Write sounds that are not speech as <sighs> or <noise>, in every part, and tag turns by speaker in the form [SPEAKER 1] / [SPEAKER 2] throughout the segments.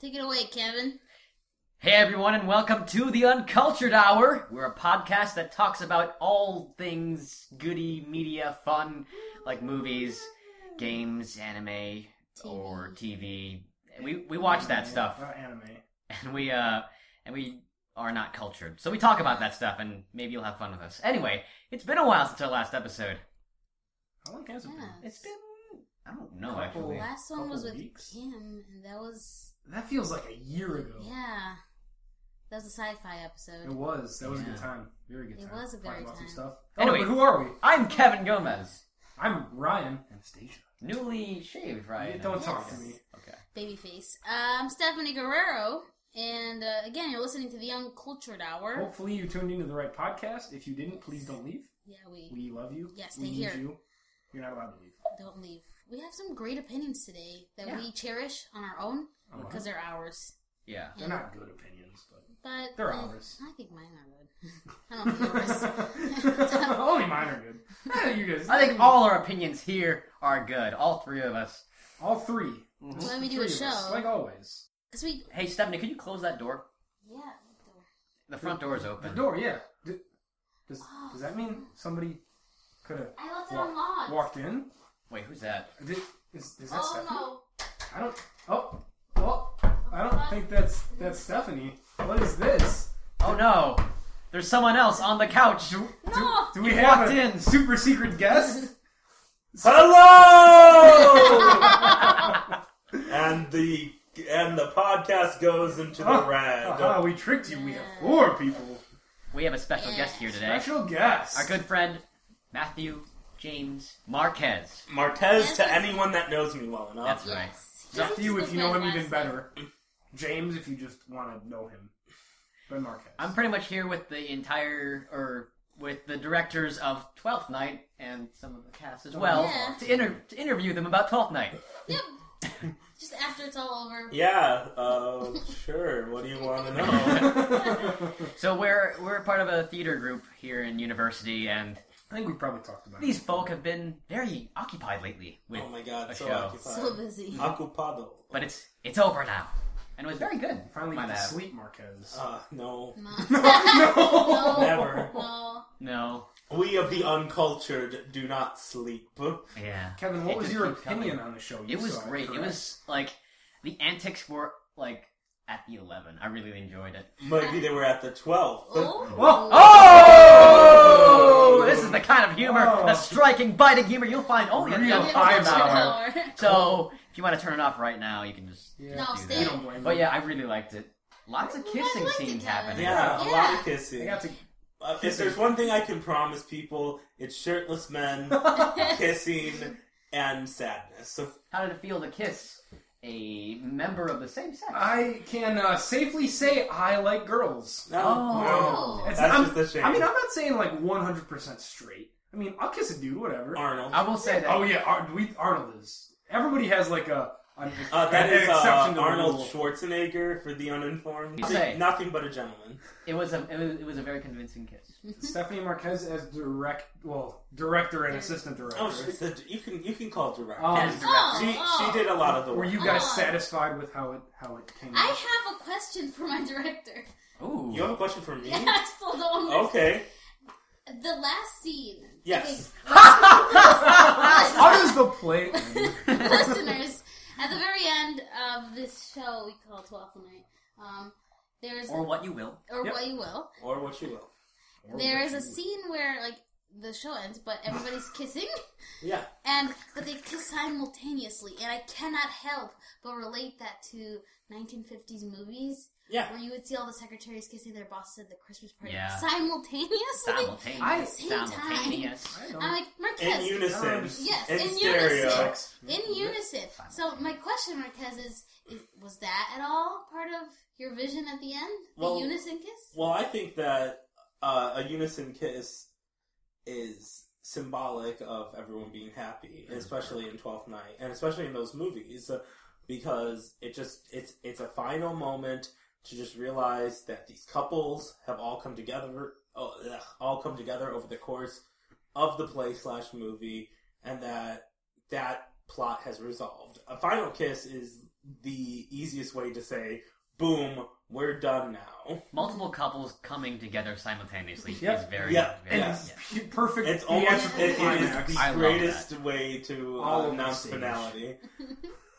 [SPEAKER 1] Take it away, Kevin.
[SPEAKER 2] Hey everyone, and welcome to the Uncultured Hour. We're a podcast that talks about all things goody media fun, like movies, games, anime, or TV. We we watch that
[SPEAKER 3] Anime,
[SPEAKER 2] stuff,
[SPEAKER 3] Or anime.
[SPEAKER 2] and we uh and we are not cultured, so we talk about that stuff, and maybe you'll have fun with us. Anyway, it's been a while since our last episode.
[SPEAKER 3] How long has it
[SPEAKER 1] Yeah.
[SPEAKER 3] been?
[SPEAKER 2] It's been I don't know
[SPEAKER 3] Couple.
[SPEAKER 2] actually.
[SPEAKER 1] Last one was with
[SPEAKER 3] Couple weeks.
[SPEAKER 1] Kim, and that was
[SPEAKER 3] That feels like a year ago.
[SPEAKER 1] yeah, that was a sci-fi
[SPEAKER 3] It
[SPEAKER 1] episode.
[SPEAKER 3] was. That was a
[SPEAKER 2] Yeah.
[SPEAKER 3] good time. Very good
[SPEAKER 1] It
[SPEAKER 3] time.
[SPEAKER 1] was a
[SPEAKER 3] Talking
[SPEAKER 1] very
[SPEAKER 3] about some
[SPEAKER 1] time.
[SPEAKER 3] stuff.
[SPEAKER 2] Anyway.
[SPEAKER 3] Oh, but who are we?
[SPEAKER 2] I'm Kevin Gomez,
[SPEAKER 3] I'm Ryan. Anastasia.
[SPEAKER 2] newly shaved, right?
[SPEAKER 3] You don't talk to
[SPEAKER 1] Yes.
[SPEAKER 3] me.
[SPEAKER 2] Okay.
[SPEAKER 1] Babyface. Um, Stephanie Guerrero, and uh, again, you're listening to the Uncultured Hour.
[SPEAKER 3] Hopefully you tuned into the right podcast. If you didn't, please don't leave.
[SPEAKER 1] Yeah, we
[SPEAKER 3] We love you.
[SPEAKER 1] Yes,
[SPEAKER 3] we
[SPEAKER 1] stay
[SPEAKER 3] need
[SPEAKER 1] here.
[SPEAKER 3] you. You're not allowed to leave.
[SPEAKER 1] don't leave. We have some great opinions today that
[SPEAKER 2] Yeah.
[SPEAKER 1] we cherish on our own
[SPEAKER 3] Oh, wow.
[SPEAKER 1] because they're ours.
[SPEAKER 2] Yeah.
[SPEAKER 3] They're not good opinions, but
[SPEAKER 1] But
[SPEAKER 3] They're
[SPEAKER 1] uh,
[SPEAKER 3] ours.
[SPEAKER 1] I think mine are good. <laughs> I don't think yours.
[SPEAKER 3] <laughs>
[SPEAKER 1] <laughs>
[SPEAKER 3] only mine are good. Eh, you guys.
[SPEAKER 2] I think all our opinions here are good. All three of us.
[SPEAKER 3] all three.
[SPEAKER 2] Mhm.
[SPEAKER 3] Just
[SPEAKER 1] When
[SPEAKER 3] the
[SPEAKER 1] we do a
[SPEAKER 3] three of us,
[SPEAKER 1] show-
[SPEAKER 3] like always.
[SPEAKER 1] Because we
[SPEAKER 2] Hey, Stephanie, could you close that door?
[SPEAKER 1] yeah.
[SPEAKER 2] The front door is open.
[SPEAKER 3] The door, yeah. D- Does, does that mean somebody could have
[SPEAKER 1] Oh. I left
[SPEAKER 3] it Walk-
[SPEAKER 1] unlocked.
[SPEAKER 3] walked in?
[SPEAKER 2] Wait, who's that?
[SPEAKER 3] Did, is, is that
[SPEAKER 1] Oh
[SPEAKER 3] Stephanie?
[SPEAKER 1] no.
[SPEAKER 3] I don't. Oh, well, I don't think that's that's Stephanie. What is this?
[SPEAKER 2] Oh no! There's someone else on the couch.
[SPEAKER 1] No.
[SPEAKER 3] Do we
[SPEAKER 2] You
[SPEAKER 3] have
[SPEAKER 2] walked
[SPEAKER 3] a
[SPEAKER 2] in.
[SPEAKER 3] super secret
[SPEAKER 2] <laughs>
[SPEAKER 3] guest?
[SPEAKER 4] Hello! <laughs> and the and the podcast goes into
[SPEAKER 3] <laughs>
[SPEAKER 4] the
[SPEAKER 3] Oh,
[SPEAKER 4] round.
[SPEAKER 3] we tricked you. We have four people.
[SPEAKER 2] We have a special guest here today.
[SPEAKER 3] Special guest.
[SPEAKER 2] Our good friend Matthew James Marquez.
[SPEAKER 4] Martez to anyone that knows me well enough.
[SPEAKER 2] That's
[SPEAKER 1] Oh,
[SPEAKER 2] right.
[SPEAKER 1] Yes.
[SPEAKER 3] Not you if you know him
[SPEAKER 1] Last
[SPEAKER 3] even
[SPEAKER 1] name.
[SPEAKER 3] better. James, if you just want to know him. Ben Marquez. <laughs>
[SPEAKER 2] I'm pretty much here with the entire, or with the directors of Twelfth Night and some of the cast as well
[SPEAKER 1] Oh, Yeah.
[SPEAKER 2] to, inter- to interview them about Twelfth Night.
[SPEAKER 3] <laughs>
[SPEAKER 1] Yep. Just after it's all over.
[SPEAKER 4] Yeah, uh, sure. What do you want to know?
[SPEAKER 2] So we're we're part of a theater group here in university, and
[SPEAKER 3] I think we probably talked about
[SPEAKER 2] these folk have been very occupied lately with
[SPEAKER 4] Oh my god,
[SPEAKER 2] a
[SPEAKER 4] so
[SPEAKER 2] show.
[SPEAKER 1] So
[SPEAKER 4] occupied.
[SPEAKER 1] busy.
[SPEAKER 4] Ocupado.
[SPEAKER 2] but it's it's over now. And it was very good.
[SPEAKER 3] it. Finally
[SPEAKER 2] might
[SPEAKER 3] get to
[SPEAKER 2] add.
[SPEAKER 3] sleep,
[SPEAKER 2] Oh.
[SPEAKER 3] Marquez.
[SPEAKER 4] Uh, no.
[SPEAKER 1] No.
[SPEAKER 4] Never.
[SPEAKER 1] No.
[SPEAKER 2] No.
[SPEAKER 4] We of the uncultured do not sleep.
[SPEAKER 2] Yeah.
[SPEAKER 3] Kevin, what
[SPEAKER 2] It
[SPEAKER 3] was
[SPEAKER 2] just
[SPEAKER 3] your
[SPEAKER 2] keeps coming.
[SPEAKER 3] opinion on the show? You
[SPEAKER 2] It was
[SPEAKER 3] saw
[SPEAKER 2] great. It
[SPEAKER 3] correct?
[SPEAKER 2] was like the antics were like at the eleven. I really enjoyed it.
[SPEAKER 4] Maybe they were at the 12th.
[SPEAKER 1] Oh.
[SPEAKER 3] Whoa.
[SPEAKER 2] Oh! This is the kind of humor,
[SPEAKER 3] Oh.
[SPEAKER 2] the striking, biting humor you'll find only at the
[SPEAKER 3] Real
[SPEAKER 1] Give
[SPEAKER 2] Young
[SPEAKER 1] it
[SPEAKER 3] five
[SPEAKER 2] Times
[SPEAKER 1] some
[SPEAKER 3] hour.
[SPEAKER 2] Hour.
[SPEAKER 1] power.
[SPEAKER 2] So if you want to turn it off right now, you can just.
[SPEAKER 3] Yeah.
[SPEAKER 1] No,
[SPEAKER 2] do
[SPEAKER 1] stay.
[SPEAKER 3] We
[SPEAKER 2] that.
[SPEAKER 3] don't blame
[SPEAKER 2] But
[SPEAKER 3] him.
[SPEAKER 2] yeah, I really liked it. Lots of
[SPEAKER 1] I
[SPEAKER 2] kissing
[SPEAKER 1] liked it,
[SPEAKER 2] scenes
[SPEAKER 1] Kevin.
[SPEAKER 2] happened.
[SPEAKER 4] Yeah, a lot of
[SPEAKER 3] They
[SPEAKER 4] kissing.
[SPEAKER 3] got to
[SPEAKER 4] Uh, if there's one thing I can promise people, it's shirtless men kissing and sadness.
[SPEAKER 2] How did it feel to kiss a member of the same sex?
[SPEAKER 3] <laughs> I can uh, safely say I like girls.
[SPEAKER 4] No,
[SPEAKER 2] Oh.
[SPEAKER 4] no.
[SPEAKER 3] It's-
[SPEAKER 4] that's
[SPEAKER 3] I'm-
[SPEAKER 4] just the shame.
[SPEAKER 3] I mean, I'm not saying like 100% straight. I mean, I'll kiss a dude, whatever.
[SPEAKER 4] Arnold.
[SPEAKER 2] I will say that.
[SPEAKER 3] Oh yeah, Ar- we, Arnold is. Everybody has like a. an-
[SPEAKER 4] Uh, that
[SPEAKER 3] an
[SPEAKER 4] is
[SPEAKER 3] exception
[SPEAKER 4] uh,
[SPEAKER 3] to the
[SPEAKER 4] Arnold
[SPEAKER 3] rule.
[SPEAKER 4] Schwarzenegger for the uninformed.
[SPEAKER 2] I'll say.
[SPEAKER 4] Nothing but a gentleman.
[SPEAKER 2] It was a it was, it was a very convincing kiss.
[SPEAKER 3] <laughs> Stephanie Marquez as direct, well, director and assistant director.
[SPEAKER 4] Oh, she's the, you can you can call it direct.
[SPEAKER 3] Um,
[SPEAKER 2] That is direct.
[SPEAKER 1] Oh,
[SPEAKER 4] she
[SPEAKER 1] oh.
[SPEAKER 4] she did a lot of the
[SPEAKER 3] Were
[SPEAKER 4] work.
[SPEAKER 3] you guys
[SPEAKER 1] Oh.
[SPEAKER 3] satisfied with how it how it came?
[SPEAKER 1] <laughs> I
[SPEAKER 3] out?
[SPEAKER 4] <laughs>
[SPEAKER 1] have a question for my
[SPEAKER 3] <laughs>
[SPEAKER 1] director.
[SPEAKER 2] Ooh. <laughs>
[SPEAKER 4] You have a question for me?
[SPEAKER 1] Yeah, I still don't understand.
[SPEAKER 4] Okay.
[SPEAKER 1] The last scene.
[SPEAKER 4] Yes.
[SPEAKER 3] <laughs>
[SPEAKER 1] <laughs>
[SPEAKER 3] How does the play?
[SPEAKER 1] Okay, listeners, at the very end of this show we call Twaffle Night, um, there's
[SPEAKER 2] or
[SPEAKER 1] or,
[SPEAKER 2] what you will.
[SPEAKER 3] Yep.
[SPEAKER 1] what you will.
[SPEAKER 4] Or what you will.
[SPEAKER 1] There is a scene where like the show ends, but everybody's <laughs> kissing.
[SPEAKER 4] Yeah.
[SPEAKER 1] and but they kiss simultaneously, and I cannot help but relate that to 1950s movies
[SPEAKER 4] Yeah.
[SPEAKER 1] where you would see all the secretaries kissing their bosses at the Christmas party
[SPEAKER 2] Yeah.
[SPEAKER 1] simultaneously.
[SPEAKER 3] I-
[SPEAKER 2] Simultaneous.
[SPEAKER 1] Same time.
[SPEAKER 2] Simultaneous.
[SPEAKER 3] I
[SPEAKER 1] <laughs>
[SPEAKER 3] don't-
[SPEAKER 1] I'm like
[SPEAKER 4] In
[SPEAKER 1] Marquez,
[SPEAKER 4] unison.
[SPEAKER 3] Um,
[SPEAKER 1] Yes,
[SPEAKER 4] In,
[SPEAKER 1] in
[SPEAKER 4] stereo.
[SPEAKER 1] unison.
[SPEAKER 3] Yeah.
[SPEAKER 1] in unison. So my question, Marquez, is, is was that at all part of your vision at the end? The
[SPEAKER 4] Well-
[SPEAKER 1] unison kiss?
[SPEAKER 4] Well, I think that uh, a unison kiss is symbolic of everyone being happy, especially in Twelfth Night, and especially in those movies, uh, because it just it's it's a final moment to just realize that these couples have all come together, oh, ugh, all come together over the course of the play slash movie, and that that plot has resolved. A final kiss is the easiest way to say, boom, we're done now.
[SPEAKER 2] Multiple couples coming together simultaneously
[SPEAKER 3] Yep.
[SPEAKER 2] is very,
[SPEAKER 4] Yeah.
[SPEAKER 2] very
[SPEAKER 3] And
[SPEAKER 2] yeah.
[SPEAKER 3] it's p- perfect.
[SPEAKER 4] It's almost
[SPEAKER 3] theatrical
[SPEAKER 4] it- it
[SPEAKER 3] climax.
[SPEAKER 4] is
[SPEAKER 2] I
[SPEAKER 4] the
[SPEAKER 2] love
[SPEAKER 4] greatest way to
[SPEAKER 3] All
[SPEAKER 4] uh,
[SPEAKER 3] over
[SPEAKER 4] announce
[SPEAKER 2] <laughs>
[SPEAKER 3] stage.
[SPEAKER 4] finality.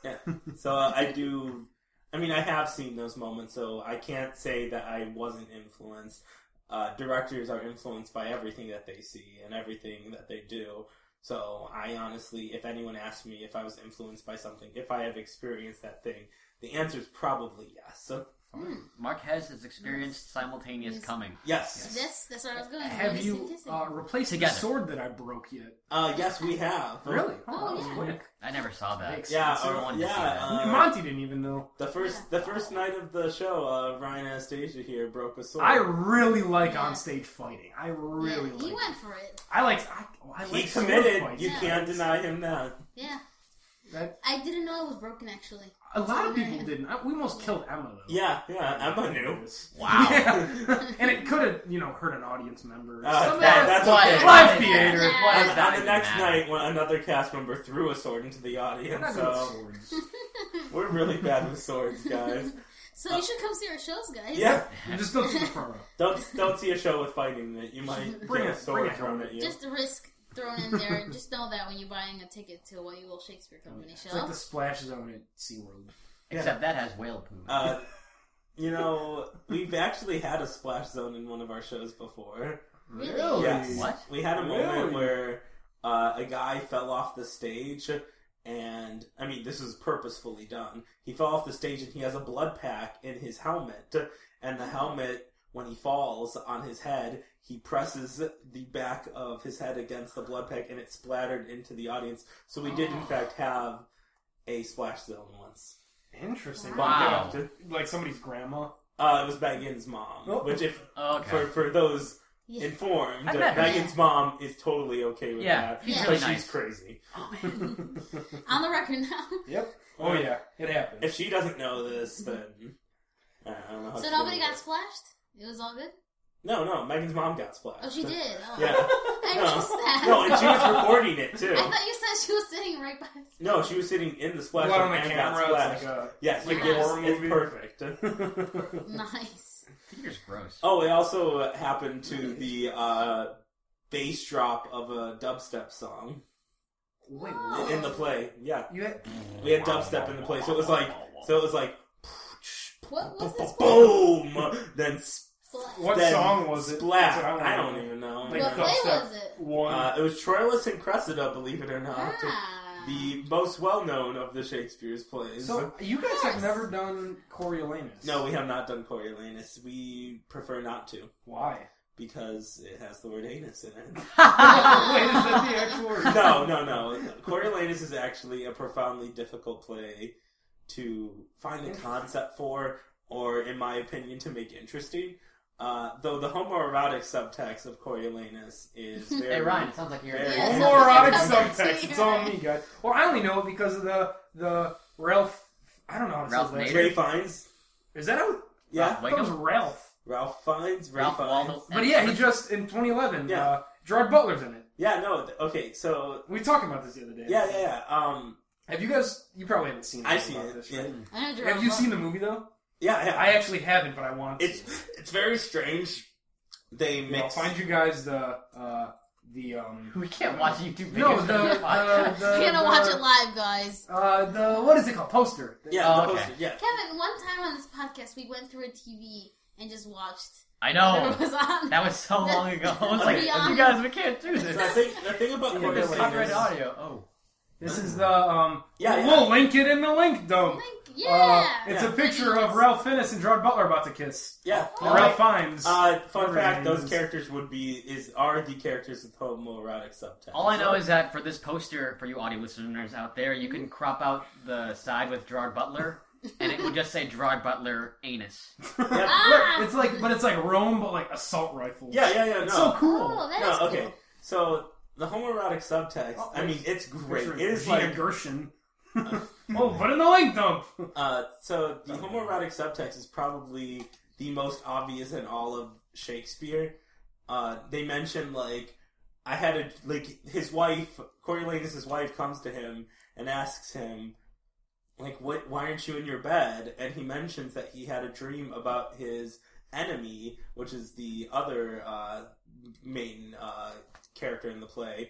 [SPEAKER 4] yeah. So uh, I do. I mean, I have seen those moments, so I can't say that I wasn't influenced. Uh, directors are influenced by everything that they see and everything that they do. So I honestly, if anyone asked me if I was influenced by something, if I have experienced that thing, the answer is probably yes. So,
[SPEAKER 1] Hmm.
[SPEAKER 4] Hmm.
[SPEAKER 2] Marquez has experienced simultaneous
[SPEAKER 1] Yes.
[SPEAKER 2] coming.
[SPEAKER 4] yes.
[SPEAKER 1] This, that's what I was going.
[SPEAKER 3] Have
[SPEAKER 1] Lotus and
[SPEAKER 3] you
[SPEAKER 1] kissing.
[SPEAKER 3] uh, replaced
[SPEAKER 2] Together.
[SPEAKER 3] the sword that I broke yet?
[SPEAKER 4] Uh, yes, we have.
[SPEAKER 1] Oh,
[SPEAKER 3] that was
[SPEAKER 1] yeah.
[SPEAKER 3] quick.
[SPEAKER 2] I never saw that.
[SPEAKER 3] Makes-
[SPEAKER 4] Yeah,
[SPEAKER 2] Since you
[SPEAKER 4] uh,
[SPEAKER 2] wanted to see
[SPEAKER 4] yeah.
[SPEAKER 2] that.
[SPEAKER 4] uh,
[SPEAKER 3] Monty didn't even know.
[SPEAKER 4] The first the first night of the show, uh, Ryan Anastasia here broke a sword.
[SPEAKER 3] I really like
[SPEAKER 1] Yeah.
[SPEAKER 3] on stage fighting. I
[SPEAKER 1] yeah,
[SPEAKER 3] really
[SPEAKER 1] he
[SPEAKER 3] like.
[SPEAKER 1] went for it.
[SPEAKER 3] I like. I, oh, I
[SPEAKER 4] he
[SPEAKER 3] like sword
[SPEAKER 4] committed.
[SPEAKER 3] fights.
[SPEAKER 4] You
[SPEAKER 1] Yeah.
[SPEAKER 4] can't deny him that.
[SPEAKER 1] Yeah,
[SPEAKER 3] That,
[SPEAKER 1] I didn't know it was broken actually. <laughs>
[SPEAKER 3] a lot of people didn't. I, we almost killed Emma though.
[SPEAKER 4] Yeah, yeah. Emma knew. <laughs>
[SPEAKER 2] Wow.
[SPEAKER 3] <laughs> Yeah. and it could have, you know, hurt an audience member.
[SPEAKER 4] Uh,
[SPEAKER 3] Somehow-
[SPEAKER 4] that- that's
[SPEAKER 2] Why-
[SPEAKER 4] okay.
[SPEAKER 2] why-
[SPEAKER 3] Live theater.
[SPEAKER 2] why
[SPEAKER 1] Why
[SPEAKER 2] does
[SPEAKER 4] And
[SPEAKER 2] that
[SPEAKER 4] on the
[SPEAKER 2] even
[SPEAKER 4] next
[SPEAKER 2] matter?
[SPEAKER 4] night, when another cast member threw a sword into the
[SPEAKER 3] We're
[SPEAKER 4] audience,
[SPEAKER 3] not good with
[SPEAKER 4] so
[SPEAKER 3] swords.
[SPEAKER 4] we're really bad with
[SPEAKER 1] <laughs>
[SPEAKER 4] swords, guys.
[SPEAKER 1] So
[SPEAKER 3] Uh,
[SPEAKER 1] you should come see our shows, guys.
[SPEAKER 4] yeah,
[SPEAKER 3] You just don't see the front row.
[SPEAKER 4] don't don't see a show with fighting that you might
[SPEAKER 3] Bring
[SPEAKER 4] bring
[SPEAKER 3] it,
[SPEAKER 4] a sword
[SPEAKER 3] bring it.
[SPEAKER 4] thrown at you.
[SPEAKER 1] Just the risk thrown in there. Just know that when you're buying a ticket to a What You Will Shakespeare Company
[SPEAKER 3] It's
[SPEAKER 1] show.
[SPEAKER 3] like the splash zone at SeaWorld.
[SPEAKER 2] <laughs> Except that has whale poo.
[SPEAKER 4] Uh, you know, we've actually had a splash zone in one of our shows before.
[SPEAKER 1] Really?
[SPEAKER 4] Yes.
[SPEAKER 2] What?
[SPEAKER 4] We had a moment
[SPEAKER 3] Really?
[SPEAKER 4] where uh, a guy fell off the stage, and I mean, this is purposefully done. He fell off the stage, and he has a blood pack in his helmet. And the helmet, when he falls on his head, he presses the back of his head against the blood pack, and it splattered into the audience. So we did, in fact, have a splash zone once.
[SPEAKER 3] Interesting.
[SPEAKER 2] Wow.
[SPEAKER 3] Like somebody's grandma.
[SPEAKER 4] Uh, it was Megan's mom,
[SPEAKER 3] Oh.
[SPEAKER 4] which, if
[SPEAKER 2] Okay.
[SPEAKER 4] for for those
[SPEAKER 1] Yeah.
[SPEAKER 3] <laughs>
[SPEAKER 1] <laughs>
[SPEAKER 4] informed,
[SPEAKER 2] I bet her.
[SPEAKER 4] Megan's mom is totally okay with
[SPEAKER 2] Yeah,
[SPEAKER 4] that.
[SPEAKER 2] he's
[SPEAKER 1] Yeah.
[SPEAKER 4] But
[SPEAKER 2] really
[SPEAKER 4] she's
[SPEAKER 2] nice.
[SPEAKER 4] crazy.
[SPEAKER 1] On the record now.
[SPEAKER 3] Yep. Oh yeah, it <laughs> happened.
[SPEAKER 4] If she doesn't know this,
[SPEAKER 2] Mm-hmm.
[SPEAKER 4] then I don't know.
[SPEAKER 3] Oh,
[SPEAKER 4] how
[SPEAKER 1] so
[SPEAKER 4] she's
[SPEAKER 1] nobody
[SPEAKER 4] gonna
[SPEAKER 1] got
[SPEAKER 4] do it.
[SPEAKER 1] splashed? It was all good?
[SPEAKER 4] No, no. Megan's mom got splashed.
[SPEAKER 1] Oh, she
[SPEAKER 3] Uh,
[SPEAKER 1] did. Oh.
[SPEAKER 4] Yeah.
[SPEAKER 1] I missed that. <laughs>
[SPEAKER 4] No. no, and she was recording it too.
[SPEAKER 1] I thought you said she was sitting right by us.
[SPEAKER 4] No, she was sitting in the splash
[SPEAKER 3] Blood
[SPEAKER 4] zone
[SPEAKER 3] on the
[SPEAKER 4] and
[SPEAKER 3] camera.
[SPEAKER 4] got splashed.
[SPEAKER 3] It's like a
[SPEAKER 4] yes,
[SPEAKER 1] like
[SPEAKER 4] it
[SPEAKER 1] a
[SPEAKER 4] gives-
[SPEAKER 3] horror
[SPEAKER 4] it's
[SPEAKER 3] movie.
[SPEAKER 4] perfect. <laughs>
[SPEAKER 1] Nice.
[SPEAKER 2] Peter's gross.
[SPEAKER 4] oh, it also happened to the uh, bass drop of a dubstep song
[SPEAKER 3] Wait,
[SPEAKER 1] Oh.
[SPEAKER 4] in the play. Yeah,
[SPEAKER 3] you had
[SPEAKER 4] we had dubstep in the play, so it was like, <laughs> so it was like, <laughs>
[SPEAKER 1] What was this
[SPEAKER 4] boom, then
[SPEAKER 1] Splash.
[SPEAKER 3] what
[SPEAKER 4] then
[SPEAKER 3] song was it?
[SPEAKER 4] Splash.
[SPEAKER 3] That's what
[SPEAKER 4] I
[SPEAKER 3] wanna
[SPEAKER 4] don't
[SPEAKER 3] know.
[SPEAKER 4] even know.
[SPEAKER 3] Like
[SPEAKER 1] What play
[SPEAKER 3] dubstep.
[SPEAKER 1] was it?
[SPEAKER 3] One.
[SPEAKER 4] Uh, it was Troilus and Cressida, believe it or
[SPEAKER 3] Uh,
[SPEAKER 4] not.
[SPEAKER 1] Ah.
[SPEAKER 4] The most well known of the Shakespeare's plays.
[SPEAKER 3] so you guys
[SPEAKER 1] Yes.
[SPEAKER 3] have never done Coriolanus.
[SPEAKER 4] no, we have not done Coriolanus. We prefer not to
[SPEAKER 3] <laughs> Why?
[SPEAKER 4] because it has the word anus in it.
[SPEAKER 3] Wait, is that the <laughs> actual word?
[SPEAKER 4] no, no, no. Coriolanus is actually a profoundly difficult play to find a concept for, or in my opinion, to make interesting. Uh, though the homoerotic subtext of Coriolanus is very
[SPEAKER 2] Hey Ryan, <laughs> it sounds like you're.
[SPEAKER 4] Yeah,
[SPEAKER 3] One
[SPEAKER 4] Yes.
[SPEAKER 3] more erotic
[SPEAKER 1] Yes.
[SPEAKER 3] subtext. It's on me, guys. Well, I only know it because of the the Ralph. I don't know how to
[SPEAKER 2] Ralph
[SPEAKER 3] say his last
[SPEAKER 2] Nader?
[SPEAKER 4] Ray Fiends.
[SPEAKER 3] name. Is that how?
[SPEAKER 4] Yeah,
[SPEAKER 3] I thought it was
[SPEAKER 2] Wakem?
[SPEAKER 3] Ralph.
[SPEAKER 4] Ralph Fiennes. Ray
[SPEAKER 2] Ralph
[SPEAKER 4] Fiennes.
[SPEAKER 2] Waldo.
[SPEAKER 3] But yeah, he just in 2011.
[SPEAKER 4] Yeah.
[SPEAKER 3] Uh, Gerard Butler's in it.
[SPEAKER 4] Yeah, no. th- Okay, so
[SPEAKER 3] We were talking about this the other day.
[SPEAKER 4] Yeah, yeah, yeah. Um,
[SPEAKER 3] Have you guys? You probably haven't seen.
[SPEAKER 4] I've
[SPEAKER 3] anything
[SPEAKER 4] seen
[SPEAKER 3] about
[SPEAKER 4] it.
[SPEAKER 3] This,
[SPEAKER 4] Yeah,
[SPEAKER 3] right?
[SPEAKER 1] I know
[SPEAKER 3] Have you seen the movie though?
[SPEAKER 4] yeah. yeah.
[SPEAKER 3] I actually haven't, but I want. to.
[SPEAKER 4] it's it's very strange. They
[SPEAKER 3] Yeah, I'll
[SPEAKER 4] mix.
[SPEAKER 3] find you guys the uh, the um.
[SPEAKER 2] <laughs> We can't watch YouTube videos.
[SPEAKER 3] No,
[SPEAKER 2] for
[SPEAKER 3] the-
[SPEAKER 2] this podcast.
[SPEAKER 3] the-
[SPEAKER 1] You're gonna watch it live, guys.
[SPEAKER 3] Uh, the what is it called? Poster.
[SPEAKER 4] Yeah,
[SPEAKER 2] Oh,
[SPEAKER 4] the
[SPEAKER 2] okay.
[SPEAKER 4] poster. Yeah,
[SPEAKER 1] Kevin, one time on this podcast, we went through a TV and just watched
[SPEAKER 2] <laughs> I
[SPEAKER 1] whatever
[SPEAKER 2] know.
[SPEAKER 1] was on.
[SPEAKER 2] Oh. That was so long ago. <laughs> I was
[SPEAKER 1] That's
[SPEAKER 2] like,
[SPEAKER 1] beyond-
[SPEAKER 2] you guys, we can't do
[SPEAKER 4] So
[SPEAKER 2] <laughs>
[SPEAKER 4] I
[SPEAKER 2] this.
[SPEAKER 4] think the thing about
[SPEAKER 3] Yeah,
[SPEAKER 2] There's
[SPEAKER 3] wait,
[SPEAKER 2] copyright
[SPEAKER 4] Coriolanus.
[SPEAKER 2] audio. Oh.
[SPEAKER 3] This is the um.
[SPEAKER 4] Yeah,
[SPEAKER 3] we'll,
[SPEAKER 4] yeah.
[SPEAKER 3] we'll link it in the link dump.
[SPEAKER 1] Like,
[SPEAKER 3] Uh,
[SPEAKER 1] yeah.
[SPEAKER 3] it's
[SPEAKER 4] Yeah.
[SPEAKER 3] a picture of Ralph Finnis and Gerard Butler about to kiss.
[SPEAKER 4] Yeah.
[SPEAKER 1] Oh.
[SPEAKER 3] Or Ralph Fiennes.
[SPEAKER 4] Uh, fun
[SPEAKER 3] Whatever
[SPEAKER 4] fact:
[SPEAKER 3] his name
[SPEAKER 4] those
[SPEAKER 3] is.
[SPEAKER 4] characters would be is are the characters with homoerotic subtext.
[SPEAKER 2] All I
[SPEAKER 4] <laughs>
[SPEAKER 2] know is that for this poster, for you audio listeners out there, you can crop out the side with Gerard Butler,
[SPEAKER 1] <laughs>
[SPEAKER 2] and it would just say Gerard Butler
[SPEAKER 4] <laughs>
[SPEAKER 2] anus.
[SPEAKER 4] Yeah,
[SPEAKER 1] Ah!
[SPEAKER 3] Look, it's like, but it's like Rome, but like assault rifles.
[SPEAKER 4] yeah, yeah. yeah no.
[SPEAKER 3] It's so cool.
[SPEAKER 1] Oh, that is
[SPEAKER 4] no, okay.
[SPEAKER 1] cool.
[SPEAKER 4] So the homoerotic subtext.
[SPEAKER 3] Oh,
[SPEAKER 4] I mean, it's great. It is
[SPEAKER 3] Gina
[SPEAKER 4] like <laughs>
[SPEAKER 3] Gershon. oh, put in the link dump.
[SPEAKER 4] Uh, so the homoerotic subtext is probably the most obvious in all of Shakespeare. Uh, they mention like I had a like his wife Coriolanus' wife comes to him and asks him like, what? Why aren't you in your bed? And he mentions that he had a dream about his enemy, which is the other uh, main uh, character in the play,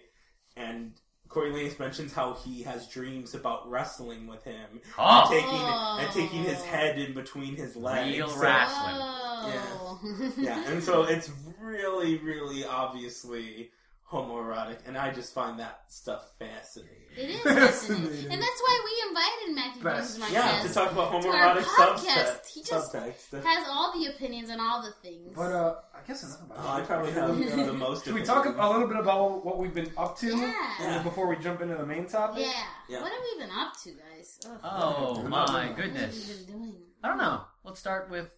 [SPEAKER 4] and. Corey Lanes mentions how he has dreams about wrestling with him, and
[SPEAKER 2] Oh,
[SPEAKER 4] taking and taking his head in between his legs.
[SPEAKER 2] Real
[SPEAKER 4] So-
[SPEAKER 2] rap. Wrestling.
[SPEAKER 1] Oh.
[SPEAKER 4] yeah,
[SPEAKER 1] <laughs>
[SPEAKER 4] and so it's really, really obviously homoerotic, and I just find that stuff fascinating.
[SPEAKER 1] It is
[SPEAKER 3] Fascinating.
[SPEAKER 1] fascinating. And that's why we invited Matthew
[SPEAKER 3] Best.
[SPEAKER 1] Best. Jones
[SPEAKER 4] Yeah, to
[SPEAKER 1] Marquez.
[SPEAKER 4] talk about
[SPEAKER 1] To our
[SPEAKER 4] homoerotic
[SPEAKER 1] podcast,
[SPEAKER 4] subtext.
[SPEAKER 1] he just
[SPEAKER 4] subtext.
[SPEAKER 1] Has all the opinions on all the things.
[SPEAKER 3] But uh, I guess enough about
[SPEAKER 4] Oh, I
[SPEAKER 3] that.
[SPEAKER 4] probably
[SPEAKER 3] <laughs>
[SPEAKER 1] Yeah. <laughs>
[SPEAKER 4] have the most.
[SPEAKER 3] Should we talk
[SPEAKER 4] opinions.
[SPEAKER 3] a little bit about what we've been up to
[SPEAKER 1] Yeah.
[SPEAKER 3] before we jump into the main topic?
[SPEAKER 1] yeah.
[SPEAKER 4] Yeah.
[SPEAKER 1] What have we been up to, guys? Ugh.
[SPEAKER 2] oh my
[SPEAKER 1] What have we
[SPEAKER 2] goodness.
[SPEAKER 1] been doing?
[SPEAKER 2] <laughs> I don't know. Let's start with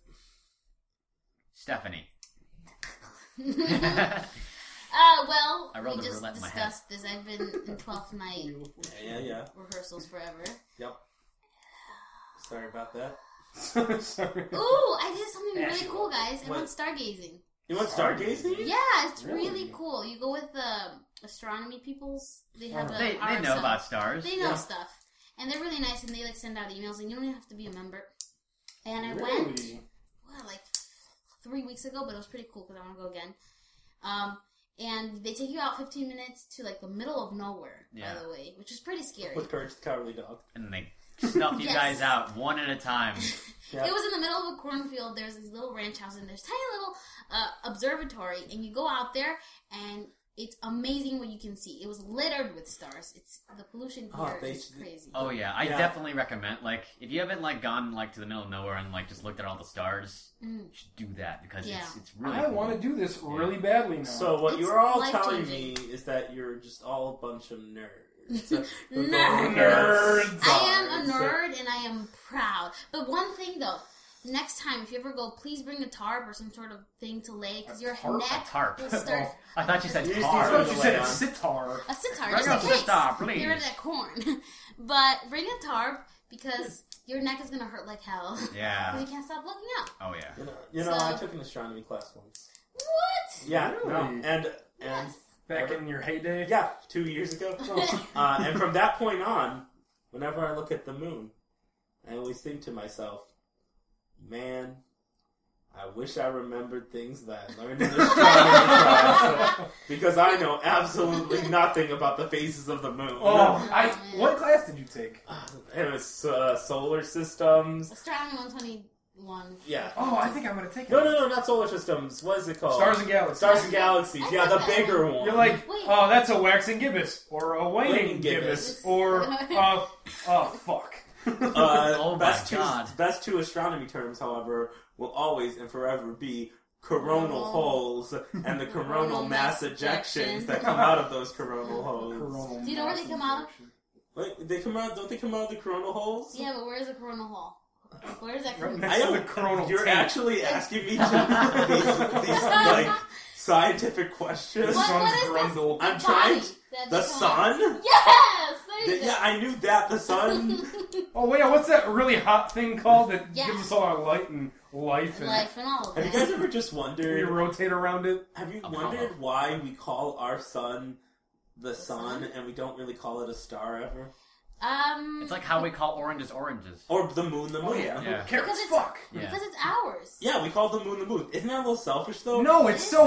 [SPEAKER 1] <laughs>
[SPEAKER 2] Stephanie.
[SPEAKER 1] uh, well,
[SPEAKER 2] I rolled
[SPEAKER 1] we
[SPEAKER 2] a
[SPEAKER 1] just
[SPEAKER 2] roulette in my head.
[SPEAKER 1] discussed this. I've been
[SPEAKER 2] <laughs>
[SPEAKER 1] in 12th night
[SPEAKER 4] Yeah, yeah, yeah.
[SPEAKER 1] rehearsals forever.
[SPEAKER 4] Yep. Sorry about that.
[SPEAKER 3] <laughs> Sorry.
[SPEAKER 1] Ooh, I did something
[SPEAKER 2] Yeah,
[SPEAKER 1] really
[SPEAKER 2] she
[SPEAKER 1] cool, guys. I
[SPEAKER 4] What?
[SPEAKER 1] went stargazing.
[SPEAKER 4] You want stargazing?
[SPEAKER 1] Yeah, it's really,
[SPEAKER 3] Really?
[SPEAKER 1] cool. You go with the astronomy peoples. They
[SPEAKER 3] Oh.
[SPEAKER 1] have the
[SPEAKER 2] <laughs> They, they
[SPEAKER 1] RSO.
[SPEAKER 2] know about stars.
[SPEAKER 1] They know
[SPEAKER 4] Yeah.
[SPEAKER 1] stuff, and they're really nice, and they like send out emails, and you don't even have to be a member. And I went
[SPEAKER 3] Really?
[SPEAKER 1] well, like three weeks ago, but it was pretty cool because I want to go again. Um, and they take you out 15 minutes to like the middle of nowhere,
[SPEAKER 2] Yeah.
[SPEAKER 1] by the way, which is pretty scary.
[SPEAKER 4] With Courage the Cowardly Dog.
[SPEAKER 2] And they snuff
[SPEAKER 1] <laughs>
[SPEAKER 2] you
[SPEAKER 1] Yes.
[SPEAKER 2] guys out one at
[SPEAKER 1] <laughs>
[SPEAKER 2] a time.
[SPEAKER 4] Yeah.
[SPEAKER 1] It was in the middle of a cornfield. There's this little ranch house, and there's tiny little uh, observatory, and you go out there, and it's amazing what you can see. It was littered with stars. It's the pollution
[SPEAKER 4] Oh,
[SPEAKER 1] here is
[SPEAKER 4] they-
[SPEAKER 1] crazy.
[SPEAKER 2] Oh yeah, I
[SPEAKER 4] Yeah.
[SPEAKER 2] definitely recommend. Like, if you haven't like gone like to the middle of nowhere and like just looked at all the stars,
[SPEAKER 1] Mm.
[SPEAKER 2] you should do that because it's
[SPEAKER 1] Yeah.
[SPEAKER 2] it's really.
[SPEAKER 3] I
[SPEAKER 2] cool.
[SPEAKER 3] want to do this really badly now.
[SPEAKER 4] So what
[SPEAKER 1] It's
[SPEAKER 4] you're all telling me
[SPEAKER 1] life-changing.
[SPEAKER 4] is that you're just all a bunch of
[SPEAKER 1] <laughs>
[SPEAKER 4] nerds. That's what the
[SPEAKER 1] Nerds.
[SPEAKER 4] nerds
[SPEAKER 1] I am a
[SPEAKER 4] are.
[SPEAKER 1] nerd and I am proud. But one thing though, next time if you ever go, please bring a tarp or some sort of thing to lay because
[SPEAKER 3] A
[SPEAKER 1] your
[SPEAKER 3] tarp?
[SPEAKER 2] a
[SPEAKER 1] neck
[SPEAKER 2] tarp.
[SPEAKER 1] will
[SPEAKER 2] <laughs>
[SPEAKER 1] start.
[SPEAKER 2] I thought you said
[SPEAKER 4] You just
[SPEAKER 3] I
[SPEAKER 2] tar.
[SPEAKER 4] need
[SPEAKER 3] thought
[SPEAKER 4] to-
[SPEAKER 3] you said sitar.
[SPEAKER 1] A sitar,
[SPEAKER 2] Bring
[SPEAKER 1] just
[SPEAKER 2] a
[SPEAKER 1] in case.
[SPEAKER 2] sitar, please.
[SPEAKER 1] Get rid of that corn. <laughs> but bring a tarp
[SPEAKER 2] <laughs>
[SPEAKER 1] because your neck is gonna hurt like hell. <laughs>
[SPEAKER 2] Yeah.
[SPEAKER 1] you can't stop looking up.
[SPEAKER 2] Oh yeah.
[SPEAKER 4] You know, you know
[SPEAKER 1] So-
[SPEAKER 4] I took an astronomy class once.
[SPEAKER 1] What?
[SPEAKER 4] Yeah,
[SPEAKER 3] Really?
[SPEAKER 4] no, and and
[SPEAKER 1] Yes.
[SPEAKER 3] Back in your heyday? <laughs>
[SPEAKER 4] yeah, two years ago.
[SPEAKER 3] Oh.
[SPEAKER 4] Uh, and from that point on, whenever I look at the moon, I always think to myself, "Man, I wish I remembered things that I learned in astronomy class <laughs> because I know absolutely nothing about the phases of the moon." <sighs>
[SPEAKER 3] Oh, I, what class did you take?
[SPEAKER 4] It was uh, solar systems.
[SPEAKER 1] Astronomy 121.
[SPEAKER 4] Yeah.
[SPEAKER 3] Oh, I think I'm going to take it.
[SPEAKER 4] No, no, no, not solar systems. What is it called?
[SPEAKER 3] Stars and Galaxies.
[SPEAKER 4] Stars and Galaxies.
[SPEAKER 1] I
[SPEAKER 4] Yeah,
[SPEAKER 1] thought
[SPEAKER 4] the
[SPEAKER 1] that
[SPEAKER 4] bigger
[SPEAKER 1] one-
[SPEAKER 4] one.
[SPEAKER 3] You're like,
[SPEAKER 1] Wait.
[SPEAKER 3] oh, that's a waxing gibbous, or a waning
[SPEAKER 4] Waning
[SPEAKER 3] gibbous,
[SPEAKER 4] gibbous.
[SPEAKER 3] or uh, oh, fuck. <laughs>
[SPEAKER 4] Uh,
[SPEAKER 2] Oh my
[SPEAKER 4] best two,
[SPEAKER 2] God.
[SPEAKER 4] Best two astronomy terms, however, will always and forever be coronal
[SPEAKER 1] Oh.
[SPEAKER 4] holes
[SPEAKER 1] <laughs>
[SPEAKER 4] and the coronal
[SPEAKER 1] Coronal
[SPEAKER 4] mass
[SPEAKER 1] mass
[SPEAKER 4] ejections
[SPEAKER 1] ejection.
[SPEAKER 4] that come out of
[SPEAKER 1] <laughs>
[SPEAKER 4] those coronal holes.
[SPEAKER 3] Coronal
[SPEAKER 1] Do you know where they
[SPEAKER 3] mass
[SPEAKER 1] come out of?
[SPEAKER 3] injection.
[SPEAKER 4] Wait, they come out? Don't they come out of the coronal holes?
[SPEAKER 1] Yeah, but where's the coronal hole? Where's that
[SPEAKER 3] Right
[SPEAKER 1] coronal
[SPEAKER 3] next
[SPEAKER 4] I
[SPEAKER 3] to the
[SPEAKER 4] don't-
[SPEAKER 3] coronal
[SPEAKER 4] You're
[SPEAKER 3] tank.
[SPEAKER 4] actually asking
[SPEAKER 1] <laughs>
[SPEAKER 4] me to these, these like scientific questions.
[SPEAKER 1] What- what is this?
[SPEAKER 3] grundle.
[SPEAKER 4] I'm
[SPEAKER 1] body
[SPEAKER 4] trying. To,
[SPEAKER 1] that
[SPEAKER 4] the
[SPEAKER 1] they call-
[SPEAKER 4] sun.
[SPEAKER 1] Yes! There you
[SPEAKER 4] Th- Yeah, I knew that.
[SPEAKER 1] <laughs>
[SPEAKER 4] The sun.
[SPEAKER 3] Oh wait, what's that really hot thing called that
[SPEAKER 1] Yeah.
[SPEAKER 3] gives us all our light and life
[SPEAKER 1] go.
[SPEAKER 3] and
[SPEAKER 1] Life and all of
[SPEAKER 4] Have you
[SPEAKER 1] that.
[SPEAKER 4] guys ever just
[SPEAKER 3] we
[SPEAKER 4] wondered?
[SPEAKER 3] rotate around it?
[SPEAKER 4] Have you
[SPEAKER 2] Apollo.
[SPEAKER 4] wondered why we call our sun the, sun,
[SPEAKER 1] sun?
[SPEAKER 4] and we don't really call it a star ever?
[SPEAKER 1] Um,
[SPEAKER 2] It's like how we call oranges oranges.
[SPEAKER 4] Or the moon, the moon.
[SPEAKER 2] Oh, Yeah.
[SPEAKER 3] Who cares?
[SPEAKER 1] Because it's-
[SPEAKER 3] Fuck.
[SPEAKER 2] Yeah.
[SPEAKER 1] because it's ours.
[SPEAKER 4] Yeah, we call the moon the moon. Isn't that a little selfish though?
[SPEAKER 3] No, it's so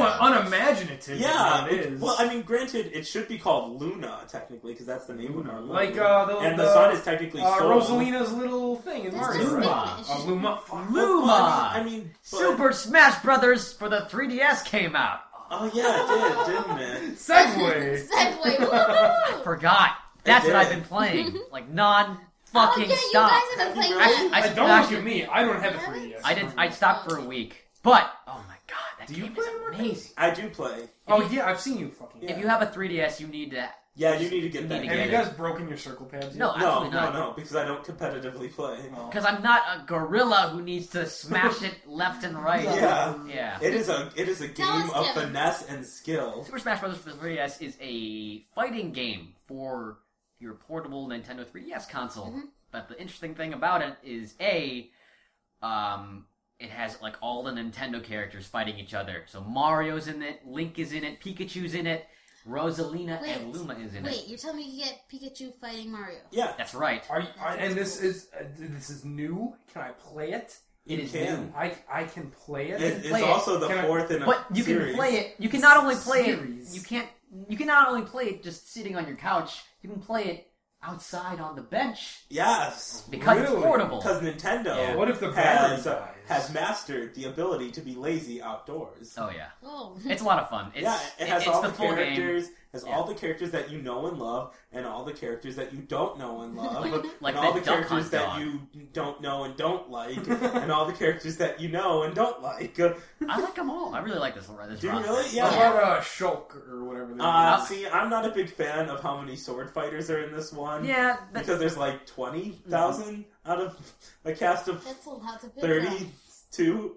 [SPEAKER 3] unimaginative.
[SPEAKER 4] Yeah.
[SPEAKER 3] it is.
[SPEAKER 4] Well, I mean, granted, it should be called Luna technically because that's the name of our moon.
[SPEAKER 3] like uh, the
[SPEAKER 4] and
[SPEAKER 3] the,
[SPEAKER 4] the, sun is technically
[SPEAKER 3] uh,
[SPEAKER 4] Sol.
[SPEAKER 3] Rosalina's little thing in
[SPEAKER 1] That's
[SPEAKER 3] Mario.
[SPEAKER 1] just
[SPEAKER 3] right?
[SPEAKER 2] Luma.
[SPEAKER 1] It's
[SPEAKER 3] Uh,
[SPEAKER 1] just-
[SPEAKER 3] Luma. Fuck.
[SPEAKER 4] Well,
[SPEAKER 2] Luma.
[SPEAKER 4] Oh, I mean, I mean but-
[SPEAKER 2] Super Smash Brothers for the 3DS came out.
[SPEAKER 4] Oh yeah, it did, didn't it?
[SPEAKER 3] Segway.
[SPEAKER 1] <laughs> <laughs> Segway.
[SPEAKER 2] <laughs>
[SPEAKER 1] Woo-hoo!
[SPEAKER 2] Forgot. That's
[SPEAKER 4] It
[SPEAKER 2] what I've
[SPEAKER 4] did.
[SPEAKER 2] been playing. <laughs> like non fucking
[SPEAKER 1] oh, yeah,
[SPEAKER 2] stop.
[SPEAKER 1] you guys have been playing
[SPEAKER 4] Have
[SPEAKER 1] that.
[SPEAKER 4] you really?
[SPEAKER 2] I
[SPEAKER 3] <laughs> I don't
[SPEAKER 2] smashed
[SPEAKER 3] look at me. I don't have a 3DS.
[SPEAKER 2] I did. I stopped for a week, but oh my god, that
[SPEAKER 3] Do you
[SPEAKER 2] game
[SPEAKER 3] play
[SPEAKER 2] is
[SPEAKER 3] Mario Kart?
[SPEAKER 2] amazing.
[SPEAKER 4] I do play.
[SPEAKER 3] Oh yeah, I've seen you fucking.
[SPEAKER 4] Yeah.
[SPEAKER 2] If you have a 3DS, you need to.
[SPEAKER 4] Yeah, you need to get
[SPEAKER 2] You
[SPEAKER 4] that.
[SPEAKER 2] need to
[SPEAKER 3] Have
[SPEAKER 2] get
[SPEAKER 3] you guys broken your circle pads?
[SPEAKER 2] No,
[SPEAKER 3] yet?
[SPEAKER 4] no,
[SPEAKER 2] absolutely
[SPEAKER 4] no,
[SPEAKER 2] not.
[SPEAKER 4] no, because I don't competitively play.
[SPEAKER 3] Oh.
[SPEAKER 2] Because I'm not a gorilla who needs to smash it left and right.
[SPEAKER 4] Yeah.
[SPEAKER 2] Yeah.
[SPEAKER 4] It is a it is a game
[SPEAKER 1] us,
[SPEAKER 4] of
[SPEAKER 1] Kevin.
[SPEAKER 4] finesse and skill.
[SPEAKER 2] Super Smash Bros. for the 3DS is a fighting game for your portable Nintendo 3DS console.
[SPEAKER 1] Mm-hmm.
[SPEAKER 2] But the interesting thing about it is a, um, it has like all the Nintendo characters fighting each other. So Mario's in it, Link is in it, Pikachu's in it. Rosalina and
[SPEAKER 1] Wait,
[SPEAKER 2] Luma is in
[SPEAKER 1] Wait,
[SPEAKER 2] it.
[SPEAKER 1] you're telling me you get Pikachu fighting Mario?
[SPEAKER 4] Yeah,
[SPEAKER 2] That's right.
[SPEAKER 3] Are you, are, and this is uh, this is new. Can I play it?
[SPEAKER 2] It
[SPEAKER 4] you
[SPEAKER 2] is
[SPEAKER 4] can.
[SPEAKER 2] new.
[SPEAKER 3] I I can play it.
[SPEAKER 4] It- it's
[SPEAKER 2] play it.
[SPEAKER 4] also the
[SPEAKER 3] Can I-
[SPEAKER 4] fourth in a
[SPEAKER 2] But you can
[SPEAKER 4] series.
[SPEAKER 2] play it. You can not only play
[SPEAKER 3] Series.
[SPEAKER 2] it. You can't. You can not only play it just sitting on your couch. You can play it outside on the bench
[SPEAKER 4] Yes,
[SPEAKER 2] because it's
[SPEAKER 3] Really?
[SPEAKER 2] portable.
[SPEAKER 4] because Nintendo
[SPEAKER 2] Oh. Yeah.
[SPEAKER 3] What if the battery
[SPEAKER 4] has uh,
[SPEAKER 3] dies?
[SPEAKER 4] has mastered the ability to be lazy outdoors.
[SPEAKER 2] oh yeah,
[SPEAKER 1] Oh,
[SPEAKER 2] it's a lot of fun. It's,
[SPEAKER 4] yeah, it has
[SPEAKER 2] it's
[SPEAKER 4] all
[SPEAKER 2] the,
[SPEAKER 4] the,
[SPEAKER 2] full game.
[SPEAKER 4] characters, has all the characters that you know and love, and all the characters that you don't know
[SPEAKER 1] <laughs>
[SPEAKER 4] and love,
[SPEAKER 2] <laughs> Like
[SPEAKER 4] and all
[SPEAKER 2] the
[SPEAKER 4] the,
[SPEAKER 2] Duck
[SPEAKER 4] characters
[SPEAKER 2] Hunt
[SPEAKER 4] that
[SPEAKER 2] dog.
[SPEAKER 4] you don't know and
[SPEAKER 2] <laughs>
[SPEAKER 4] don't like, and all the characters that you know and don't like. Do
[SPEAKER 2] I like them all. I really like this. this
[SPEAKER 4] you
[SPEAKER 2] roster.
[SPEAKER 4] really?
[SPEAKER 3] What
[SPEAKER 4] Yeah.
[SPEAKER 3] about uh, Shulk or whatever? their
[SPEAKER 4] Uh,
[SPEAKER 3] name is?
[SPEAKER 4] see, I'm not a big fan of how many sword fighters are in this <laughs> one.
[SPEAKER 2] Yeah, but-
[SPEAKER 4] Because there's like 20,000 out of a cast of
[SPEAKER 1] that's a lot to pick from.
[SPEAKER 4] 32.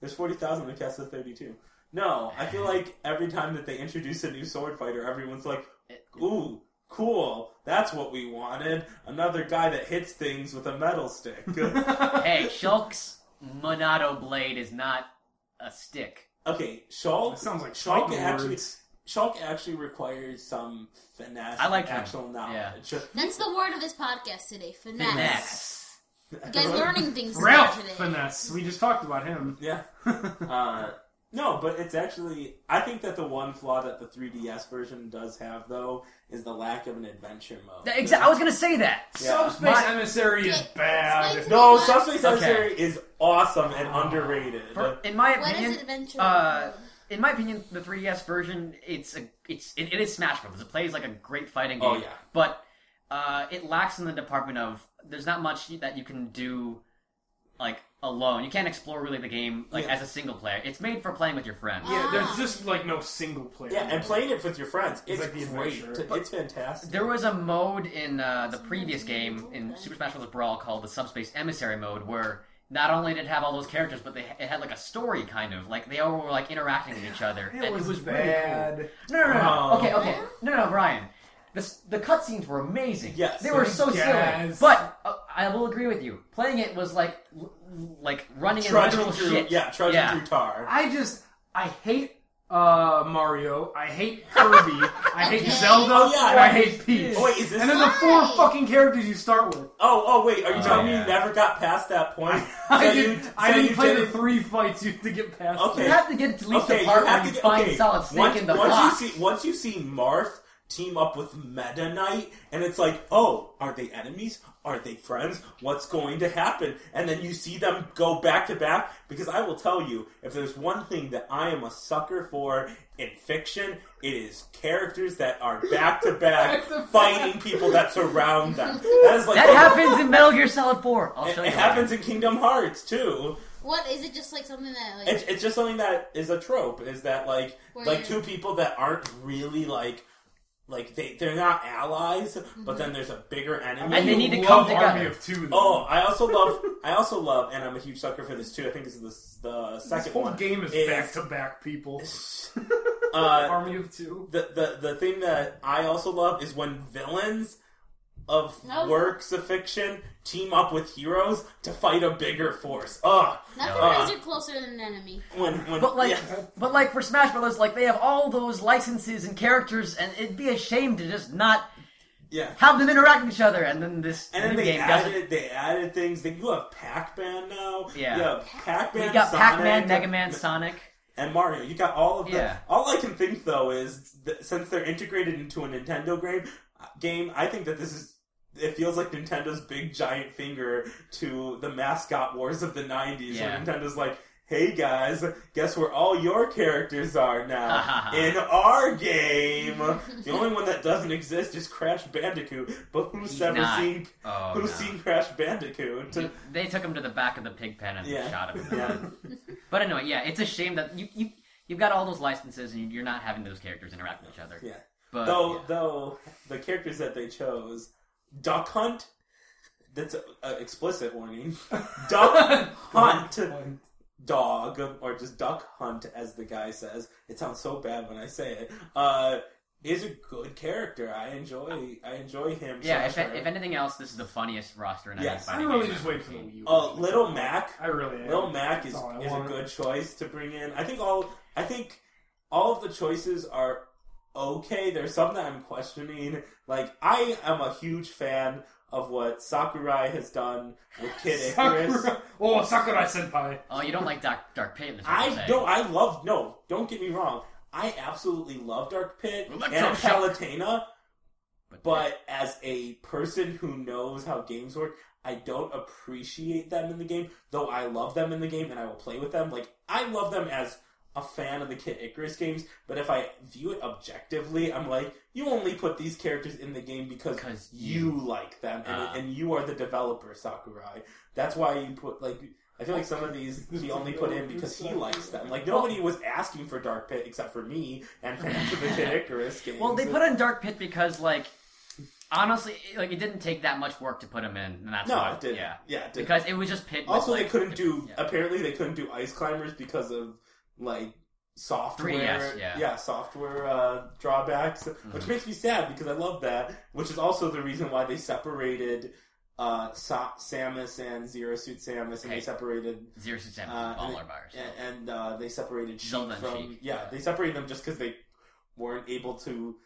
[SPEAKER 4] There's 40,000 in a cast of 32. No, I feel like every time that they introduce a new sword fighter, everyone's like, ooh, cool, that's what we wanted. Another guy that hits things with a
[SPEAKER 3] <laughs>
[SPEAKER 4] metal stick.
[SPEAKER 2] <laughs> hey, Shulk's Monado blade is not a stick.
[SPEAKER 4] okay,
[SPEAKER 3] That
[SPEAKER 4] Shulk.
[SPEAKER 3] sounds like
[SPEAKER 4] Shulk
[SPEAKER 3] fighting
[SPEAKER 4] actually,
[SPEAKER 3] words.
[SPEAKER 4] Shulk actually requires some finesse
[SPEAKER 2] I like
[SPEAKER 4] and
[SPEAKER 2] him.
[SPEAKER 4] actual knowledge.
[SPEAKER 1] That's the word of this podcast today. Finesse.
[SPEAKER 2] Finesse.
[SPEAKER 1] You guys learning things
[SPEAKER 3] Ralph
[SPEAKER 1] today.
[SPEAKER 3] finesse. We just talked about him.
[SPEAKER 4] Yeah.
[SPEAKER 3] <laughs>
[SPEAKER 4] Uh, no, but it's actually. I think that the one flaw that the 3DS version does have, though, is the lack of an adventure mode.
[SPEAKER 2] That- exa- I was gonna say that.
[SPEAKER 4] Yeah.
[SPEAKER 3] Subspace
[SPEAKER 2] My-
[SPEAKER 3] emissary is
[SPEAKER 1] Okay,
[SPEAKER 3] bad.
[SPEAKER 1] explain
[SPEAKER 4] No,
[SPEAKER 1] What?
[SPEAKER 4] Subspace
[SPEAKER 2] Okay.
[SPEAKER 4] Emissary is awesome and
[SPEAKER 3] Ah.
[SPEAKER 4] underrated.
[SPEAKER 2] For- in my
[SPEAKER 1] What
[SPEAKER 2] opinion,
[SPEAKER 1] is adventure?
[SPEAKER 2] uh, in my opinion, the 3DS version it's a it's it, it is Smash Bros. It plays like a great fighting game.
[SPEAKER 4] Oh, yeah.
[SPEAKER 2] But uh, it lacks in the department of there's not much that you can do like alone. You can't explore really the game like
[SPEAKER 4] Yeah.
[SPEAKER 2] as a single player. It's made for playing with your friends.
[SPEAKER 3] Yeah,
[SPEAKER 1] Ah.
[SPEAKER 3] there's just like no single player.
[SPEAKER 4] yeah, and playing it with your friends, it's,
[SPEAKER 3] like the
[SPEAKER 4] great.
[SPEAKER 3] adventure.
[SPEAKER 4] It's fantastic.
[SPEAKER 2] There was a mode in uh, the
[SPEAKER 1] Sometimes
[SPEAKER 2] previous
[SPEAKER 1] you
[SPEAKER 2] game
[SPEAKER 1] need to
[SPEAKER 2] in
[SPEAKER 1] open.
[SPEAKER 2] Super Smash Bros. Brawl called the Subspace Emissary mode, where not only did it have all those characters, but they it had like a story kind of like they all were like interacting with each other.
[SPEAKER 3] It
[SPEAKER 2] and
[SPEAKER 3] was,
[SPEAKER 2] it was really cool.
[SPEAKER 3] bad.
[SPEAKER 2] No, no, no, no.
[SPEAKER 4] Oh.
[SPEAKER 2] okay, okay. No, no, no, Brian. This, the cutscenes were amazing.
[SPEAKER 4] Yes.
[SPEAKER 2] they were so silly.
[SPEAKER 3] Yes.
[SPEAKER 2] But uh, I will agree with you. Playing it was like, l- like running in
[SPEAKER 4] Trudging
[SPEAKER 2] literal
[SPEAKER 4] through,
[SPEAKER 2] shit.
[SPEAKER 4] yeah, trudging
[SPEAKER 2] Yeah.
[SPEAKER 4] through tar.
[SPEAKER 3] I just I hate uh Mario. I hate Kirby. I hate
[SPEAKER 1] Okay.
[SPEAKER 3] Zelda.
[SPEAKER 4] Oh, <laughs> yeah,
[SPEAKER 3] and I
[SPEAKER 4] right.
[SPEAKER 3] hate Peach.
[SPEAKER 4] Oh, wait, is this-
[SPEAKER 3] and then the four
[SPEAKER 1] Why?
[SPEAKER 3] fucking characters you start with.
[SPEAKER 4] Oh, oh, wait, are you
[SPEAKER 2] Oh,
[SPEAKER 4] telling me
[SPEAKER 2] yeah.
[SPEAKER 4] you never got past that point?
[SPEAKER 3] <laughs> I
[SPEAKER 4] So
[SPEAKER 3] didn't,
[SPEAKER 4] you-
[SPEAKER 3] I
[SPEAKER 4] so
[SPEAKER 3] didn't
[SPEAKER 4] you
[SPEAKER 3] play the
[SPEAKER 4] didn't-
[SPEAKER 3] three fights you to get past.
[SPEAKER 2] You
[SPEAKER 4] Okay.
[SPEAKER 2] have to get to at least
[SPEAKER 4] Okay,
[SPEAKER 2] the
[SPEAKER 4] you
[SPEAKER 2] part where
[SPEAKER 4] have
[SPEAKER 2] you
[SPEAKER 4] to get,
[SPEAKER 2] find
[SPEAKER 4] okay,
[SPEAKER 2] Solid Snake
[SPEAKER 4] once,
[SPEAKER 2] in the
[SPEAKER 4] once
[SPEAKER 2] box.
[SPEAKER 4] you see once you see Marth team up with Meta Knight, and it's like, oh, are they enemies? Are they friends? What's going to happen? And then you see them go back to back. Because I will tell you, if there's one thing that I am a sucker for in fiction, it is characters that are back
[SPEAKER 2] <laughs>
[SPEAKER 4] to back
[SPEAKER 3] Back to back.
[SPEAKER 4] fighting people that surround them. That is like <laughs>
[SPEAKER 2] that happens in Metal Gear Solid 4. I'll
[SPEAKER 4] It,
[SPEAKER 2] show
[SPEAKER 4] it
[SPEAKER 2] you.
[SPEAKER 4] happens in Kingdom Hearts too.
[SPEAKER 1] What is it? Just like something that like
[SPEAKER 4] It's, it's just something that is a trope. Is that like
[SPEAKER 1] Where
[SPEAKER 4] like
[SPEAKER 1] you're-
[SPEAKER 4] two people that aren't really like like they they're not allies, but then there's a bigger enemy.
[SPEAKER 2] And they need to
[SPEAKER 3] love
[SPEAKER 2] come
[SPEAKER 3] Army
[SPEAKER 2] together.
[SPEAKER 3] of Two. Though.
[SPEAKER 4] oh, I also love I also love, and I'm a huge sucker for this too. I think this is the, the
[SPEAKER 3] this
[SPEAKER 4] second
[SPEAKER 2] <laughs>
[SPEAKER 3] whole
[SPEAKER 4] one.
[SPEAKER 3] game is back to back people.
[SPEAKER 4] <laughs> uh,
[SPEAKER 3] Army of Two.
[SPEAKER 4] the, the the thing that I also love is when villains of
[SPEAKER 1] No.
[SPEAKER 4] works of fiction team up with heroes to fight a bigger force. Ugh.
[SPEAKER 1] nothing
[SPEAKER 4] uh,
[SPEAKER 1] brings you closer than an enemy.
[SPEAKER 4] When when
[SPEAKER 2] But like,
[SPEAKER 4] yeah.
[SPEAKER 2] but like for Smash Brothers, like they have all those licenses and characters, and it'd be a shame to just not
[SPEAKER 4] yeah.
[SPEAKER 2] have them interact with each other. And then this
[SPEAKER 4] And then
[SPEAKER 2] new
[SPEAKER 4] they
[SPEAKER 2] game doesn't.
[SPEAKER 4] added they added things. They, you have Pac-Man now.
[SPEAKER 2] Yeah.
[SPEAKER 4] You have Pac-Man.
[SPEAKER 2] We got
[SPEAKER 4] Sonic,
[SPEAKER 2] Pac-Man, Mega Man, Sonic.
[SPEAKER 4] and Mario. You got all of them.
[SPEAKER 2] Yeah.
[SPEAKER 4] All I can think though is that since they're integrated into a Nintendo game, game I think that this is. It feels like Nintendo's big giant finger to the mascot wars of the '90s,
[SPEAKER 2] Yeah.
[SPEAKER 4] where Nintendo's like. Hey guys, guess where all your characters are
[SPEAKER 2] <laughs>
[SPEAKER 4] now? In our game! The only one that doesn't exist is Crash Bandicoot, but who's
[SPEAKER 2] He's
[SPEAKER 4] ever
[SPEAKER 2] not.
[SPEAKER 4] seen
[SPEAKER 2] Oh,
[SPEAKER 4] who's seen Crash Bandicoot?
[SPEAKER 2] They took him to the back of the pig pen and
[SPEAKER 4] Yeah.
[SPEAKER 2] shot him. <laughs>
[SPEAKER 4] yeah.
[SPEAKER 2] But anyway, yeah, it's a shame that you you you've got all those licenses and you're not having those characters interact with each other.
[SPEAKER 4] Yeah.
[SPEAKER 2] But
[SPEAKER 4] Though, though the characters that they chose, Duck Hunt. That's an explicit warning. <laughs> Duck Hunt dog, or just Duck Hunt, as the guy says. It sounds so bad when I say it. Uh, is a good character. I enjoy. I enjoy him.
[SPEAKER 2] yeah, if,
[SPEAKER 4] slash her.
[SPEAKER 2] if anything else, this is the funniest roster in
[SPEAKER 4] Yes.
[SPEAKER 2] any
[SPEAKER 3] I
[SPEAKER 2] fighting
[SPEAKER 3] really
[SPEAKER 2] game.
[SPEAKER 3] just wait for the Wii U.
[SPEAKER 4] uh, Little Mac.
[SPEAKER 3] I really am.
[SPEAKER 4] Lil Mac is,
[SPEAKER 3] That's all I
[SPEAKER 4] is a
[SPEAKER 3] want.
[SPEAKER 4] good choice to bring in. I think all I think all of the choices are okay. There's something I'm questioning. Like I am a huge fan of what Sakurai has done with
[SPEAKER 3] <laughs>
[SPEAKER 4] Kid Icarus.
[SPEAKER 3] Sakura, oh, Sakurai Senpai.
[SPEAKER 2] Oh, you don't like Dark Dark Pit? is what you're
[SPEAKER 4] I
[SPEAKER 2] saying.
[SPEAKER 4] no, I love no. Don't get me wrong. I absolutely love Dark Pit and
[SPEAKER 2] Electroshock.
[SPEAKER 4] Palutena, but as a person who knows how games work, I don't appreciate them in the game. Though I love them in the game and I will play with them. Like I love them as a fan of the Kid Icarus games, but if I view it objectively, I'm like, you only put these characters in the game because
[SPEAKER 2] 'Cause
[SPEAKER 4] you like them, and,
[SPEAKER 2] Ah.
[SPEAKER 4] and you are the developer, Sakurai. That's why you put like. I feel like some of these he only put in because he likes them. Like nobody was asking for Dark Pit except for me and fans of the Kid Icarus games.
[SPEAKER 2] Well, they put in Dark Pit because, like, honestly, it- like it didn't take that much work to put him in, and that's
[SPEAKER 4] no,
[SPEAKER 2] why.
[SPEAKER 4] it didn't.
[SPEAKER 2] Yeah,
[SPEAKER 4] Yeah, yeah it didn't.
[SPEAKER 2] because it was just Pit. with,
[SPEAKER 4] also
[SPEAKER 2] like,
[SPEAKER 4] they couldn't do.
[SPEAKER 2] yeah.
[SPEAKER 4] Apparently, they couldn't do Ice Climbers because of like software.
[SPEAKER 2] 3DS, yeah. Mm-hmm.
[SPEAKER 4] software uh, drawbacks, which makes me sad because I love that. Which is also the reason why they separated uh, Sa- Samus and Zero Suit Samus, and
[SPEAKER 2] Okay.
[SPEAKER 4] they separated
[SPEAKER 2] Zero Suit Samus
[SPEAKER 4] Uh,
[SPEAKER 2] is all
[SPEAKER 4] and-
[SPEAKER 2] our bars.
[SPEAKER 4] and, and uh, they separated Sheik
[SPEAKER 2] Zelda and
[SPEAKER 4] from
[SPEAKER 2] Sheik.
[SPEAKER 4] yeah they separated them just because they weren't able to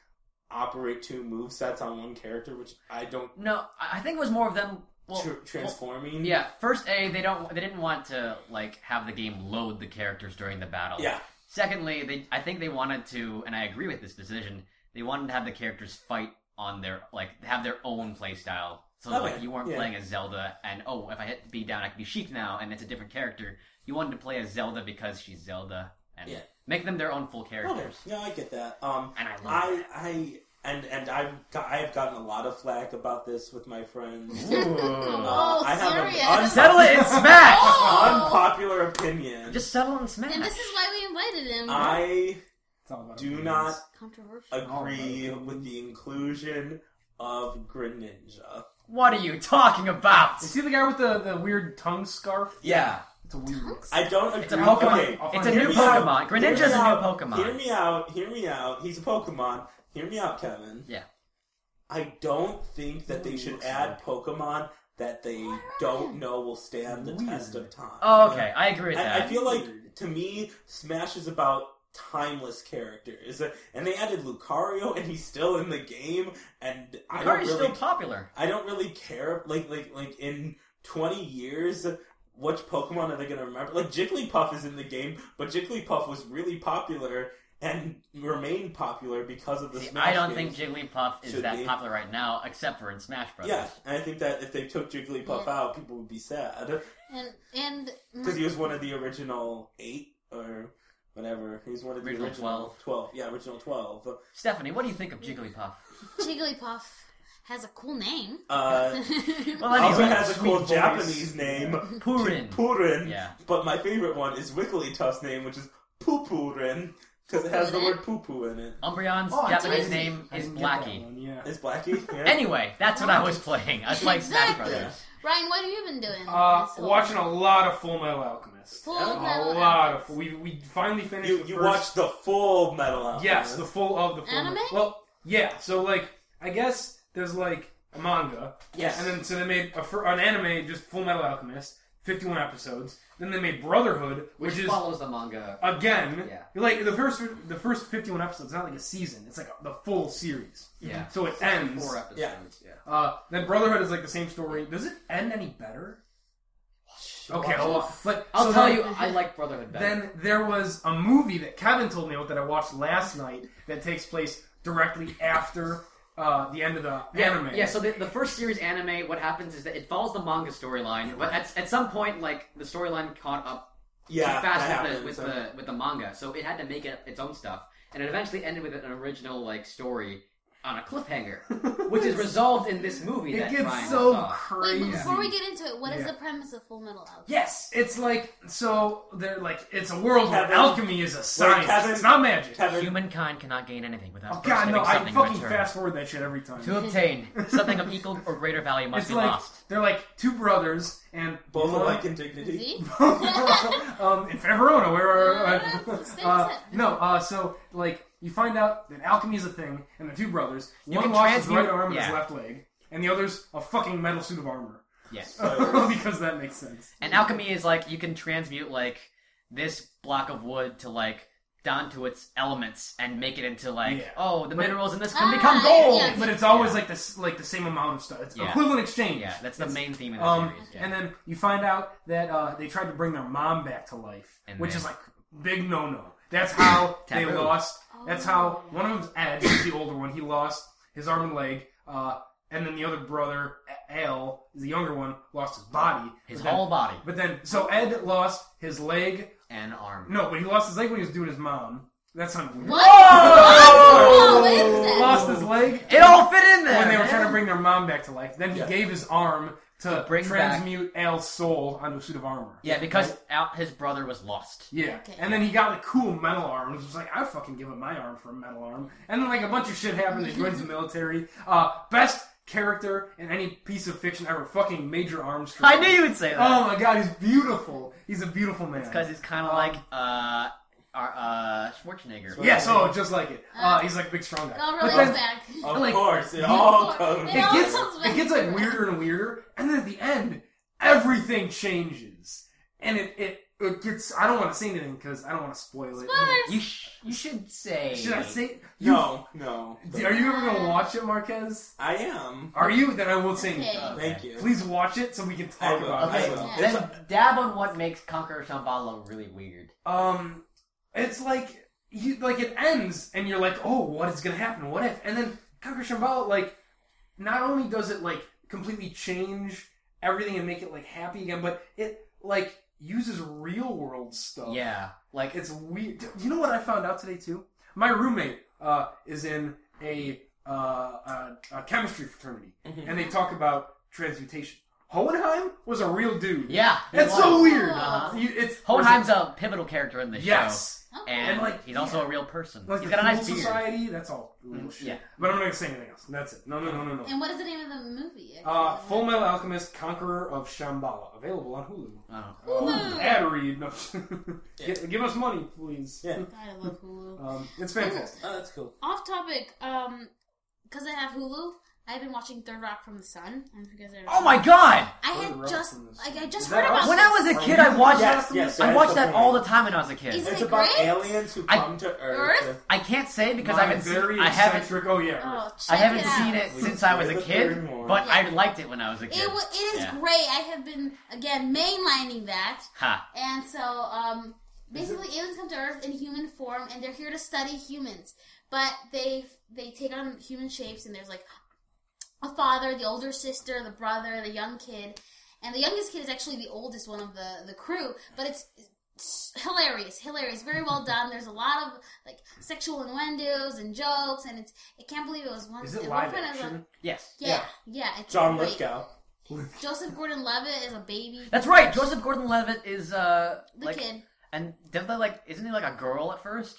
[SPEAKER 4] operate two move sets on one character which I don't
[SPEAKER 2] No, I I think it was more of them. Well,
[SPEAKER 4] tr- transforming
[SPEAKER 2] well, yeah. First, a they don't they didn't want to like have the game load the characters during the battle.
[SPEAKER 4] yeah
[SPEAKER 2] Secondly, they I think they wanted to, and I agree with this decision. They wanted to have the characters fight on their like have their own playstyle. So
[SPEAKER 4] Okay,
[SPEAKER 2] like you weren't
[SPEAKER 4] Oh, yeah.
[SPEAKER 2] playing as Zelda, and oh, if I hit B down, I can be Sheik now, and it's a different character. You wanted to play as Zelda because she's Zelda, and
[SPEAKER 4] Yeah.
[SPEAKER 2] make them their own full
[SPEAKER 4] okay.
[SPEAKER 2] characters.
[SPEAKER 4] yeah I get that um
[SPEAKER 2] And I love.
[SPEAKER 4] I
[SPEAKER 2] that.
[SPEAKER 4] I and and I've got, I've gotten a lot of flack about this with my friends Uh,
[SPEAKER 1] Oh,
[SPEAKER 4] I have an
[SPEAKER 1] serious.
[SPEAKER 2] Settle it and smash.
[SPEAKER 1] Oh!
[SPEAKER 4] unpopular opinion
[SPEAKER 2] Just settle and smash.
[SPEAKER 1] And this is why we invited him.
[SPEAKER 4] I
[SPEAKER 3] It's all about
[SPEAKER 4] do
[SPEAKER 3] opinions.
[SPEAKER 4] not
[SPEAKER 2] Oh,
[SPEAKER 1] Controversial.
[SPEAKER 4] agree with the inclusion of Greninja
[SPEAKER 2] What are you talking about?
[SPEAKER 3] You see the guy with the, the weird tongue scarf?
[SPEAKER 4] yeah
[SPEAKER 3] It's a weird.
[SPEAKER 1] Punks?
[SPEAKER 4] I don't agree
[SPEAKER 2] It's a
[SPEAKER 3] Yeah,
[SPEAKER 2] Pokemon.
[SPEAKER 4] okay
[SPEAKER 3] I'll
[SPEAKER 2] It's
[SPEAKER 3] find
[SPEAKER 2] a
[SPEAKER 3] it.
[SPEAKER 2] new
[SPEAKER 4] Hear me
[SPEAKER 2] Pokemon.
[SPEAKER 4] out. Hear
[SPEAKER 2] Greninja's
[SPEAKER 4] me
[SPEAKER 2] a new
[SPEAKER 4] out. Hear
[SPEAKER 2] Pokemon.
[SPEAKER 4] me out. Hear me out. He's a Pokemon. Hear me out, Kevin.
[SPEAKER 2] Yeah.
[SPEAKER 4] I don't think that they should
[SPEAKER 3] Looks
[SPEAKER 4] add Pokemon that they don't know will stand the
[SPEAKER 3] Weird.
[SPEAKER 4] test of time.
[SPEAKER 2] Oh, okay, I agree with that.
[SPEAKER 4] I, I feel like to me, Smash is about timeless characters, and they added Lucario, and he's still in the game, and I don't
[SPEAKER 2] Lucario's
[SPEAKER 4] really
[SPEAKER 2] still popular.
[SPEAKER 4] I don't really care. Like like like in twenty years, which Pokemon are they gonna remember? Like Jigglypuff is in the game, but Jigglypuff was really popular and remained popular because of the
[SPEAKER 2] See,
[SPEAKER 4] Smash.
[SPEAKER 2] I don't
[SPEAKER 4] games.
[SPEAKER 2] think Jigglypuff is
[SPEAKER 4] should
[SPEAKER 2] that
[SPEAKER 4] be.
[SPEAKER 2] popular right now, except for in Smash Bros.
[SPEAKER 4] Yeah, and I think that if they took
[SPEAKER 1] Yeah.
[SPEAKER 4] Jigglypuff
[SPEAKER 1] Mm-hmm.
[SPEAKER 4] out, people would be sad
[SPEAKER 1] And and
[SPEAKER 3] <laughs>
[SPEAKER 4] because he was one of the original eight or whatever. He was one of the
[SPEAKER 2] Original
[SPEAKER 4] original,
[SPEAKER 2] 12.
[SPEAKER 4] twelve. Yeah, original twelve.
[SPEAKER 2] Stephanie, what do you think of Jigglypuff?
[SPEAKER 1] Jigglypuff has a cool name. <laughs>
[SPEAKER 4] Uh,
[SPEAKER 2] Well,
[SPEAKER 4] also
[SPEAKER 2] anyway,
[SPEAKER 4] has a
[SPEAKER 3] sweet
[SPEAKER 4] cool
[SPEAKER 3] voice.
[SPEAKER 4] Japanese name,
[SPEAKER 2] Purin.
[SPEAKER 4] Purin.
[SPEAKER 2] Yeah.
[SPEAKER 4] But my favorite one is Wigglytuff's name, which is Poopurin, because it has the word poo poo in it.
[SPEAKER 2] Umbreon's
[SPEAKER 3] Oh, I
[SPEAKER 2] Japanese
[SPEAKER 1] didn't-
[SPEAKER 2] name
[SPEAKER 3] I
[SPEAKER 2] is
[SPEAKER 3] didn't get that
[SPEAKER 2] Blackie.
[SPEAKER 3] one, Yeah.
[SPEAKER 4] It's Blackie. Yeah.
[SPEAKER 2] Anyway, that's what I was playing. I played Smash
[SPEAKER 1] Exactly.
[SPEAKER 2] Brothers.
[SPEAKER 1] Ryan, what have you been doing?
[SPEAKER 3] Uh,
[SPEAKER 1] this whole-
[SPEAKER 3] watching a lot of Full Metal Alchemist.
[SPEAKER 1] Full
[SPEAKER 4] a
[SPEAKER 3] A
[SPEAKER 1] Metal
[SPEAKER 3] lot
[SPEAKER 1] Alchemist.
[SPEAKER 3] of. We we finally finished.
[SPEAKER 4] you
[SPEAKER 3] the
[SPEAKER 4] you
[SPEAKER 3] first,
[SPEAKER 4] watched the full Metal Alchemist.
[SPEAKER 3] Yes, the full of the full
[SPEAKER 1] Anime?
[SPEAKER 3] Metal- Well, yeah. So like, I guess there's like a manga.
[SPEAKER 4] Yes.
[SPEAKER 3] And then so they made a, fir- an anime, just Full Metal Alchemist, 51 episodes. Then they made Brotherhood, which, is
[SPEAKER 2] follows the manga.
[SPEAKER 3] again
[SPEAKER 2] Yeah.
[SPEAKER 3] like the first the first 51 episodes. It's not like a season. It's like a, the full series.
[SPEAKER 2] Yeah.
[SPEAKER 3] So it ends.
[SPEAKER 2] episodes.
[SPEAKER 4] Yeah.
[SPEAKER 3] Uh, then Brotherhood is like the same story. Does it end any better? Okay,
[SPEAKER 2] Watch
[SPEAKER 3] well,
[SPEAKER 2] it.
[SPEAKER 3] but
[SPEAKER 2] I'll
[SPEAKER 3] so
[SPEAKER 2] tell
[SPEAKER 3] then-
[SPEAKER 2] you, I like Brotherhood better.
[SPEAKER 3] Then there was a movie that Kevin told me about that I watched last night that takes place directly after uh, the end of the
[SPEAKER 2] Yeah,
[SPEAKER 3] anime.
[SPEAKER 2] Yeah,
[SPEAKER 3] <laughs>
[SPEAKER 2] so the, the first series anime, what happens is that it follows the manga storyline, but at, at some point, like, the storyline caught up too
[SPEAKER 4] yeah, that
[SPEAKER 2] fast
[SPEAKER 4] happened.
[SPEAKER 2] with, the, with, the, with the manga, so it had to make it, its own stuff. And it eventually ended with an original, like, story on a
[SPEAKER 3] <laughs>
[SPEAKER 2] cliffhanger, which is resolved in this movie
[SPEAKER 3] it
[SPEAKER 2] that
[SPEAKER 3] gets
[SPEAKER 2] Ryan
[SPEAKER 3] so
[SPEAKER 2] saw.
[SPEAKER 3] crazy.
[SPEAKER 1] Wait, but before we get into it, what is
[SPEAKER 3] Yeah.
[SPEAKER 1] the premise of Full Metal Alchemist?
[SPEAKER 3] yes, it's like so they're like it's a world where
[SPEAKER 4] Kevin.
[SPEAKER 3] alchemy is a science.
[SPEAKER 4] Kevin.
[SPEAKER 3] it's not magic.
[SPEAKER 4] Kevin,
[SPEAKER 2] Humankind cannot gain anything without
[SPEAKER 3] Oh god, no! I fucking fast forward that shit every time.
[SPEAKER 2] To
[SPEAKER 3] <laughs>
[SPEAKER 2] obtain something of equal or greater value must
[SPEAKER 3] It's
[SPEAKER 2] be
[SPEAKER 3] like
[SPEAKER 2] lost.
[SPEAKER 3] they're like two brothers and
[SPEAKER 4] both
[SPEAKER 3] one-
[SPEAKER 4] alike in dignity.
[SPEAKER 1] See?
[SPEAKER 3] <laughs> um, in Feverona, where are
[SPEAKER 1] Uh,
[SPEAKER 3] uh,
[SPEAKER 1] same
[SPEAKER 3] uh,
[SPEAKER 1] set.
[SPEAKER 3] no, uh, so like you find out that alchemy is a thing, and the two brothers, one
[SPEAKER 2] can
[SPEAKER 3] lost his
[SPEAKER 2] transmute-
[SPEAKER 3] right arm and
[SPEAKER 2] yeah.
[SPEAKER 3] his left leg, and the other's a fucking metal suit of armor <laughs>
[SPEAKER 2] Yes.
[SPEAKER 4] So-
[SPEAKER 3] because that makes sense.
[SPEAKER 2] And alchemy is like you can transmute like this block of wood to like down to its elements and make it into like,
[SPEAKER 3] Yeah.
[SPEAKER 2] oh, the
[SPEAKER 3] But-
[SPEAKER 2] minerals in this can
[SPEAKER 1] Ah,
[SPEAKER 2] become
[SPEAKER 1] yeah,
[SPEAKER 2] gold.
[SPEAKER 1] yeah.
[SPEAKER 3] But it's always like this, like the same amount of stuff. It's
[SPEAKER 2] Yeah.
[SPEAKER 3] equivalent exchange.
[SPEAKER 2] Yeah, that's the
[SPEAKER 3] It's-
[SPEAKER 2] main theme of the
[SPEAKER 3] Um,
[SPEAKER 2] series. Yeah.
[SPEAKER 3] and then you find out that uh, they tried to bring their mom back to life,
[SPEAKER 2] And
[SPEAKER 3] which
[SPEAKER 2] then-
[SPEAKER 3] is like big no no. That's
[SPEAKER 2] <coughs>
[SPEAKER 3] how they
[SPEAKER 2] Taboo.
[SPEAKER 3] lost. That's how
[SPEAKER 1] Oh.
[SPEAKER 3] one of them's Ed, <coughs> he's the older one. He lost his arm and leg, uh, and then the other brother Al, is the younger one, lost his body.
[SPEAKER 2] his
[SPEAKER 3] But then-
[SPEAKER 2] whole body
[SPEAKER 3] But then, so Ed lost his leg.
[SPEAKER 2] and arm.
[SPEAKER 3] No, but he lost his leg when he was doing his mom. That sounded weird.
[SPEAKER 1] What?
[SPEAKER 3] Oh!
[SPEAKER 1] Whoa, that's-
[SPEAKER 3] Lost his leg
[SPEAKER 2] It all fit in there.
[SPEAKER 3] when they were
[SPEAKER 2] man.
[SPEAKER 3] trying to bring their mom back to life. Then he
[SPEAKER 4] Yeah.
[SPEAKER 3] gave his arm to
[SPEAKER 2] To bring
[SPEAKER 3] transmute Al's soul onto a suit of armor.
[SPEAKER 2] Yeah, because out his brother was lost.
[SPEAKER 3] Yeah,
[SPEAKER 1] Okay.
[SPEAKER 3] and then he got like cool metal arms. It's like I would fucking give him my arm for a metal arm. And then like a bunch of shit happened. He
[SPEAKER 2] <laughs>
[SPEAKER 3] joins the military. Uh, best character in any piece of fiction ever. Fucking Major Armstrong.
[SPEAKER 2] I knew you would say that.
[SPEAKER 3] Oh my god, he's beautiful. He's a beautiful man.
[SPEAKER 2] Because Um, he's kind of
[SPEAKER 3] Um,
[SPEAKER 2] like uh, our, uh, Schwarzenegger.
[SPEAKER 4] Schwar-
[SPEAKER 3] yes, oh, just like it. Uh, he's like a big strong guy.
[SPEAKER 1] It all
[SPEAKER 3] But
[SPEAKER 1] relates
[SPEAKER 3] then
[SPEAKER 1] back.
[SPEAKER 4] Of
[SPEAKER 3] Like-
[SPEAKER 4] course, it all
[SPEAKER 1] It
[SPEAKER 4] comes.
[SPEAKER 1] all
[SPEAKER 3] it gets
[SPEAKER 1] comes back.
[SPEAKER 3] it gets like weirder and weirder, and then at the end, everything changes, and it it, it gets. I don't want to say anything because I don't want to spoil it.
[SPEAKER 1] Spoilers.
[SPEAKER 2] You sh- you should say.
[SPEAKER 3] Should I say? You,
[SPEAKER 4] No, no.
[SPEAKER 3] Are you ever gonna watch it, Marquez?
[SPEAKER 4] I am.
[SPEAKER 3] Are you? Then I won't say
[SPEAKER 1] Okay.
[SPEAKER 3] anything.
[SPEAKER 4] Thank you.
[SPEAKER 3] Please watch it so we can
[SPEAKER 4] I
[SPEAKER 3] talk
[SPEAKER 4] will.
[SPEAKER 3] about
[SPEAKER 4] I
[SPEAKER 2] Okay,
[SPEAKER 4] will.
[SPEAKER 1] Yeah.
[SPEAKER 4] It's
[SPEAKER 2] then dab on what makes Conqueror Shambhala really weird.
[SPEAKER 3] it. Um, it's like you like it ends, and you're like, oh, what is gonna happen? What if? And then Conquer Shambhala, like, not only does it like completely change everything and make it like happy again, but it like uses real world stuff.
[SPEAKER 2] Yeah, like
[SPEAKER 3] It's weird. Dude, You know what I found out today too? My roommate uh, is in a, uh, uh a chemistry fraternity,
[SPEAKER 2] Mm-hmm.
[SPEAKER 4] Mhm.
[SPEAKER 3] and they talk about transmutation. Hohenheim was a real dude.
[SPEAKER 2] yeah, he
[SPEAKER 3] That's so
[SPEAKER 2] was.
[SPEAKER 3] weird.
[SPEAKER 1] Uh-huh.
[SPEAKER 3] You- it's
[SPEAKER 2] Hohenheim's a pivotal character in the show,
[SPEAKER 3] yes,
[SPEAKER 1] Okay.
[SPEAKER 2] and,
[SPEAKER 3] And, like,
[SPEAKER 2] he's also a real person.
[SPEAKER 3] like
[SPEAKER 2] he's
[SPEAKER 3] the
[SPEAKER 2] got a nice
[SPEAKER 3] Fool
[SPEAKER 2] beard.
[SPEAKER 3] society. That's all.
[SPEAKER 2] Mm,
[SPEAKER 3] Shit.
[SPEAKER 2] yeah.
[SPEAKER 3] but I'm not gonna say anything else. That's it. No, no, no, no, no.
[SPEAKER 1] And what is the name of the movie?
[SPEAKER 3] Uh, Full Metal Alchemist: Conqueror of Shambhala, available on Hulu.
[SPEAKER 2] Oh.
[SPEAKER 1] Hulu.
[SPEAKER 3] Uh, ad read. No. <laughs> Gi- give us money, please.
[SPEAKER 4] Yeah.
[SPEAKER 1] God, I love Hulu.
[SPEAKER 3] Um, it's fantastic.
[SPEAKER 4] Oh, that's cool.
[SPEAKER 1] Off topic, um, because I have Hulu, I've been watching Third Rock from the Sun. I don't know if you guys ever-
[SPEAKER 2] Oh my god!
[SPEAKER 1] I
[SPEAKER 3] Third
[SPEAKER 1] had
[SPEAKER 3] Rock
[SPEAKER 1] just,
[SPEAKER 3] from the Sun.
[SPEAKER 1] like, I just
[SPEAKER 3] Is that
[SPEAKER 1] heard about
[SPEAKER 3] us?
[SPEAKER 2] When
[SPEAKER 1] this.
[SPEAKER 2] I was a
[SPEAKER 3] Are
[SPEAKER 2] kid,
[SPEAKER 3] we-
[SPEAKER 2] I watched
[SPEAKER 4] Yes,
[SPEAKER 2] that.
[SPEAKER 4] yes,
[SPEAKER 2] I
[SPEAKER 4] that
[SPEAKER 2] watched
[SPEAKER 4] is
[SPEAKER 2] that
[SPEAKER 4] the
[SPEAKER 2] all the
[SPEAKER 4] point.
[SPEAKER 2] time when I was a kid.
[SPEAKER 1] Is- Isn't
[SPEAKER 4] it's
[SPEAKER 1] it
[SPEAKER 4] about
[SPEAKER 1] great?
[SPEAKER 4] aliens who
[SPEAKER 2] I-
[SPEAKER 4] come to Earth.
[SPEAKER 1] Earth?
[SPEAKER 2] I can't say because
[SPEAKER 3] My
[SPEAKER 2] I haven't.
[SPEAKER 3] very
[SPEAKER 2] Seen, I haven't.
[SPEAKER 3] eccentric- Oh yeah.
[SPEAKER 1] Oh,
[SPEAKER 2] I
[SPEAKER 1] check
[SPEAKER 2] haven't
[SPEAKER 1] it
[SPEAKER 2] seen
[SPEAKER 1] out.
[SPEAKER 2] it since I was a
[SPEAKER 4] The
[SPEAKER 2] kid,
[SPEAKER 4] third one.
[SPEAKER 2] but
[SPEAKER 1] Yeah.
[SPEAKER 2] I liked it when I was a kid.
[SPEAKER 1] It, wa it is
[SPEAKER 2] Yeah.
[SPEAKER 1] great. I have been, again, mainlining that.
[SPEAKER 2] Ha!
[SPEAKER 1] And so, um, basically, aliens come to Earth in human form, and they're here to study humans. But they they take on human shapes, and there's like a father, the older sister, the brother, the young kid, and the youngest kid is actually the oldest one of the the crew. But it's, it's hilarious, hilarious, very well done. There's a lot of like sexual innuendos and jokes, and it's I can't believe it was one.
[SPEAKER 3] Is it
[SPEAKER 1] at one
[SPEAKER 3] live
[SPEAKER 1] point I was
[SPEAKER 3] action?
[SPEAKER 1] like,
[SPEAKER 2] Yes.
[SPEAKER 1] yeah, yeah, it's
[SPEAKER 4] John
[SPEAKER 1] great.
[SPEAKER 4] Lithgow.
[SPEAKER 1] Joseph Gordon-Levitt is a baby.
[SPEAKER 2] That's right. Joseph Gordon-Levitt is uh
[SPEAKER 1] the
[SPEAKER 2] like,
[SPEAKER 1] kid.
[SPEAKER 2] and definitely like, isn't he like a girl at first?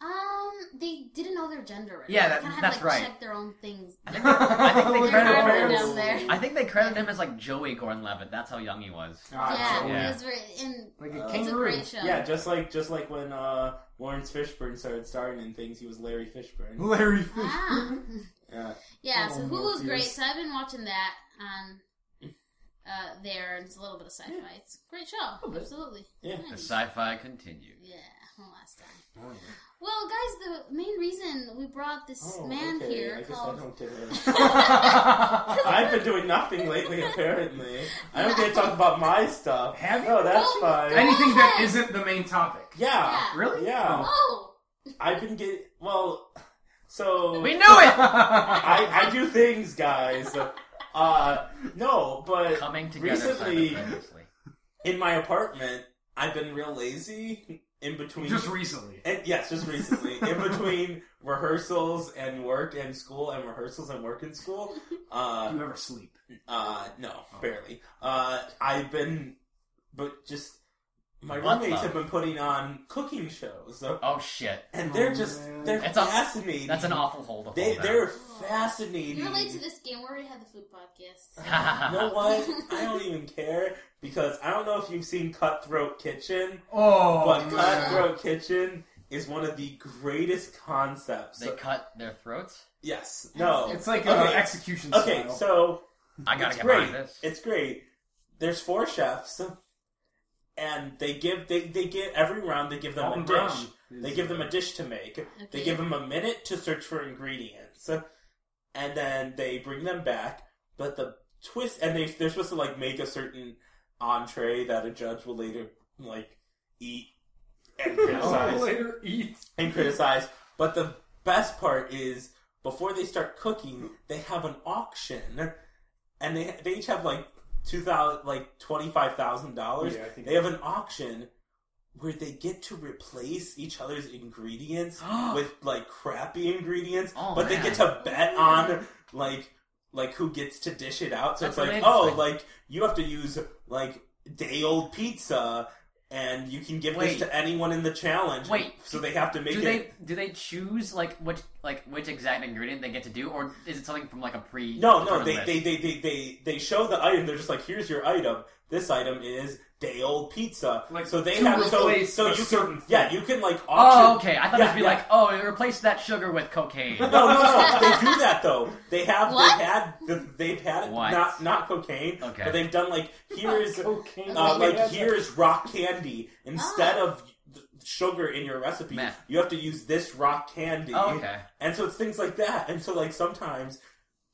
[SPEAKER 1] Um, they didn't know their gender. Right? They
[SPEAKER 2] Yeah, that-
[SPEAKER 1] kinda
[SPEAKER 2] that's
[SPEAKER 1] had, like,
[SPEAKER 2] right.
[SPEAKER 1] Check their own things.
[SPEAKER 2] <laughs> I think, I think
[SPEAKER 3] Look
[SPEAKER 2] they
[SPEAKER 1] They're
[SPEAKER 3] at
[SPEAKER 2] credit
[SPEAKER 3] her
[SPEAKER 1] harder
[SPEAKER 3] parents.
[SPEAKER 1] down there.
[SPEAKER 2] I think they credit him as like Joey Gordon-Levitt. That's how young he was.
[SPEAKER 3] Ah,
[SPEAKER 1] yeah,
[SPEAKER 3] Joey.
[SPEAKER 2] Yeah.
[SPEAKER 1] It was very, and
[SPEAKER 3] Like
[SPEAKER 4] Uh,
[SPEAKER 3] a kangaroo. <laughs>
[SPEAKER 4] it's a
[SPEAKER 1] it's a great show.
[SPEAKER 4] Yeah, just like just like when uh, Lawrence Fishburne started starring in things, he was Larry Fishburne.
[SPEAKER 3] Larry Fish.
[SPEAKER 1] Ah.
[SPEAKER 4] Yeah.
[SPEAKER 1] yeah. So
[SPEAKER 3] Oh,
[SPEAKER 1] Hulu's great.
[SPEAKER 3] yes.
[SPEAKER 1] So I've been watching that on uh, there, and it's a little bit of sci-fi. It's a great show. Absolutely.
[SPEAKER 4] Yeah.
[SPEAKER 2] The
[SPEAKER 1] Nice.
[SPEAKER 2] sci-fi continued.
[SPEAKER 1] Yeah. one last time.
[SPEAKER 4] Oh,
[SPEAKER 1] Well, guys, the main reason we brought this man
[SPEAKER 4] Oh, okay.
[SPEAKER 1] here
[SPEAKER 4] I guess I
[SPEAKER 1] called
[SPEAKER 4] don't get
[SPEAKER 1] <laughs>
[SPEAKER 4] it. I've been doing nothing lately, apparently. I don't get to talk about my stuff.
[SPEAKER 3] Have you?
[SPEAKER 4] No, that's
[SPEAKER 1] Oh,
[SPEAKER 4] fine.
[SPEAKER 1] God.
[SPEAKER 3] Anything that isn't the main topic.
[SPEAKER 4] Yeah.
[SPEAKER 3] Really?
[SPEAKER 4] Yeah.
[SPEAKER 1] Oh,
[SPEAKER 4] I've been getting. Well, so.
[SPEAKER 2] We knew it.
[SPEAKER 4] <laughs> I, I do things, guys. Uh, no, but
[SPEAKER 2] Coming together
[SPEAKER 4] Recently-
[SPEAKER 2] simultaneously.
[SPEAKER 4] in my apartment, I've been real lazy in between.
[SPEAKER 3] Just recently.
[SPEAKER 4] and, yes, just recently. in between rehearsals and work and school and rehearsals and work and school. Uh,
[SPEAKER 3] Do you ever sleep?
[SPEAKER 4] Uh, no, barely. Uh, I've been, but just my
[SPEAKER 2] What
[SPEAKER 4] roommates
[SPEAKER 2] love?
[SPEAKER 4] have been putting on cooking shows, uh,
[SPEAKER 2] Oh shit!
[SPEAKER 4] and
[SPEAKER 3] Oh,
[SPEAKER 4] they're just
[SPEAKER 3] man.
[SPEAKER 4] they're
[SPEAKER 2] It's a-
[SPEAKER 4] fascinating.
[SPEAKER 2] That's an awful hold to
[SPEAKER 4] They
[SPEAKER 2] hold
[SPEAKER 4] they're
[SPEAKER 2] out.
[SPEAKER 4] fascinating.
[SPEAKER 1] you're late to this game. We already had the food podcast. <laughs>
[SPEAKER 4] you know what? I don't even care because I don't know if you've seen Cutthroat Kitchen,
[SPEAKER 3] Oh,
[SPEAKER 4] but
[SPEAKER 3] man.
[SPEAKER 4] Cutthroat Kitchen is one of the greatest concepts.
[SPEAKER 2] <laughs> They cut their throats.
[SPEAKER 4] yes, no,
[SPEAKER 3] It's like uh,
[SPEAKER 4] Okay.
[SPEAKER 3] execution
[SPEAKER 4] okay.
[SPEAKER 3] style.
[SPEAKER 4] So
[SPEAKER 2] I gotta
[SPEAKER 4] it's
[SPEAKER 2] get <gasps>
[SPEAKER 4] great.
[SPEAKER 2] behind this.
[SPEAKER 4] It's great. There's four chefs, and they give they they get every round they give them
[SPEAKER 3] Alton
[SPEAKER 4] a
[SPEAKER 3] Brown
[SPEAKER 4] dish.
[SPEAKER 3] is,
[SPEAKER 4] They give them
[SPEAKER 3] uh,
[SPEAKER 4] a dish to make. They
[SPEAKER 1] Okay.
[SPEAKER 4] give them a minute to search for ingredients, and then they bring them back. But the twist, and they they're supposed to like make a certain entree that a judge will later like eat and
[SPEAKER 3] Oh,
[SPEAKER 4] criticize
[SPEAKER 3] later eat.
[SPEAKER 4] and criticize. But the best part is before they start cooking, they have an auction, and they they each have like two thousand like twenty five thousand dollars.
[SPEAKER 3] Oh, Yeah, I think-
[SPEAKER 4] They have an auction where they get to replace each
[SPEAKER 2] <gasps>
[SPEAKER 4] other's ingredients with like crappy ingredients,
[SPEAKER 2] Oh, man.
[SPEAKER 4] but they get to bet on like like who gets to dish it out. So
[SPEAKER 2] That's
[SPEAKER 4] it's like,
[SPEAKER 2] amazing.
[SPEAKER 4] oh, like you have to use like day old pizza. And you can give
[SPEAKER 2] Wait.
[SPEAKER 4] this to anyone in the challenge.
[SPEAKER 2] Wait.
[SPEAKER 4] so they have to make
[SPEAKER 2] do
[SPEAKER 4] it.
[SPEAKER 2] they do they choose like which like which exact ingredient they get to do, or is it something from like a pre?
[SPEAKER 4] No, no, they,
[SPEAKER 2] list?
[SPEAKER 4] they, they, they, they, they show the item. They're just like, here's your item. This item is day old pizza.
[SPEAKER 3] Like,
[SPEAKER 4] so they
[SPEAKER 3] to
[SPEAKER 4] have so,
[SPEAKER 3] replace
[SPEAKER 4] so
[SPEAKER 3] a
[SPEAKER 4] you
[SPEAKER 3] certain
[SPEAKER 4] can yeah
[SPEAKER 3] thing.
[SPEAKER 4] you can like
[SPEAKER 2] Oh,
[SPEAKER 4] auction.
[SPEAKER 2] okay. I thought
[SPEAKER 4] Yeah,
[SPEAKER 2] it'd be
[SPEAKER 4] yeah.
[SPEAKER 2] like, oh, replace that sugar with cocaine.
[SPEAKER 4] <laughs> No, no, no. they do that though. They have
[SPEAKER 1] What?
[SPEAKER 4] they've had the, they've had it
[SPEAKER 2] What?
[SPEAKER 4] not not cocaine,
[SPEAKER 2] Okay.
[SPEAKER 4] but they've done like
[SPEAKER 3] <laughs>
[SPEAKER 4] here's
[SPEAKER 3] Cocaine.
[SPEAKER 4] uh,
[SPEAKER 1] Okay.
[SPEAKER 4] like here's rock candy instead of th- sugar in your recipe.
[SPEAKER 2] Meth.
[SPEAKER 4] You have to use this rock candy.
[SPEAKER 2] Oh, okay.
[SPEAKER 4] And so it's things like that. And so like sometimes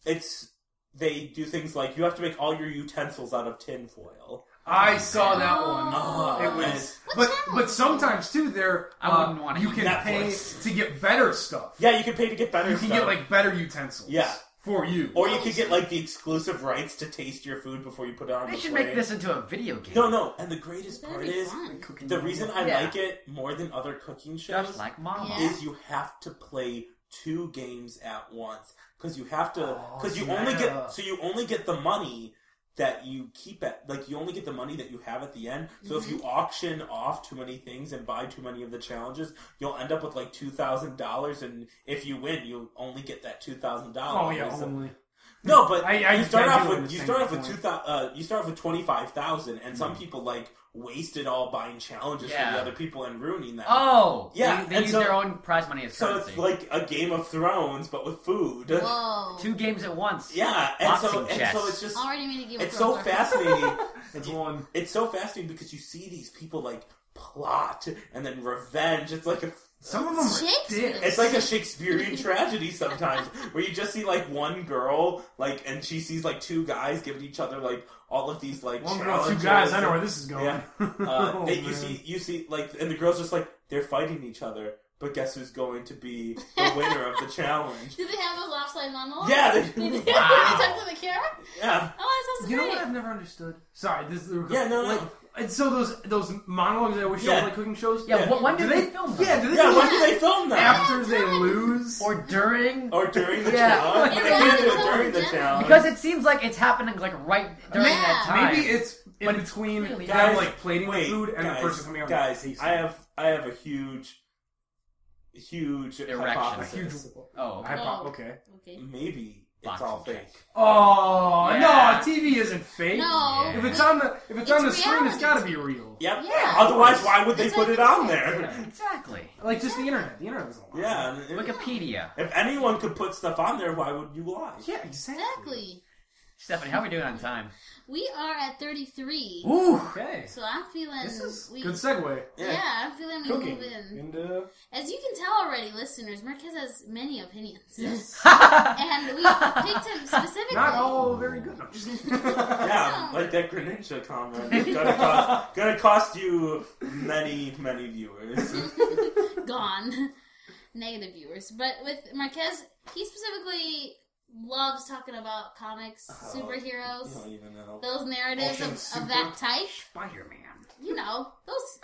[SPEAKER 4] it's they do things like you have to make all your utensils out of tin foil. Ah,
[SPEAKER 3] I saw that one.
[SPEAKER 1] Oh.
[SPEAKER 3] it was,
[SPEAKER 1] What
[SPEAKER 3] but
[SPEAKER 1] channel
[SPEAKER 3] but
[SPEAKER 1] is it?
[SPEAKER 3] sometimes too, there
[SPEAKER 2] I
[SPEAKER 3] uh,
[SPEAKER 2] wouldn't wanna
[SPEAKER 3] You
[SPEAKER 2] eat
[SPEAKER 3] can
[SPEAKER 4] that
[SPEAKER 3] pay
[SPEAKER 4] voice.
[SPEAKER 3] to get better stuff.
[SPEAKER 4] Yeah, you can pay to get
[SPEAKER 2] <laughs>
[SPEAKER 4] better.
[SPEAKER 3] you can
[SPEAKER 4] stuff.
[SPEAKER 3] get like better utensils.
[SPEAKER 4] Yeah.
[SPEAKER 3] for you.
[SPEAKER 4] or you could get like the exclusive rights to taste your food before you put it on
[SPEAKER 2] They
[SPEAKER 4] the
[SPEAKER 2] should
[SPEAKER 4] plate.
[SPEAKER 2] make this into a video game.
[SPEAKER 4] No, no. And the greatest
[SPEAKER 1] That'd
[SPEAKER 4] part
[SPEAKER 1] be
[SPEAKER 4] is
[SPEAKER 1] fun.
[SPEAKER 4] the
[SPEAKER 3] Mm-hmm.
[SPEAKER 4] reason I
[SPEAKER 2] Yeah.
[SPEAKER 4] like it more than other cooking shows
[SPEAKER 2] Just like Mama.
[SPEAKER 1] Yeah.
[SPEAKER 4] is you have to play two games at once because you have to
[SPEAKER 3] Oh,
[SPEAKER 4] because you
[SPEAKER 3] yeah.
[SPEAKER 4] only get so you only get the money that you keep at like you only get the money that you have at the end so if you
[SPEAKER 1] Mm-hmm.
[SPEAKER 4] auction off too many things and buy too many of the challenges you'll end up with like $2000 and if you win you only get that $2000
[SPEAKER 3] oh yeah,
[SPEAKER 4] So-
[SPEAKER 3] only.
[SPEAKER 4] no, but
[SPEAKER 3] I- I-
[SPEAKER 4] you
[SPEAKER 3] I
[SPEAKER 4] start
[SPEAKER 3] do
[SPEAKER 4] off with you
[SPEAKER 3] understand
[SPEAKER 4] start
[SPEAKER 3] your
[SPEAKER 4] off with two
[SPEAKER 3] point.
[SPEAKER 4] thousand. Uh, you start off with twenty five thousand, and
[SPEAKER 3] Hmm.
[SPEAKER 4] some people like waste it all buying challenges for
[SPEAKER 2] Yeah.
[SPEAKER 4] the other people and ruining them.
[SPEAKER 2] Oh,
[SPEAKER 4] Yeah,
[SPEAKER 2] They, they
[SPEAKER 4] and
[SPEAKER 2] use
[SPEAKER 4] so-
[SPEAKER 2] their own prize money as
[SPEAKER 4] so
[SPEAKER 2] currency.
[SPEAKER 4] it's like a Game of Thrones, but with food.
[SPEAKER 1] Whoa.
[SPEAKER 2] two games at once.
[SPEAKER 4] Yeah, and so
[SPEAKER 2] Boxing
[SPEAKER 4] and
[SPEAKER 2] chess.
[SPEAKER 4] so it's just
[SPEAKER 1] Already made a game.
[SPEAKER 4] it's so fascinating.
[SPEAKER 3] That's one.
[SPEAKER 4] it's so fascinating because you see these people like plot and then revenge. It's like a
[SPEAKER 3] Some of them are
[SPEAKER 1] Shakespeare.
[SPEAKER 3] dicks.
[SPEAKER 4] It's like a Shakespearean tragedy sometimes, where you just see like one girl, like, and she sees like two guys giving each other like all of these like
[SPEAKER 3] One girl, two
[SPEAKER 4] challenges.
[SPEAKER 3] guys. I know where this is going.
[SPEAKER 4] Yeah. Uh,
[SPEAKER 3] <laughs> Oh,
[SPEAKER 4] they- you
[SPEAKER 3] man.
[SPEAKER 4] see, you see, like, and the girls just like they're fighting each other, but guess who's going to be <laughs> the winner of the
[SPEAKER 1] <laughs>
[SPEAKER 4] challenge?
[SPEAKER 1] Did they have those offside monologues?
[SPEAKER 4] Yeah,
[SPEAKER 1] <laughs>
[SPEAKER 4] they-
[SPEAKER 1] Did they,
[SPEAKER 2] Wow.
[SPEAKER 1] talk to the camera?
[SPEAKER 3] <laughs>
[SPEAKER 4] Yeah,
[SPEAKER 1] Oh, that sounds
[SPEAKER 3] You know
[SPEAKER 1] great.
[SPEAKER 3] what I've never understood? Sorry, this is
[SPEAKER 4] Yeah, no, no.
[SPEAKER 3] like, And so those those monologues that we show
[SPEAKER 4] Yeah.
[SPEAKER 3] like cooking shows.
[SPEAKER 2] Yeah,
[SPEAKER 4] Yeah.
[SPEAKER 2] wh- when
[SPEAKER 3] do
[SPEAKER 2] did
[SPEAKER 3] they
[SPEAKER 2] they film them?
[SPEAKER 3] Yeah, do they
[SPEAKER 4] yeah.
[SPEAKER 3] do
[SPEAKER 4] When
[SPEAKER 3] it
[SPEAKER 4] do they film that?
[SPEAKER 3] after they lose?
[SPEAKER 2] Or during?
[SPEAKER 4] Or during the
[SPEAKER 2] Yeah. <laughs>
[SPEAKER 4] challenge?
[SPEAKER 2] Yeah.
[SPEAKER 4] They can't do
[SPEAKER 1] Yeah.
[SPEAKER 4] it during the challenge.
[SPEAKER 2] because it seems like it's happening like right during
[SPEAKER 1] Yeah.
[SPEAKER 2] that time.
[SPEAKER 3] maybe it's in
[SPEAKER 2] But it's
[SPEAKER 3] between
[SPEAKER 2] really-
[SPEAKER 3] them
[SPEAKER 4] Guys,
[SPEAKER 3] like plating the
[SPEAKER 4] Wait,
[SPEAKER 3] food and
[SPEAKER 4] guys,
[SPEAKER 3] the person coming out.
[SPEAKER 4] guys,
[SPEAKER 3] and tasting
[SPEAKER 4] I
[SPEAKER 3] it.
[SPEAKER 4] have, I have a huge, huge
[SPEAKER 2] Erection.
[SPEAKER 3] a
[SPEAKER 4] hypothesis.
[SPEAKER 3] huge.
[SPEAKER 2] Oh, okay.
[SPEAKER 3] I pop,
[SPEAKER 1] Whoa.
[SPEAKER 3] okay.
[SPEAKER 1] Okay.
[SPEAKER 4] Maybe it's
[SPEAKER 2] Boxing
[SPEAKER 4] all
[SPEAKER 2] chess.
[SPEAKER 4] fake.
[SPEAKER 3] Oh
[SPEAKER 2] Yeah.
[SPEAKER 3] no, TV isn't fake.
[SPEAKER 1] No.
[SPEAKER 2] Yeah.
[SPEAKER 3] If it's on the if it's, on the
[SPEAKER 1] It's
[SPEAKER 3] screen, it's
[SPEAKER 1] reality.
[SPEAKER 3] got to be real.
[SPEAKER 4] Yep.
[SPEAKER 1] Yeah.
[SPEAKER 4] Otherwise, why would they
[SPEAKER 1] It's
[SPEAKER 4] put
[SPEAKER 1] like-
[SPEAKER 4] it on
[SPEAKER 2] Yeah,
[SPEAKER 4] there?
[SPEAKER 2] exactly.
[SPEAKER 3] Like just the internet. The internet is a lie.
[SPEAKER 4] Yeah. and it-
[SPEAKER 2] Wikipedia.
[SPEAKER 4] If anyone could put stuff on there, why would you lie?
[SPEAKER 3] Yeah, exactly.
[SPEAKER 1] Exactly.
[SPEAKER 2] Stephanie, how are we doing on time?
[SPEAKER 1] We are at 33,
[SPEAKER 2] Ooh. <laughs>
[SPEAKER 3] Okay.
[SPEAKER 1] so I'm feeling
[SPEAKER 3] This is
[SPEAKER 1] we.
[SPEAKER 3] good segue.
[SPEAKER 1] yeah. I'm feeling we
[SPEAKER 3] Cooking
[SPEAKER 1] move in.
[SPEAKER 3] and uh,
[SPEAKER 1] As you can tell already, listeners, Marquez has many opinions,
[SPEAKER 2] yeah.
[SPEAKER 1] <laughs> and we
[SPEAKER 3] <laughs>
[SPEAKER 1] picked him specifically.
[SPEAKER 3] not all very good. No, I'm just <laughs> kidding.
[SPEAKER 4] Yeah, like that Greninja comment. It's gonna cost, gonna cost you many, many viewers.
[SPEAKER 1] gone. <laughs> Negative viewers. But with Marquez, he specifically loves talking about comics,
[SPEAKER 4] Oh, You
[SPEAKER 1] superheroes,
[SPEAKER 4] don't even know.
[SPEAKER 1] those narratives
[SPEAKER 3] All
[SPEAKER 1] of,
[SPEAKER 3] things
[SPEAKER 1] of that type.
[SPEAKER 2] Spider-Man.
[SPEAKER 1] You know, those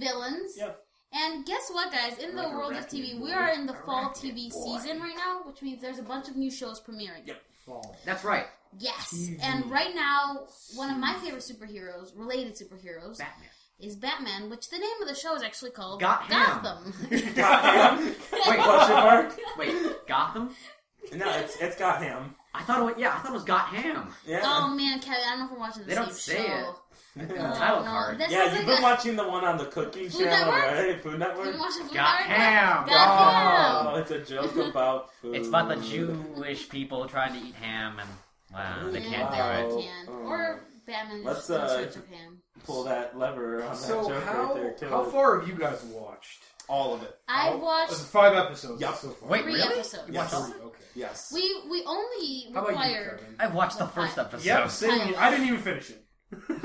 [SPEAKER 1] villains.
[SPEAKER 4] Yep.
[SPEAKER 1] And guess what, guys? In the
[SPEAKER 2] Like a
[SPEAKER 1] world of TV,
[SPEAKER 2] arachnid boy.
[SPEAKER 1] we are in the fall
[SPEAKER 2] Arachnid
[SPEAKER 1] TV
[SPEAKER 2] boy.
[SPEAKER 1] season right now, which means there's a bunch of new shows premiering.
[SPEAKER 4] Yep.
[SPEAKER 3] Fall.
[SPEAKER 2] That's right.
[SPEAKER 1] Yes.
[SPEAKER 3] TV
[SPEAKER 1] And right now, one of my favorite superheroes, related superheroes,
[SPEAKER 2] Batman.
[SPEAKER 1] is Batman, which the name of the show is actually called
[SPEAKER 2] Got him.
[SPEAKER 1] Gotham.
[SPEAKER 4] <laughs> Got
[SPEAKER 1] <laughs>
[SPEAKER 4] ham?
[SPEAKER 2] Wait,
[SPEAKER 4] Question mark?
[SPEAKER 2] wait, Gotham?
[SPEAKER 4] No, it's it's got ham.
[SPEAKER 2] I thought it was, yeah, I thought it was Got Ham.
[SPEAKER 4] Yeah.
[SPEAKER 1] Oh man, Kevin, I don't know if we're watching the
[SPEAKER 2] They
[SPEAKER 1] same
[SPEAKER 2] don't say
[SPEAKER 1] show.
[SPEAKER 2] it.
[SPEAKER 4] yeah.
[SPEAKER 2] The title
[SPEAKER 1] no,
[SPEAKER 2] card.
[SPEAKER 1] that's- sounds
[SPEAKER 4] you've
[SPEAKER 1] like
[SPEAKER 4] been
[SPEAKER 1] a-
[SPEAKER 4] watching the one on the Cooking
[SPEAKER 1] Food
[SPEAKER 4] Channel,
[SPEAKER 1] Network?
[SPEAKER 4] right? Food
[SPEAKER 1] Have you
[SPEAKER 4] Network.
[SPEAKER 1] watched Food
[SPEAKER 2] Got
[SPEAKER 1] Network?
[SPEAKER 2] ham.
[SPEAKER 1] Got
[SPEAKER 4] Oh, it's a joke about food.
[SPEAKER 2] It's about the Jewish people trying to eat ham and wow, they
[SPEAKER 1] Yeah,
[SPEAKER 2] can't
[SPEAKER 1] they
[SPEAKER 2] do it.
[SPEAKER 1] all can't.
[SPEAKER 4] Oh.
[SPEAKER 1] Or Batman
[SPEAKER 4] Let's,
[SPEAKER 1] is in
[SPEAKER 4] uh,
[SPEAKER 1] search of him.
[SPEAKER 4] Pull that lever on that
[SPEAKER 3] So
[SPEAKER 4] joke
[SPEAKER 3] how
[SPEAKER 4] Oh, right there too.
[SPEAKER 3] how far have you guys watched?
[SPEAKER 4] All of it.
[SPEAKER 1] I
[SPEAKER 3] This is
[SPEAKER 1] watched
[SPEAKER 3] five episodes
[SPEAKER 4] Yup.
[SPEAKER 3] so far.
[SPEAKER 2] Wait,
[SPEAKER 1] three
[SPEAKER 2] really?
[SPEAKER 1] episodes.
[SPEAKER 2] You watched all-
[SPEAKER 3] Three, okay.
[SPEAKER 4] Yes.
[SPEAKER 1] We we only
[SPEAKER 3] How about you,
[SPEAKER 1] required
[SPEAKER 3] Kevin?
[SPEAKER 2] I've watched the first episode.
[SPEAKER 3] Yeah, same. here. I didn't even finish it.
[SPEAKER 1] Uh, <laughs>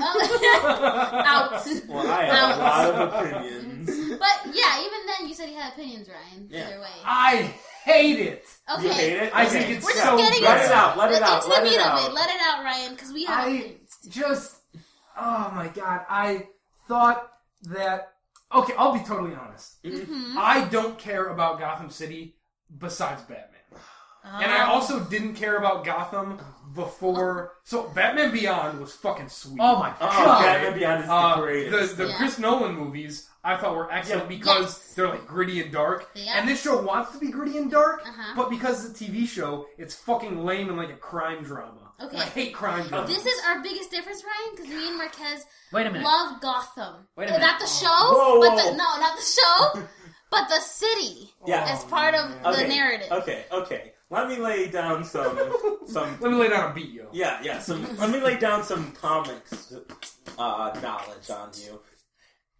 [SPEAKER 1] out.
[SPEAKER 4] well, I have a
[SPEAKER 1] Out.
[SPEAKER 4] lot of
[SPEAKER 1] <laughs>
[SPEAKER 4] opinions.
[SPEAKER 1] But yeah, even then you said you had opinions, Ryan.
[SPEAKER 4] Yeah.
[SPEAKER 1] Either way.
[SPEAKER 3] I hate it.
[SPEAKER 1] Okay.
[SPEAKER 4] You hate it?
[SPEAKER 3] I
[SPEAKER 4] Okay.
[SPEAKER 3] think it's
[SPEAKER 1] We're just
[SPEAKER 3] so
[SPEAKER 1] getting
[SPEAKER 4] Let
[SPEAKER 3] bad.
[SPEAKER 4] it out. Let
[SPEAKER 1] Let-
[SPEAKER 4] it out.
[SPEAKER 1] into
[SPEAKER 4] Let
[SPEAKER 1] the
[SPEAKER 4] it
[SPEAKER 1] meat
[SPEAKER 4] out.
[SPEAKER 1] of it. Let it out, Ryan, because we have
[SPEAKER 3] I
[SPEAKER 1] opinions.
[SPEAKER 3] just, oh my god, I thought that. Okay, I'll be totally honest.
[SPEAKER 4] Mm-hmm.
[SPEAKER 1] <laughs> Mm-hmm.
[SPEAKER 3] I don't care about Gotham City besides Batman, and
[SPEAKER 1] Oh.
[SPEAKER 3] I also didn't care about Gotham before. So Batman Beyond was fucking sweet.
[SPEAKER 2] Oh my
[SPEAKER 4] Oh,
[SPEAKER 2] god.
[SPEAKER 4] Batman Beyond is
[SPEAKER 3] Uh,
[SPEAKER 4] the greatest.
[SPEAKER 3] the the
[SPEAKER 1] Yeah.
[SPEAKER 3] Chris Nolan movies I thought were excellent
[SPEAKER 4] Yeah.
[SPEAKER 3] because
[SPEAKER 1] Yes.
[SPEAKER 3] they're like gritty and dark.
[SPEAKER 1] They are.
[SPEAKER 3] And this show wants to be gritty and dark,
[SPEAKER 1] Uh-huh.
[SPEAKER 3] but because it's a TV show, it's fucking lame and like a crime drama. And
[SPEAKER 1] Okay.
[SPEAKER 3] I hate crime dramas.
[SPEAKER 1] This is our biggest difference, Ryan, because me and Marquez
[SPEAKER 2] Wait a minute.
[SPEAKER 1] love Gotham.
[SPEAKER 2] Wait a
[SPEAKER 1] Uh,
[SPEAKER 2] minute.
[SPEAKER 1] Not the show,
[SPEAKER 4] Whoa,
[SPEAKER 1] but
[SPEAKER 4] whoa.
[SPEAKER 1] the no, not the show,
[SPEAKER 4] <laughs>
[SPEAKER 1] but the city
[SPEAKER 4] Yeah.
[SPEAKER 1] as part of
[SPEAKER 3] Oh,
[SPEAKER 1] the
[SPEAKER 4] Oh, Okay.
[SPEAKER 1] narrative.
[SPEAKER 4] Okay, okay. Let me lay down some some
[SPEAKER 3] Let me lay down a beat, yo.
[SPEAKER 4] yeah, yeah, some let me lay down some comics uh, knowledge on you.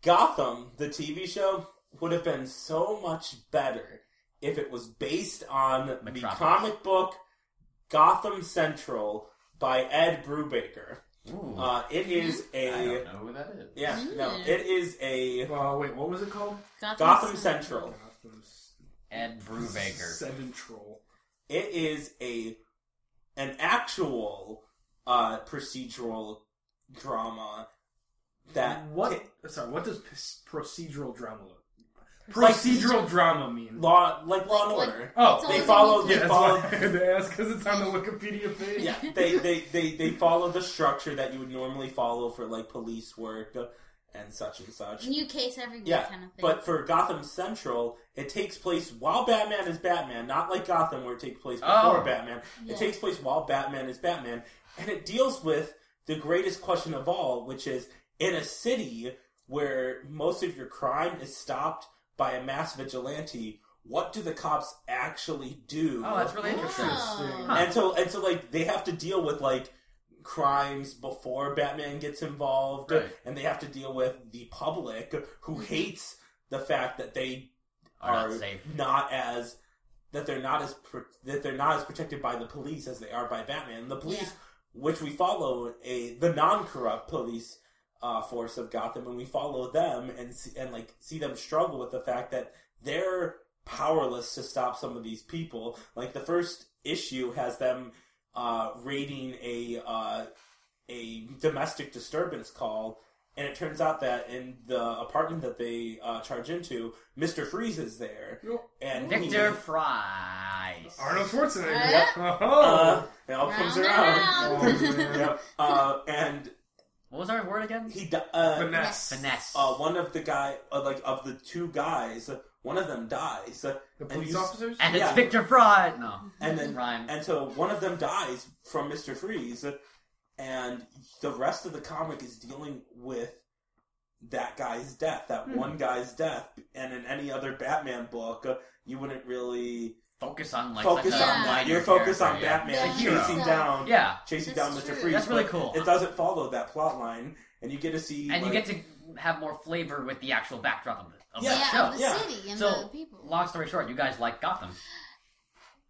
[SPEAKER 4] Gotham, the TV show, would have been so much better if it was based on the
[SPEAKER 2] Metropolis.
[SPEAKER 4] comic book Gotham Central by Ed Brubaker.
[SPEAKER 2] Ooh,
[SPEAKER 4] Uh, it is
[SPEAKER 2] I
[SPEAKER 4] a
[SPEAKER 2] don't know who that is.
[SPEAKER 4] yeah, no,
[SPEAKER 1] Mm.
[SPEAKER 4] it is a
[SPEAKER 3] Uh, wait, what was it called?
[SPEAKER 4] Gotham Central.
[SPEAKER 3] Gotham S-
[SPEAKER 2] Ed Brubaker.
[SPEAKER 3] Central.
[SPEAKER 4] It is a an actual uh, procedural drama that
[SPEAKER 3] What? Sorry, what does pis- procedural drama look?
[SPEAKER 4] Like-
[SPEAKER 3] Procedural drama mean?
[SPEAKER 4] law like Law and
[SPEAKER 1] Like-
[SPEAKER 4] Order.
[SPEAKER 3] Oh,
[SPEAKER 1] It's
[SPEAKER 4] they
[SPEAKER 1] only
[SPEAKER 4] follow-
[SPEAKER 1] the
[SPEAKER 3] yeah,
[SPEAKER 1] weekly.
[SPEAKER 3] that's why I had to ask because it's on the Wikipedia page.
[SPEAKER 4] yeah, they, they, they, they follow the structure that you would normally follow for like police work and such and such.
[SPEAKER 1] New case every week
[SPEAKER 4] Yeah,
[SPEAKER 1] kind of thing.
[SPEAKER 4] But for Gotham Central, it takes place while Batman is Batman, not like Gotham where it takes place before
[SPEAKER 2] Oh.
[SPEAKER 4] Batman.
[SPEAKER 1] Yeah.
[SPEAKER 4] It takes place while Batman is Batman, and it deals with the greatest question of all, which is in a city where most of your crime is stopped by a mass vigilante, what do the cops actually do?
[SPEAKER 2] Oh, that's really interesting.
[SPEAKER 1] Wow.
[SPEAKER 2] Huh.
[SPEAKER 4] and so and so like they have to deal with like crimes before Batman gets involved
[SPEAKER 2] Right.
[SPEAKER 4] and they have to deal with the public who hates the fact that they
[SPEAKER 2] Are
[SPEAKER 4] are,
[SPEAKER 2] Oh, not safe.
[SPEAKER 4] not as that they're not as pro- that they're not as protected by the police as they are by Batman. The police
[SPEAKER 1] Yeah.
[SPEAKER 4] which we follow a the non-corrupt police uh, force of Gotham and we follow them and see, and like see them struggle with the fact that they're powerless to stop some of these people. Like the first issue has them uh, raiding a uh, a domestic disturbance call, and it turns out that in the apartment that they uh, charge into, Mister Freeze is there, and he-
[SPEAKER 2] Victor Fries.
[SPEAKER 3] Arnold Schwarzenegger.
[SPEAKER 2] Uh-huh.
[SPEAKER 1] Yeah.
[SPEAKER 4] uh,
[SPEAKER 3] Oh.
[SPEAKER 4] it all comes
[SPEAKER 1] Round
[SPEAKER 4] around.
[SPEAKER 1] and
[SPEAKER 3] Oh, man.
[SPEAKER 4] Yeah, uh, and
[SPEAKER 2] What was our word again?
[SPEAKER 4] he di- uh,
[SPEAKER 3] Finesse.
[SPEAKER 2] Finesse.
[SPEAKER 4] uh, one of the guy uh, like of the two guys, one of them dies,
[SPEAKER 3] The
[SPEAKER 4] And
[SPEAKER 3] police
[SPEAKER 4] he's-
[SPEAKER 3] officers?
[SPEAKER 2] and it's
[SPEAKER 4] yeah.
[SPEAKER 3] <laughs>
[SPEAKER 2] Victor Fry. No,
[SPEAKER 4] and then
[SPEAKER 2] rhyme.
[SPEAKER 4] And so one of them dies from Mr. Freeze, and the rest of the comic is dealing with that guy's death, that
[SPEAKER 1] Hmm.
[SPEAKER 4] one guy's death. And in any other Batman book, uh, you wouldn't really
[SPEAKER 2] Focus on like
[SPEAKER 4] focus
[SPEAKER 2] such
[SPEAKER 1] a
[SPEAKER 4] on
[SPEAKER 2] a
[SPEAKER 4] that.
[SPEAKER 2] minor
[SPEAKER 4] You're focused on
[SPEAKER 2] character, yeah.
[SPEAKER 4] Batman
[SPEAKER 1] Yeah.
[SPEAKER 2] The
[SPEAKER 4] chasing
[SPEAKER 1] hero.
[SPEAKER 4] down,
[SPEAKER 2] Yeah,
[SPEAKER 4] chasing
[SPEAKER 1] That's
[SPEAKER 4] down Mr.
[SPEAKER 1] true.
[SPEAKER 4] Freeze.
[SPEAKER 2] That's really
[SPEAKER 4] but
[SPEAKER 2] cool.
[SPEAKER 4] It doesn't follow that plot line, and you get to see.
[SPEAKER 2] and you get
[SPEAKER 4] like-
[SPEAKER 2] to have more flavor with the actual backdrop of the, of
[SPEAKER 1] yeah,
[SPEAKER 4] <laughs>
[SPEAKER 2] the
[SPEAKER 4] Yeah,
[SPEAKER 1] of
[SPEAKER 2] show.
[SPEAKER 1] the
[SPEAKER 4] yeah.
[SPEAKER 1] city and
[SPEAKER 2] So-
[SPEAKER 1] the people.
[SPEAKER 2] Long story short, you guys like Gotham.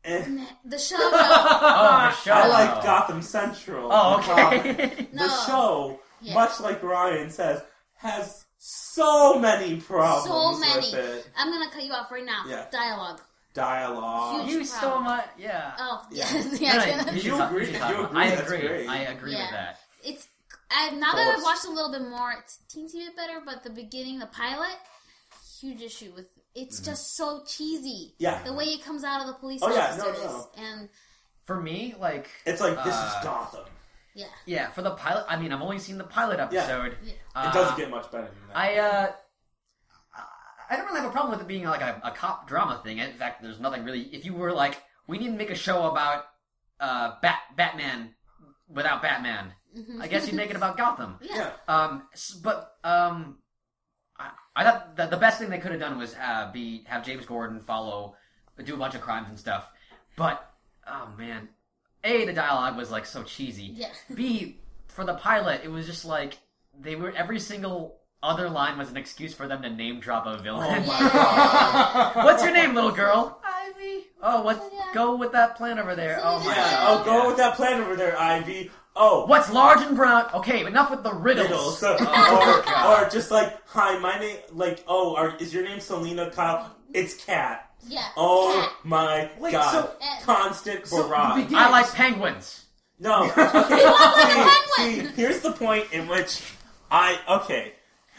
[SPEAKER 4] eh, <laughs>
[SPEAKER 1] The show. No,
[SPEAKER 2] Oh, the show.
[SPEAKER 4] I like Gotham Central.
[SPEAKER 2] Oh,
[SPEAKER 4] Uh,
[SPEAKER 2] okay.
[SPEAKER 4] <laughs>
[SPEAKER 2] <laughs>
[SPEAKER 4] the
[SPEAKER 1] No.
[SPEAKER 4] show,
[SPEAKER 1] Yeah.
[SPEAKER 4] much like Ryan says, has so many problems
[SPEAKER 1] so many.
[SPEAKER 4] with it.
[SPEAKER 1] I'm gonna cut you off right now.
[SPEAKER 4] Yeah.
[SPEAKER 1] Dialogue.
[SPEAKER 4] Dialogue.
[SPEAKER 1] Huge
[SPEAKER 2] you so
[SPEAKER 1] problem.
[SPEAKER 2] much. Yeah.
[SPEAKER 1] Oh <laughs>
[SPEAKER 4] Yeah.
[SPEAKER 1] yes,
[SPEAKER 2] No, no,
[SPEAKER 1] yes.
[SPEAKER 2] <laughs> you should
[SPEAKER 4] You
[SPEAKER 2] talk-
[SPEAKER 4] agree-
[SPEAKER 2] should
[SPEAKER 4] if
[SPEAKER 2] talk
[SPEAKER 4] you
[SPEAKER 2] about it.
[SPEAKER 4] agree,
[SPEAKER 2] I
[SPEAKER 4] that's
[SPEAKER 2] agree.
[SPEAKER 4] great.
[SPEAKER 2] I agree
[SPEAKER 1] Yeah.
[SPEAKER 2] with that.
[SPEAKER 1] <laughs> it's I now that I've
[SPEAKER 4] Thoughts?
[SPEAKER 1] watched a little bit more, it's teensy bit better. But the beginning, the pilot, huge issue with it's just so cheesy.
[SPEAKER 4] Mm-hmm. Yeah.
[SPEAKER 1] the way it comes out of the police
[SPEAKER 4] Oh, yeah,
[SPEAKER 1] officers
[SPEAKER 4] no, no.
[SPEAKER 1] and
[SPEAKER 2] For me, like
[SPEAKER 4] It's like this
[SPEAKER 2] Uh,
[SPEAKER 4] is Gotham.
[SPEAKER 1] yeah,
[SPEAKER 2] yeah, for the pilot. I mean, I've only seen the pilot episode.
[SPEAKER 1] Yeah.
[SPEAKER 2] Uh,
[SPEAKER 4] It doesn't get much better than that.
[SPEAKER 2] I uh, I don't really have a problem with it being like a, a cop drama thing. In fact, there's nothing really. If you were like, we need to make a show about uh Bat Batman without Batman, I guess you'd make
[SPEAKER 1] <laughs>
[SPEAKER 2] it about Gotham.
[SPEAKER 1] Mm-hmm. yeah.
[SPEAKER 4] yeah.
[SPEAKER 2] Um, s- but um, I, I thought that the best thing they could have done was uh, be have James Gordon follow, do a bunch of crimes and stuff. But oh man, a the dialogue was like so cheesy.
[SPEAKER 1] Yeah.
[SPEAKER 2] B for the pilot, it was just like they were every single other line was an excuse for them to name drop a villain.
[SPEAKER 1] my
[SPEAKER 2] <laughs>
[SPEAKER 3] Oh,
[SPEAKER 2] What's your name, little girl? Ivy. Oh, what? Go with that plant over there. Oh my.
[SPEAKER 4] Yeah, I'll go with that plan over there, Ivy. Oh,
[SPEAKER 2] What's large and brown? Okay, enough with the riddles. <laughs>
[SPEAKER 4] riddles.
[SPEAKER 2] Oh,
[SPEAKER 4] <laughs> or, or just like, hi, my name, like, oh, are, is your name Selena Kyle? It's Cat.
[SPEAKER 1] Yeah.
[SPEAKER 4] Oh
[SPEAKER 1] cat.
[SPEAKER 4] my
[SPEAKER 3] Wait,
[SPEAKER 4] god.
[SPEAKER 3] so-
[SPEAKER 1] Eh.
[SPEAKER 4] Constant
[SPEAKER 3] So, the
[SPEAKER 4] barrage.
[SPEAKER 3] beginning-
[SPEAKER 2] I like penguins.
[SPEAKER 4] no.
[SPEAKER 1] want the
[SPEAKER 4] see,
[SPEAKER 1] penguin.
[SPEAKER 4] see, here's the point in which I, okay,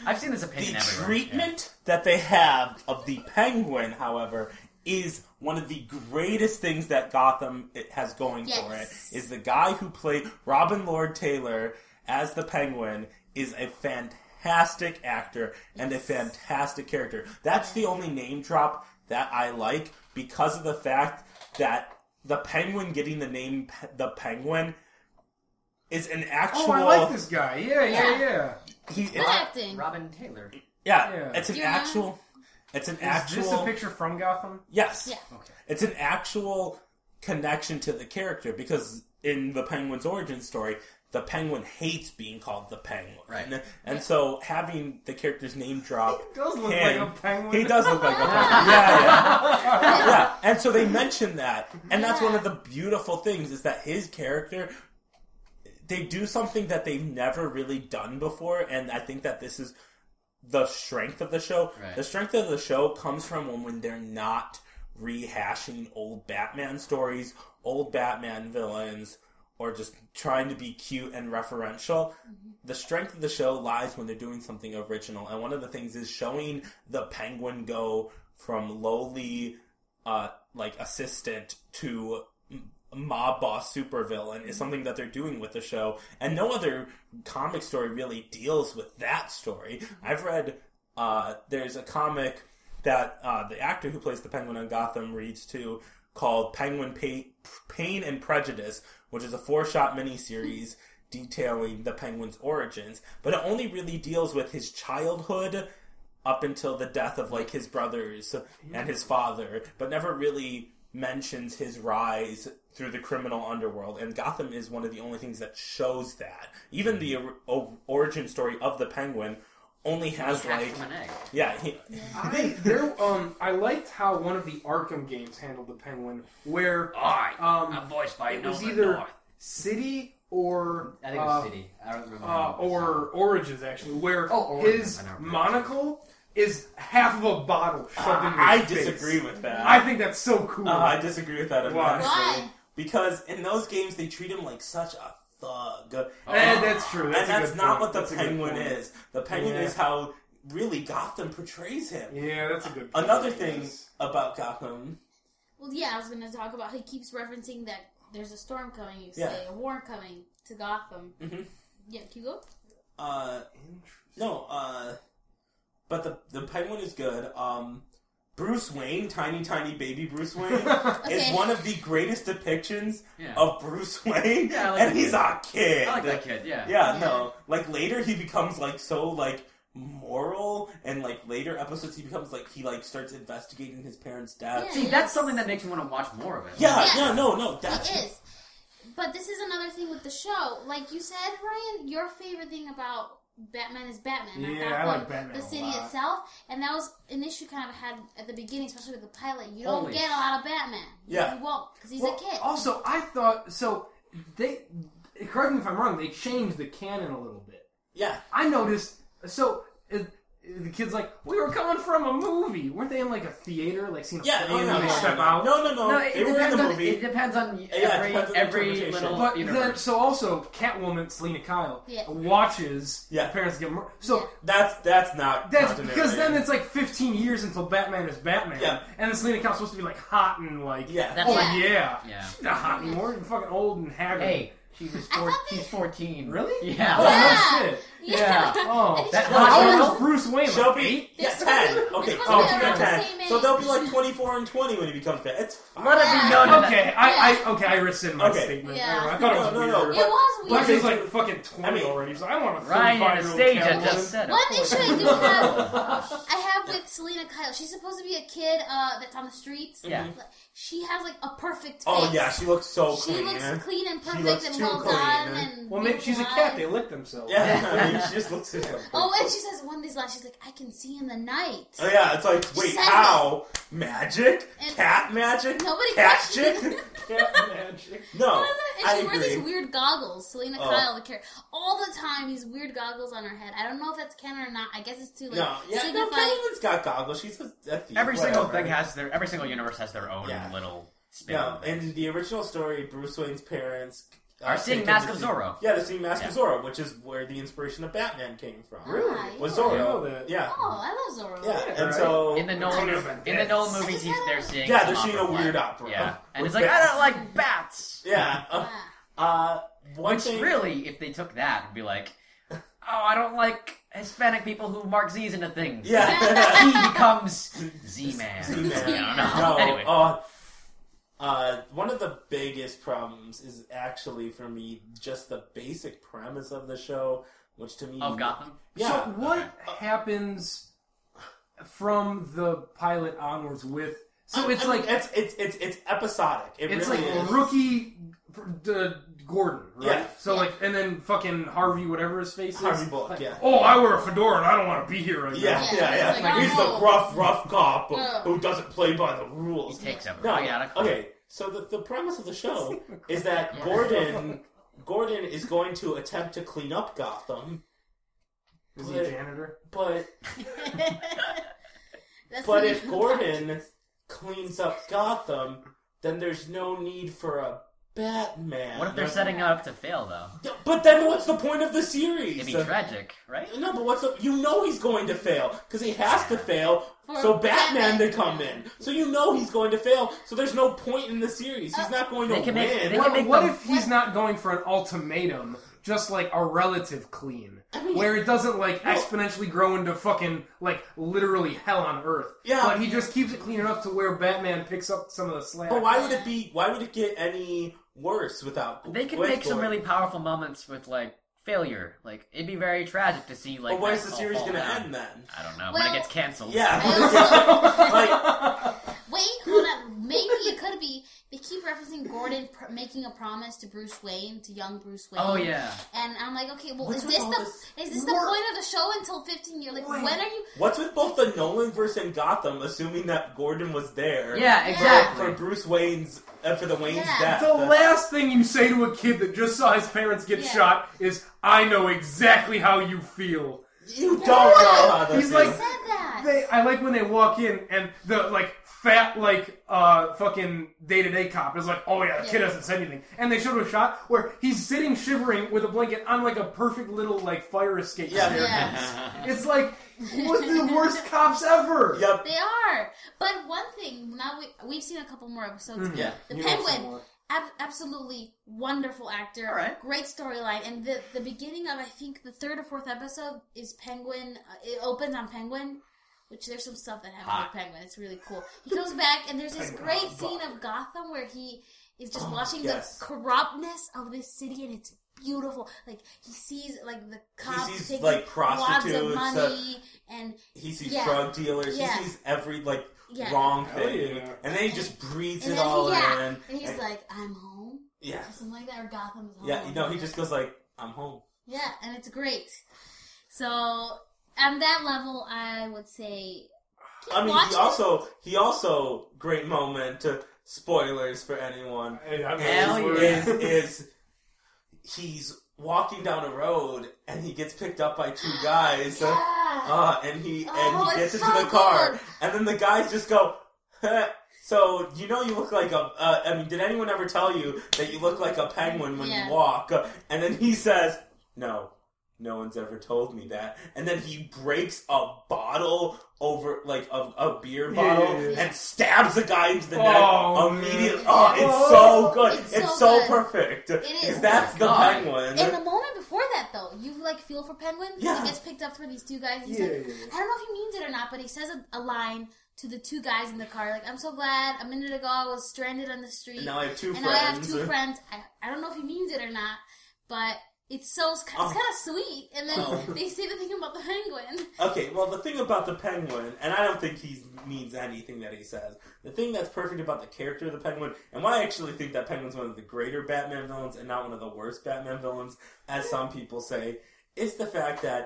[SPEAKER 2] I've seen this
[SPEAKER 4] the
[SPEAKER 2] opinion everywhere.
[SPEAKER 4] treatment that they have of the penguin, however, is one of the greatest things that Gotham it has going for
[SPEAKER 1] Yes.
[SPEAKER 4] it. Is the guy who played Robin Lord Taylor as the penguin is a fantastic actor and a fantastic character. That's the only name drop that I like because of the fact that the penguin getting the name Pe- the penguin is an actual
[SPEAKER 3] Oh, I like this guy. Yeah, yeah, yeah.
[SPEAKER 4] he- it's-
[SPEAKER 1] Good acting.
[SPEAKER 2] Yeah. Robin Taylor.
[SPEAKER 4] yeah,
[SPEAKER 3] Yeah.
[SPEAKER 4] it's an
[SPEAKER 1] You're not-
[SPEAKER 4] actual. It's an
[SPEAKER 3] Is
[SPEAKER 4] actual.
[SPEAKER 3] this a picture from Gotham?
[SPEAKER 4] Yes.
[SPEAKER 1] <laughs> Yeah.
[SPEAKER 3] Okay.
[SPEAKER 4] It's an actual connection to the character because in the Penguin's origin story, the Penguin hates being called the Penguin.
[SPEAKER 2] Right.
[SPEAKER 4] And, so having the character's
[SPEAKER 3] <laughs>
[SPEAKER 4] name drop.
[SPEAKER 3] He does look
[SPEAKER 4] him-
[SPEAKER 3] like a penguin.
[SPEAKER 4] He does look like a penguin. Yeah, yeah. yeah. <laughs> And so they mention that. And that's one of the beautiful things is that his character they do something that they've never really done before, and I think that this is the strength of the show.
[SPEAKER 2] Right.
[SPEAKER 4] The strength of the show comes from when, when they're not rehashing old Batman stories, old Batman villains, or just trying to be cute and referential. The strength of the show lies when they're doing something original, and one of the things is showing the Penguin go from lowly, uh, like assistant to m- mob boss supervillain is something that they're doing with the show, and no other comic story really deals with that story. I've read uh, there's a comic that uh, the actor who plays the Penguin on Gotham reads too called Penguin pa- Pain and Prejudice, which is a four shot miniseries detailing the Penguin's origins, but it only really deals with his childhood up until the death of like his brothers and his father, but never really mentions his rise through the criminal underworld. And Gotham is one of the only things that shows that. Even the
[SPEAKER 3] Mm.
[SPEAKER 4] or- o- origin story of the Penguin only has like
[SPEAKER 2] Hatched from an egg.
[SPEAKER 4] yeah, he,
[SPEAKER 3] <laughs> I there um I liked how one of the Arkham games handled the Penguin, where
[SPEAKER 2] I
[SPEAKER 3] Um,
[SPEAKER 2] am voiced by
[SPEAKER 3] it was
[SPEAKER 2] Nolan
[SPEAKER 3] either
[SPEAKER 2] North.
[SPEAKER 3] City or
[SPEAKER 2] I think it was
[SPEAKER 3] uh,
[SPEAKER 2] City. I don't remember.
[SPEAKER 3] uh, or Origins actually, where
[SPEAKER 2] Oh, Origins,
[SPEAKER 3] his
[SPEAKER 2] I know.
[SPEAKER 3] monocle is half of a bottle shoved in
[SPEAKER 4] Ah, I
[SPEAKER 3] his face.
[SPEAKER 4] disagree with that.
[SPEAKER 3] I think that's so cool.
[SPEAKER 4] Uh, I disagree with that
[SPEAKER 3] Why?
[SPEAKER 4] immensely.
[SPEAKER 1] Why?
[SPEAKER 4] Because in those games, they treat him like such a thug.
[SPEAKER 3] Eh, that's true. That's a
[SPEAKER 4] and that's
[SPEAKER 3] good point.
[SPEAKER 4] not what the
[SPEAKER 3] That's a good
[SPEAKER 4] penguin
[SPEAKER 3] point.
[SPEAKER 4] is. The penguin
[SPEAKER 3] Yeah.
[SPEAKER 4] is how really Gotham portrays him.
[SPEAKER 3] Yeah, that's a good. Point,
[SPEAKER 4] Another
[SPEAKER 3] I
[SPEAKER 4] thing
[SPEAKER 3] guess.
[SPEAKER 4] about Gotham,
[SPEAKER 1] Well, yeah, I was going to talk about. He keeps referencing that there's a storm coming. You say
[SPEAKER 4] Yeah.
[SPEAKER 1] a war coming to Gotham.
[SPEAKER 2] Mm-hmm.
[SPEAKER 4] Mhm.
[SPEAKER 1] Yeah, can you go?
[SPEAKER 4] uh, no, uh, but the the penguin is good. Um, Bruce Wayne, tiny tiny baby
[SPEAKER 2] <laughs>
[SPEAKER 4] Bruce
[SPEAKER 3] <laughs>
[SPEAKER 4] Wayne,
[SPEAKER 1] Okay.
[SPEAKER 4] is one of the greatest depictions
[SPEAKER 2] Yeah.
[SPEAKER 4] of Bruce <laughs> Wayne,
[SPEAKER 2] Yeah, I like that
[SPEAKER 4] and he's
[SPEAKER 2] kid.
[SPEAKER 4] a kid.
[SPEAKER 2] I like that kid. Yeah.
[SPEAKER 4] Yeah,
[SPEAKER 1] Yeah.
[SPEAKER 4] no. Like later he becomes like so like moral and like later episodes he becomes like he like starts investigating his parents' death.
[SPEAKER 1] Yeah.
[SPEAKER 2] See, that's something that makes me want to watch more of it.
[SPEAKER 4] Yeah,
[SPEAKER 1] Yes.
[SPEAKER 4] yeah, no, no, that's
[SPEAKER 1] He is. But this is another thing with the show. Like you said, Ryan, your favorite thing about Batman is Batman. not
[SPEAKER 3] Yeah, I
[SPEAKER 1] Gotham,
[SPEAKER 3] like Batman
[SPEAKER 1] The
[SPEAKER 3] a
[SPEAKER 1] city
[SPEAKER 3] lot.
[SPEAKER 1] itself, and that was an issue kind of had at the beginning, especially with the pilot. You don't
[SPEAKER 2] Holy
[SPEAKER 1] get a lot of Batman.
[SPEAKER 4] Yeah.
[SPEAKER 1] you won't because he's
[SPEAKER 3] Well,
[SPEAKER 1] a kid.
[SPEAKER 3] Also, I thought so. They correct me if I'm wrong. They changed the canon a little bit.
[SPEAKER 4] yeah.
[SPEAKER 3] I noticed. So uh, the kid's like, we were coming from a movie. Weren't they in like a theater, like seeing a
[SPEAKER 4] Yeah,
[SPEAKER 3] play
[SPEAKER 4] no,
[SPEAKER 3] and
[SPEAKER 4] no,
[SPEAKER 3] they
[SPEAKER 4] no,
[SPEAKER 3] step
[SPEAKER 4] no.
[SPEAKER 3] out?
[SPEAKER 4] No, no, no.
[SPEAKER 2] No, it,
[SPEAKER 4] they were in
[SPEAKER 2] depends
[SPEAKER 4] the
[SPEAKER 2] on,
[SPEAKER 4] movie.
[SPEAKER 2] it depends on
[SPEAKER 4] it
[SPEAKER 2] every,
[SPEAKER 4] depends on
[SPEAKER 2] every
[SPEAKER 4] interpretation.
[SPEAKER 2] little
[SPEAKER 3] But then,
[SPEAKER 2] universe.
[SPEAKER 3] so also Catwoman, Selena Kyle
[SPEAKER 1] Yeah.
[SPEAKER 3] watches
[SPEAKER 4] Yeah.
[SPEAKER 3] her parents get murdered. So
[SPEAKER 1] Yeah.
[SPEAKER 4] That's that's not
[SPEAKER 3] that's
[SPEAKER 4] continuity.
[SPEAKER 3] because then it's like 15 years until Batman is Batman.
[SPEAKER 4] Yeah.
[SPEAKER 3] And then Selena Kyle's supposed to be like hot and like,
[SPEAKER 4] Yeah.
[SPEAKER 2] That's
[SPEAKER 3] oh
[SPEAKER 1] Yeah.
[SPEAKER 3] yeah.
[SPEAKER 2] Yeah.
[SPEAKER 3] she's not hot anymore. She's fucking old and haggard.
[SPEAKER 2] hey, she
[SPEAKER 4] <laughs>
[SPEAKER 2] was four,
[SPEAKER 1] thought they-
[SPEAKER 2] she's fourteen. <laughs>
[SPEAKER 3] Really?
[SPEAKER 2] Yeah.
[SPEAKER 3] Oh,
[SPEAKER 1] <laughs> Yeah.
[SPEAKER 3] no shit.
[SPEAKER 2] yeah.
[SPEAKER 3] Oh,
[SPEAKER 2] That's
[SPEAKER 1] She's
[SPEAKER 2] not
[SPEAKER 3] Well,
[SPEAKER 1] like,
[SPEAKER 3] how
[SPEAKER 2] Shelby?
[SPEAKER 3] old is Bruce Wayne? Like,
[SPEAKER 4] Shelby,
[SPEAKER 3] eight?
[SPEAKER 4] yeah,
[SPEAKER 1] They're supposed to
[SPEAKER 4] ten.
[SPEAKER 1] be-
[SPEAKER 4] Okay,
[SPEAKER 1] they're supposed
[SPEAKER 3] to
[SPEAKER 4] oh,
[SPEAKER 3] be around the
[SPEAKER 4] ten.
[SPEAKER 1] same
[SPEAKER 4] So they'll be like
[SPEAKER 1] age.
[SPEAKER 4] twenty-four and twenty when he becomes that. It's fine.
[SPEAKER 2] Let it be
[SPEAKER 1] Yeah.
[SPEAKER 2] known that
[SPEAKER 3] Okay, I,
[SPEAKER 1] Yeah.
[SPEAKER 3] I okay, I rescind my
[SPEAKER 4] Okay.
[SPEAKER 3] statement.
[SPEAKER 1] Yeah.
[SPEAKER 3] Never mind. I thought it was
[SPEAKER 4] No, no, no,
[SPEAKER 3] weird.
[SPEAKER 1] it was
[SPEAKER 3] But
[SPEAKER 1] weird.
[SPEAKER 4] they-
[SPEAKER 3] she's like fucking twenty
[SPEAKER 4] I mean-
[SPEAKER 3] already, so I want a
[SPEAKER 2] Ryan
[SPEAKER 3] thirty-five
[SPEAKER 2] and the
[SPEAKER 3] year old
[SPEAKER 2] stage
[SPEAKER 3] Catwoman.
[SPEAKER 2] had just said it.
[SPEAKER 1] One issue I do have, I up with Selena Kyle. She's supposed to be a kid uh, that's on the streets.
[SPEAKER 2] Yeah.
[SPEAKER 1] Like, She has like a perfect face.
[SPEAKER 4] Oh yeah, she looks so
[SPEAKER 1] She
[SPEAKER 4] clean.
[SPEAKER 1] looks clean and perfect
[SPEAKER 4] looks
[SPEAKER 1] and
[SPEAKER 4] too
[SPEAKER 1] well
[SPEAKER 4] clean.
[SPEAKER 1] done. And
[SPEAKER 3] Well, maybe she's a
[SPEAKER 1] beautiful
[SPEAKER 3] cat.
[SPEAKER 1] eyes.
[SPEAKER 3] They lick themselves.
[SPEAKER 4] yeah, <laughs> I mean, she just looks at him.
[SPEAKER 1] Oh, and she says one day's last, she's like, I can see in the night.
[SPEAKER 4] Oh, yeah, it's like wait,
[SPEAKER 1] says
[SPEAKER 4] how magic?
[SPEAKER 1] And-
[SPEAKER 4] Cat magic?
[SPEAKER 1] <laughs> Nobody
[SPEAKER 4] cat
[SPEAKER 1] questions <laughs>
[SPEAKER 4] chick?
[SPEAKER 3] Cat magic.
[SPEAKER 4] <laughs> No,
[SPEAKER 1] And
[SPEAKER 4] I
[SPEAKER 1] she wears
[SPEAKER 4] agree.
[SPEAKER 1] these weird goggles. Selena
[SPEAKER 4] Oh.
[SPEAKER 1] Kyle, the character, all the time these weird goggles on her head. I don't know if that's canon or not. I guess it's too like
[SPEAKER 4] no, yeah, no,
[SPEAKER 1] signify-
[SPEAKER 4] Catelyn's got goggles. She's a, a thief,
[SPEAKER 2] Every single
[SPEAKER 4] whatever.
[SPEAKER 2] thing has their every single universe has their own
[SPEAKER 4] Yeah.
[SPEAKER 2] little spin.
[SPEAKER 4] No,
[SPEAKER 2] on
[SPEAKER 4] in
[SPEAKER 2] things.
[SPEAKER 4] the original story, Bruce Wayne's parents uh,
[SPEAKER 2] Are seeing
[SPEAKER 4] take him to
[SPEAKER 2] Mask of
[SPEAKER 4] see-
[SPEAKER 2] Zorro.
[SPEAKER 4] Yeah, they're seeing Mask of
[SPEAKER 2] Yeah.
[SPEAKER 4] Zorro, which is where the inspiration of Batman came from.
[SPEAKER 3] Really?
[SPEAKER 1] Ah,
[SPEAKER 4] Was
[SPEAKER 1] yeah.
[SPEAKER 3] I
[SPEAKER 4] Zorro?
[SPEAKER 3] know that.
[SPEAKER 4] Yeah,
[SPEAKER 1] Oh, I love Zorro.
[SPEAKER 4] yeah, and
[SPEAKER 3] right.
[SPEAKER 4] so
[SPEAKER 2] In the Nolan, in the Nolan movie, he's, they're seeing
[SPEAKER 4] yeah, they're
[SPEAKER 2] some
[SPEAKER 4] seeing a
[SPEAKER 2] opera
[SPEAKER 4] weird
[SPEAKER 2] play.
[SPEAKER 4] opera. <laughs>
[SPEAKER 2] Yeah, and
[SPEAKER 4] with
[SPEAKER 2] it's like I
[SPEAKER 4] bats.
[SPEAKER 2] don't like bats.
[SPEAKER 4] Yeah, uh,
[SPEAKER 1] Wow.
[SPEAKER 4] uh, one
[SPEAKER 2] Which
[SPEAKER 4] thing.
[SPEAKER 2] really, if they took that, would be like, oh, I don't like Hispanic people who mark Z's into things.
[SPEAKER 4] Yeah.
[SPEAKER 2] <laughs>
[SPEAKER 4] <laughs>
[SPEAKER 2] he becomes Z-Man.
[SPEAKER 4] Z-Man.
[SPEAKER 2] I don't know.
[SPEAKER 4] <laughs> no,
[SPEAKER 2] <laughs> Anyway.
[SPEAKER 4] uh, uh, one of the biggest problems is actually for me just the basic premise of the show, which to me
[SPEAKER 2] Of Oh, Gotham.
[SPEAKER 4] Yeah.
[SPEAKER 3] So what happens from the pilot onwards with? So it's
[SPEAKER 4] I mean,
[SPEAKER 3] like
[SPEAKER 4] it's it's it's it's episodic. It
[SPEAKER 3] it's
[SPEAKER 4] really
[SPEAKER 3] like
[SPEAKER 4] is.
[SPEAKER 3] rookie uh, Gordon, right?
[SPEAKER 4] Yeah.
[SPEAKER 3] So like, and then fucking Harvey, whatever his face is.
[SPEAKER 4] Harvey Bullock,
[SPEAKER 3] Like,
[SPEAKER 4] yeah.
[SPEAKER 3] Oh, I wear a fedora and I don't want to be here right
[SPEAKER 4] Yeah,
[SPEAKER 3] now.
[SPEAKER 1] Yeah,
[SPEAKER 4] yeah, yeah.
[SPEAKER 1] it's like,
[SPEAKER 4] He's
[SPEAKER 1] oh.
[SPEAKER 4] the gruff, rough cop who-
[SPEAKER 1] Yeah.
[SPEAKER 4] who doesn't play by the rules.
[SPEAKER 2] He takes Oh, over.
[SPEAKER 4] No,
[SPEAKER 2] I got it.
[SPEAKER 4] okay. So the, the premise of
[SPEAKER 1] <laughs>
[SPEAKER 4] the show is that Gordon Gordon is going to attempt to clean up Gotham,
[SPEAKER 3] Is he a janitor?
[SPEAKER 1] <laughs>
[SPEAKER 4] but
[SPEAKER 1] That's
[SPEAKER 4] but
[SPEAKER 1] the
[SPEAKER 4] if
[SPEAKER 1] name of the
[SPEAKER 4] Gordon cleans up Gotham, then there's no need for a Batman.
[SPEAKER 2] What if they're setting it up to fail, though?
[SPEAKER 4] But then what's the point of the series?
[SPEAKER 2] It'd be tragic, right?
[SPEAKER 4] No, but what's up? You know he's going to fail because he has to fail.
[SPEAKER 1] For
[SPEAKER 4] so
[SPEAKER 1] Batman.
[SPEAKER 4] Batman to come in. So you know he's going to fail. So there's no point in the series.
[SPEAKER 1] Uh,
[SPEAKER 4] He's not going to
[SPEAKER 2] They can
[SPEAKER 4] win.
[SPEAKER 2] make- they
[SPEAKER 3] What,
[SPEAKER 2] can make
[SPEAKER 3] what
[SPEAKER 2] them-
[SPEAKER 3] if he's not going for an ultimatum, just like a relative clean, where it doesn't like exponentially grow into fucking like literally hell on earth?
[SPEAKER 4] Yeah.
[SPEAKER 3] but he just keeps it clean enough to where Batman picks up some of the slack. <laughs>
[SPEAKER 4] but why would it be? Why would it get any worse without?
[SPEAKER 2] They could
[SPEAKER 4] with
[SPEAKER 2] make some
[SPEAKER 4] Gordon?
[SPEAKER 2] really powerful moments with like failure. Like it'd be very tragic to see like.
[SPEAKER 4] But where's
[SPEAKER 2] that
[SPEAKER 4] the
[SPEAKER 2] all
[SPEAKER 4] series
[SPEAKER 2] fall
[SPEAKER 4] going to
[SPEAKER 2] down.
[SPEAKER 4] end then?
[SPEAKER 2] I don't know. when
[SPEAKER 1] Well-
[SPEAKER 2] it gets canceled.
[SPEAKER 4] Yeah. <laughs> like,
[SPEAKER 1] podcast. <laughs> Wait, hold on. Maybe it could be. They keep referencing Gordon pr- making a promise to Bruce Wayne, to young Bruce Wayne.
[SPEAKER 2] Oh yeah.
[SPEAKER 1] And I'm like, okay, well,
[SPEAKER 4] What's
[SPEAKER 1] is
[SPEAKER 4] with
[SPEAKER 1] this
[SPEAKER 4] all
[SPEAKER 1] the
[SPEAKER 4] this
[SPEAKER 1] is this the
[SPEAKER 4] war?
[SPEAKER 1] point of the show until 15 years? Like,
[SPEAKER 3] Wait.
[SPEAKER 1] when are you?
[SPEAKER 4] what's with both the Nolanverse and Gotham? Assuming that Gordon was there.
[SPEAKER 2] Yeah.
[SPEAKER 1] Yeah.
[SPEAKER 2] Exactly.
[SPEAKER 4] For Bruce Wayne's uh, for the Wayne's
[SPEAKER 1] Yeah.
[SPEAKER 4] death.
[SPEAKER 3] The last thing you say to a kid that just saw his parents get
[SPEAKER 1] Yeah.
[SPEAKER 3] shot is, "I know exactly how you feel."
[SPEAKER 4] you don't know how this
[SPEAKER 3] He's
[SPEAKER 4] is.
[SPEAKER 1] Who
[SPEAKER 3] like-
[SPEAKER 1] said that?
[SPEAKER 3] They, I like when they walk in and the like fat like uh fucking day to day cop is like, oh yeah, the kid
[SPEAKER 1] Yeah.
[SPEAKER 3] hasn't said anything, and they showed a shot where he's sitting shivering with a blanket on like a perfect little like fire escape.
[SPEAKER 4] Yeah.
[SPEAKER 3] staircase.
[SPEAKER 4] <laughs> Uh-huh.
[SPEAKER 2] Yeah.
[SPEAKER 3] it's like what the
[SPEAKER 1] <laughs>
[SPEAKER 3] worst cops ever.
[SPEAKER 4] Yep.
[SPEAKER 1] They are. But one thing, now we we've seen a couple more episodes.
[SPEAKER 4] Yeah.
[SPEAKER 1] The
[SPEAKER 3] You know some
[SPEAKER 1] Penguin,
[SPEAKER 3] more.
[SPEAKER 1] ab- absolutely wonderful actor.
[SPEAKER 2] All right.
[SPEAKER 1] Great storyline. And the the beginning of I think the third or fourth episode is Penguin. Uh, it opens on Penguin. Which there's some stuff that happens
[SPEAKER 2] Hot.
[SPEAKER 1] with Penguin. It's really cool. He comes back and there's this
[SPEAKER 3] Penguin
[SPEAKER 1] great
[SPEAKER 3] on
[SPEAKER 1] scene of Gotham where he is just watching
[SPEAKER 4] Oh, yes.
[SPEAKER 1] the corruptness of this city and it's beautiful. Like he sees like the cops
[SPEAKER 4] sees,
[SPEAKER 1] taking
[SPEAKER 4] like,
[SPEAKER 1] wads
[SPEAKER 4] prostitutes,
[SPEAKER 1] of
[SPEAKER 4] uh,
[SPEAKER 1] money and
[SPEAKER 4] He sees
[SPEAKER 1] Yeah.
[SPEAKER 4] drug dealers.
[SPEAKER 1] Yeah.
[SPEAKER 4] He sees every like
[SPEAKER 1] Yeah.
[SPEAKER 4] wrong
[SPEAKER 3] Hell
[SPEAKER 4] thing,
[SPEAKER 3] yeah.
[SPEAKER 4] and then he just breathes
[SPEAKER 1] And
[SPEAKER 4] it
[SPEAKER 1] then
[SPEAKER 4] all
[SPEAKER 1] he, yeah,
[SPEAKER 4] in.
[SPEAKER 1] and he's
[SPEAKER 4] And-
[SPEAKER 1] like, "I'm home,"
[SPEAKER 4] yeah,
[SPEAKER 1] or something like that, or Gotham's home.
[SPEAKER 4] yeah. You know, he just goes like, "I'm home."
[SPEAKER 1] yeah, and it's great. So on that level, I would say,
[SPEAKER 4] I mean,
[SPEAKER 1] watch
[SPEAKER 4] he also he also great moment. To, spoilers for anyone
[SPEAKER 3] Hey, I'm
[SPEAKER 2] Hell
[SPEAKER 3] not sure. <laughs>
[SPEAKER 4] is is he's walking down a road and he gets picked up by two guys.
[SPEAKER 1] yeah,
[SPEAKER 4] Uh, and he and
[SPEAKER 1] Oh,
[SPEAKER 4] he gets
[SPEAKER 1] it's
[SPEAKER 4] into
[SPEAKER 1] so
[SPEAKER 4] the car,
[SPEAKER 1] good.
[SPEAKER 4] and then the guys just go. "Huh." So you know you look like a. Uh, I mean, did anyone ever tell you that you look like a penguin when
[SPEAKER 1] Yeah.
[SPEAKER 4] you walk? Uh, And then he says, "No, no one's ever told me that." And then he breaks a bottle over like a, a beer
[SPEAKER 3] Yeah, yeah,
[SPEAKER 4] bottle
[SPEAKER 3] yeah.
[SPEAKER 4] and stabs the guy into the
[SPEAKER 3] Oh,
[SPEAKER 4] neck
[SPEAKER 3] man.
[SPEAKER 4] immediately. Oh, it's
[SPEAKER 3] Oh.
[SPEAKER 4] so good!
[SPEAKER 1] It's
[SPEAKER 4] It's,
[SPEAKER 1] so
[SPEAKER 4] so,
[SPEAKER 1] good.
[SPEAKER 4] perfect.
[SPEAKER 1] is.
[SPEAKER 4] That's the
[SPEAKER 2] God.
[SPEAKER 4] penguin.
[SPEAKER 1] in the moment before that, though, you like feel for Penguin. 'cause
[SPEAKER 4] Yeah.
[SPEAKER 1] he gets picked up for these two guys. He's
[SPEAKER 3] Yeah,
[SPEAKER 1] like,
[SPEAKER 3] yeah, yeah.
[SPEAKER 1] I don't know if he means it or not, but he says a, a line to the two guys in the car, like, "I'm so glad. A minute ago, I was stranded on the street."
[SPEAKER 4] and now I have two
[SPEAKER 1] and
[SPEAKER 4] friends.
[SPEAKER 1] I have two friends. I, I don't know if he means it or not, but It's so it's, ki-
[SPEAKER 4] Oh.
[SPEAKER 1] it's kind of sweet, and then
[SPEAKER 4] Oh.
[SPEAKER 1] <laughs> they say the thing about the penguin.
[SPEAKER 4] Okay, well, the thing about the penguin, and I don't think he means anything that he says. The thing that's perfect about the character of the penguin, and why I actually think that penguin's one of the greater Batman villains and not one of the worst Batman villains, as some people say, is the fact that,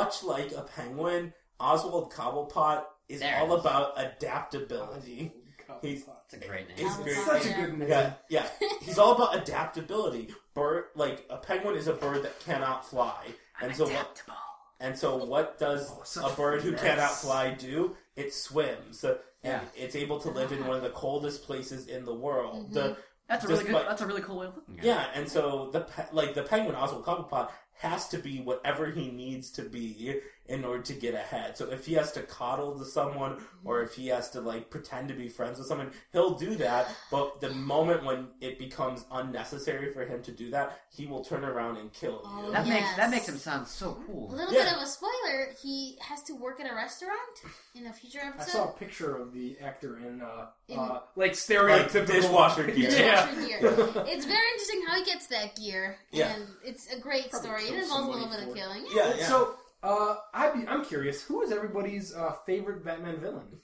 [SPEAKER 4] much like a penguin, Oswald Cobblepot is
[SPEAKER 2] There it
[SPEAKER 4] all
[SPEAKER 2] is.
[SPEAKER 4] about adaptability. He's-
[SPEAKER 2] It's a great name.
[SPEAKER 4] It's
[SPEAKER 1] Cobblepot.
[SPEAKER 4] very
[SPEAKER 3] such a good name.
[SPEAKER 4] yeah, yeah. He's all about adaptability. Bird, like a penguin, is a bird that cannot fly, and so what?
[SPEAKER 2] Adaptable.
[SPEAKER 4] And so, what does
[SPEAKER 3] Oh, such
[SPEAKER 4] a bird who cannot
[SPEAKER 3] finesse.
[SPEAKER 4] fly do? It swims. And
[SPEAKER 2] Yeah.
[SPEAKER 4] it's able to live in one of the coldest places in the world.
[SPEAKER 1] Mhm.
[SPEAKER 2] That's a really good.
[SPEAKER 4] Despite-
[SPEAKER 2] That's a really cool way of looking at it.
[SPEAKER 4] Yeah, and so the pe- like the penguin Oswald Cobblepot has to be whatever he needs to be in order to get ahead. So if he has to coddle to someone or if he has to like pretend to be friends with someone, he'll do that. But the moment when it becomes unnecessary for him to do that, he will turn around and kill you.
[SPEAKER 1] Oh,
[SPEAKER 2] That makes that
[SPEAKER 1] Yes.
[SPEAKER 2] makes him sound so
[SPEAKER 1] A
[SPEAKER 2] cool.
[SPEAKER 1] little
[SPEAKER 4] Yeah.
[SPEAKER 1] bit of a spoiler. He has to work at a restaurant in a future
[SPEAKER 3] I
[SPEAKER 1] episode.
[SPEAKER 3] saw a picture of the actor in, uh,
[SPEAKER 1] In-
[SPEAKER 3] uh, like
[SPEAKER 4] Like
[SPEAKER 3] stereotypical
[SPEAKER 4] dishwasher gear.
[SPEAKER 1] Dishwasher
[SPEAKER 3] <laughs> Yeah.
[SPEAKER 1] gear. It's very interesting how he gets that gear,
[SPEAKER 4] Yeah.
[SPEAKER 1] and it's a great
[SPEAKER 3] Probably
[SPEAKER 1] story. It
[SPEAKER 3] kills
[SPEAKER 1] involves a little
[SPEAKER 3] somebody
[SPEAKER 1] bit of
[SPEAKER 3] for it.
[SPEAKER 1] killing.
[SPEAKER 4] Yeah, yeah.
[SPEAKER 3] So, uh, I'd be, I'm curious, who is everybody's uh, favorite Batman villain?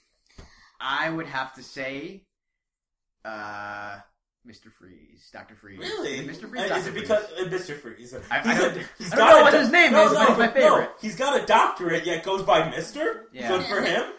[SPEAKER 2] I would have to say, uh, Mr. Freeze, Doctor Freeze.
[SPEAKER 4] Really?
[SPEAKER 2] Is it Mr. Freeze.
[SPEAKER 4] Uh, Is
[SPEAKER 2] Doctor
[SPEAKER 4] it
[SPEAKER 2] Freeze?
[SPEAKER 4] because uh, Mr. Freeze?
[SPEAKER 2] I- I
[SPEAKER 4] He's
[SPEAKER 2] don't-
[SPEAKER 4] a- he's
[SPEAKER 2] I don't know
[SPEAKER 4] got
[SPEAKER 2] what
[SPEAKER 4] a-
[SPEAKER 2] his name
[SPEAKER 4] no,
[SPEAKER 2] is, but
[SPEAKER 4] no,
[SPEAKER 2] it's my
[SPEAKER 4] no.
[SPEAKER 2] favorite.
[SPEAKER 4] He's got a doctorate, yet goes by Mister.
[SPEAKER 2] Yeah.
[SPEAKER 4] Good for him. Is
[SPEAKER 1] Okay.
[SPEAKER 4] it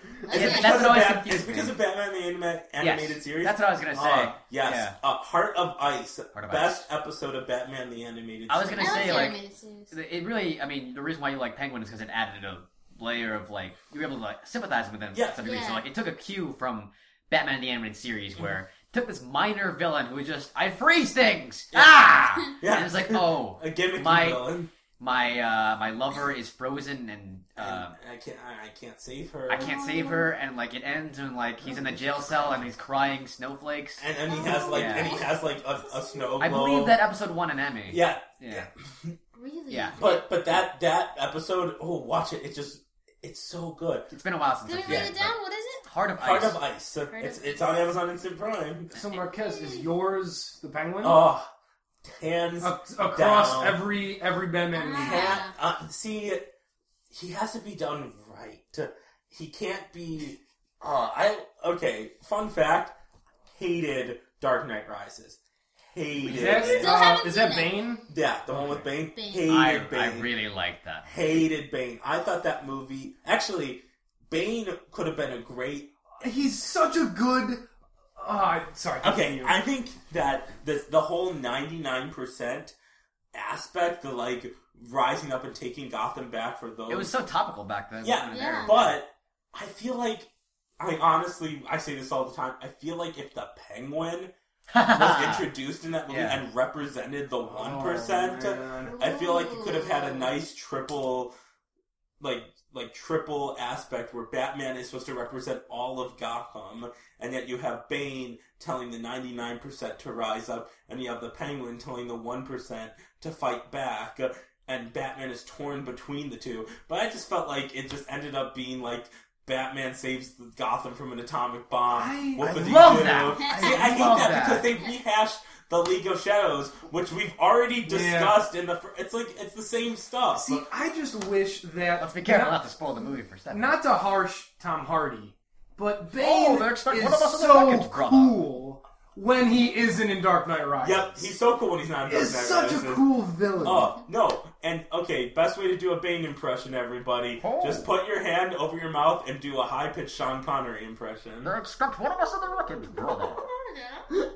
[SPEAKER 4] because
[SPEAKER 2] That's
[SPEAKER 4] of
[SPEAKER 2] what always
[SPEAKER 4] Bat-
[SPEAKER 2] confused
[SPEAKER 4] is it because
[SPEAKER 2] me.
[SPEAKER 4] of Batman the anima- animated
[SPEAKER 2] Yes.
[SPEAKER 4] series?
[SPEAKER 2] That's what I was gonna say.
[SPEAKER 4] Ah, yes,
[SPEAKER 2] Yeah.
[SPEAKER 4] Uh, Heart of Ice,
[SPEAKER 2] Heart of
[SPEAKER 4] best episode of Batman the animated.
[SPEAKER 2] I was
[SPEAKER 1] I
[SPEAKER 2] gonna
[SPEAKER 1] like
[SPEAKER 4] series.
[SPEAKER 2] say,
[SPEAKER 1] the
[SPEAKER 2] like-
[SPEAKER 1] animated series.
[SPEAKER 2] It really, I mean, the reason why you like Penguin is because it added a layer of like you were able to like sympathize with him.
[SPEAKER 4] Yeah.
[SPEAKER 2] to some degree. So
[SPEAKER 1] Yeah.
[SPEAKER 2] like it took a cue from Batman the animated series
[SPEAKER 4] Mm-hmm.
[SPEAKER 2] where it took this minor villain who was just I freeze things.
[SPEAKER 4] Yeah.
[SPEAKER 2] Ah,
[SPEAKER 4] Yeah.
[SPEAKER 2] and it's like oh
[SPEAKER 4] <laughs> a gimmicky
[SPEAKER 2] My-
[SPEAKER 4] villain.
[SPEAKER 2] my uh, my lover is frozen and. Uh,
[SPEAKER 4] And I can't. I I can't save her.
[SPEAKER 2] I can't save her, and like it ends, and like he's in the jail cell, and he's crying snowflakes.
[SPEAKER 4] And, and he has like
[SPEAKER 2] Yeah.
[SPEAKER 4] and he has like a, a snow globe.
[SPEAKER 2] Oh. I believe that episode won an Emmy.
[SPEAKER 4] Yeah, <laughs>
[SPEAKER 2] yeah.
[SPEAKER 1] <laughs> Really?
[SPEAKER 2] Yeah.
[SPEAKER 4] but but that that episode. Oh, watch it. It just it's so good.
[SPEAKER 2] It's been a while since.
[SPEAKER 1] Did we
[SPEAKER 2] I've
[SPEAKER 1] write
[SPEAKER 2] seen
[SPEAKER 1] it
[SPEAKER 2] but
[SPEAKER 1] down? What is it?
[SPEAKER 2] Heart of
[SPEAKER 4] Heart
[SPEAKER 2] Ice.
[SPEAKER 4] of Ice.
[SPEAKER 1] of
[SPEAKER 4] It's
[SPEAKER 1] Ice.
[SPEAKER 4] it's on Amazon Instant Prime.
[SPEAKER 3] So, Marquez, is yours the penguin?
[SPEAKER 4] Oh,
[SPEAKER 2] Oh,
[SPEAKER 4] hands
[SPEAKER 3] Ac- across
[SPEAKER 4] down.
[SPEAKER 3] every every Batman
[SPEAKER 1] Ah.
[SPEAKER 3] movie.
[SPEAKER 4] Can't- uh, see, he has to be done right. He can't be. Uh, I okay. Fun fact: hated Dark Knight Rises. Hated.
[SPEAKER 3] Is that,
[SPEAKER 1] Still
[SPEAKER 3] uh,
[SPEAKER 1] haven't
[SPEAKER 3] is that
[SPEAKER 1] seen it.
[SPEAKER 3] Bane?
[SPEAKER 4] Yeah, the one with Bane.
[SPEAKER 1] Bane.
[SPEAKER 4] Hated
[SPEAKER 2] I,
[SPEAKER 4] Bane.
[SPEAKER 2] I really like that.
[SPEAKER 4] hated Bane. I thought that movie actually. Bane could have been a great
[SPEAKER 3] He's such a good. Uh, sorry.
[SPEAKER 4] Okay,
[SPEAKER 3] continue.
[SPEAKER 4] I think that the the whole ninety nine percent aspect, the like rising up and taking Gotham back for those.
[SPEAKER 2] It was so topical back then.
[SPEAKER 4] Yeah,
[SPEAKER 2] It was
[SPEAKER 1] Yeah.
[SPEAKER 4] but I feel like I honestly I say this all the time. I feel like if the Penguin
[SPEAKER 2] <laughs>
[SPEAKER 4] was
[SPEAKER 2] very-
[SPEAKER 4] introduced in that movie
[SPEAKER 2] Yeah.
[SPEAKER 4] and represented the one
[SPEAKER 3] Oh, man.
[SPEAKER 4] I feel like it could have had a
[SPEAKER 1] Ooh.
[SPEAKER 4] nice triple, like like triple aspect where Batman is supposed to represent all of Gotham, and yet you have Bane telling the ninety nine percent to rise up, and you have the Penguin telling the one percent to fight back. uh, And Batman is torn between the two, but I just felt like it just ended up being like Batman saves Gotham from an atomic bomb.
[SPEAKER 3] I-
[SPEAKER 4] What
[SPEAKER 3] I
[SPEAKER 4] would he
[SPEAKER 2] love
[SPEAKER 4] do?
[SPEAKER 2] that.
[SPEAKER 1] I
[SPEAKER 4] See, I hate
[SPEAKER 2] love
[SPEAKER 4] that,
[SPEAKER 2] that.
[SPEAKER 4] because they rehashed the League of Shadows, which we've already discussed in the. Fr- it's like it's the same stuff.
[SPEAKER 3] See, I just wish that.
[SPEAKER 2] Let's be careful not
[SPEAKER 3] Not,
[SPEAKER 2] to spoil the movie for Stefan.
[SPEAKER 3] not to harsh Tom Hardy, but Bane
[SPEAKER 2] Oh, they're expecting-
[SPEAKER 3] is
[SPEAKER 2] one of us is a
[SPEAKER 3] so
[SPEAKER 2] fucking brother.
[SPEAKER 3] cool when he isn't in Dark Knight Rises.
[SPEAKER 4] yep, he's so cool when he's not. in Dark
[SPEAKER 3] Is
[SPEAKER 4] Knight
[SPEAKER 3] such a
[SPEAKER 4] Rises.
[SPEAKER 3] cool villain.
[SPEAKER 4] Oh no! And okay, best way to do a Bane impression, everybody.
[SPEAKER 2] Oh.
[SPEAKER 4] Just put your hand over your mouth and do a high pitched Sean Connery impression.
[SPEAKER 2] They expect one of us in the wreckage,
[SPEAKER 4] <laughs>
[SPEAKER 2] brother.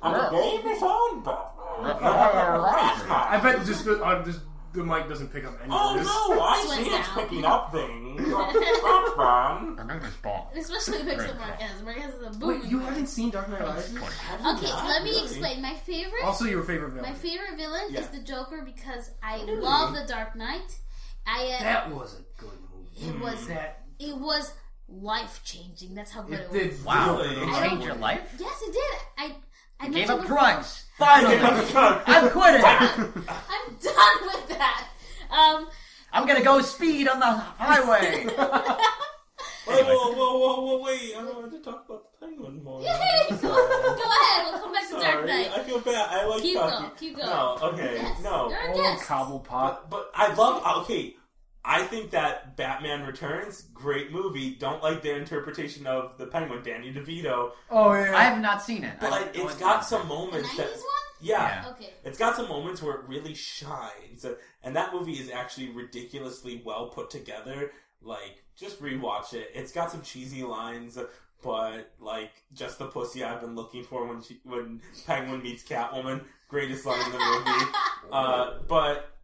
[SPEAKER 4] I'm a
[SPEAKER 2] Oh.
[SPEAKER 4] Bane Sean brother.
[SPEAKER 3] I bet just the, uh, just the mic doesn't pick up any
[SPEAKER 4] Oh
[SPEAKER 3] of this.
[SPEAKER 4] no!
[SPEAKER 1] This
[SPEAKER 4] I
[SPEAKER 1] went
[SPEAKER 4] can't
[SPEAKER 1] down.
[SPEAKER 4] picking
[SPEAKER 1] <laughs>
[SPEAKER 4] up things. That's wrong.
[SPEAKER 2] Her name is Bob.
[SPEAKER 1] <laughs> Especially makes it
[SPEAKER 2] Great.
[SPEAKER 1] Marquez. Marquez is a booming.
[SPEAKER 3] Wait, you
[SPEAKER 1] boy.
[SPEAKER 3] haven't seen Dark Knight Rises?
[SPEAKER 4] Have you
[SPEAKER 1] Okay,
[SPEAKER 4] not
[SPEAKER 1] let me
[SPEAKER 4] really?
[SPEAKER 1] explain. My favorite,
[SPEAKER 3] Also, your favorite villain.
[SPEAKER 1] my favorite villain
[SPEAKER 4] Yeah.
[SPEAKER 1] is the Joker because I
[SPEAKER 4] Really?
[SPEAKER 1] love the Dark Knight. I uh,
[SPEAKER 3] That was a good movie.
[SPEAKER 1] It was.
[SPEAKER 3] That
[SPEAKER 1] it was life changing. That's how good
[SPEAKER 3] it
[SPEAKER 1] it, was.
[SPEAKER 3] did.
[SPEAKER 2] Wow,
[SPEAKER 4] Really?
[SPEAKER 2] it changed your life.
[SPEAKER 1] Yes, it did. I I
[SPEAKER 2] Gave
[SPEAKER 1] mentioned
[SPEAKER 2] up
[SPEAKER 1] before-
[SPEAKER 2] drugs.
[SPEAKER 4] Finally.
[SPEAKER 2] I'm quitting.
[SPEAKER 1] I'm done with that. Um, <laughs>
[SPEAKER 2] I'm gonna go speed on the highway.
[SPEAKER 4] <laughs> Wait, whoa, whoa, whoa, whoa, wait. I wanted to talk about the penguin more.
[SPEAKER 1] yay, go, go ahead. We'll come back to Dark
[SPEAKER 4] Sorry,
[SPEAKER 1] Knight.
[SPEAKER 4] I feel feel bad. I like
[SPEAKER 1] Keep
[SPEAKER 4] talking.
[SPEAKER 1] going. Keep going.
[SPEAKER 4] No, okay,
[SPEAKER 1] Yes,
[SPEAKER 4] no. Uh,
[SPEAKER 1] You're a
[SPEAKER 3] Oh,
[SPEAKER 1] guest.
[SPEAKER 3] Cobblepot.
[SPEAKER 4] But, but I love. uh, Okay, I think that Batman Returns, great movie. Don't like their interpretation of the Penguin, Danny DeVito,
[SPEAKER 3] Oh yeah.
[SPEAKER 2] I have not seen it. I
[SPEAKER 4] but
[SPEAKER 2] don't know
[SPEAKER 4] it's
[SPEAKER 2] if-
[SPEAKER 4] got some
[SPEAKER 1] The
[SPEAKER 4] moments that,
[SPEAKER 1] nineties
[SPEAKER 4] yeah,
[SPEAKER 1] one? Okay.
[SPEAKER 4] it's got some moments where it really shines, and that movie is actually ridiculously well put together. Like, just rewatch it. It's got some cheesy lines, but like, just the pussy I've been looking for when she, when Penguin meets Catwoman, greatest line in the movie. Uh, but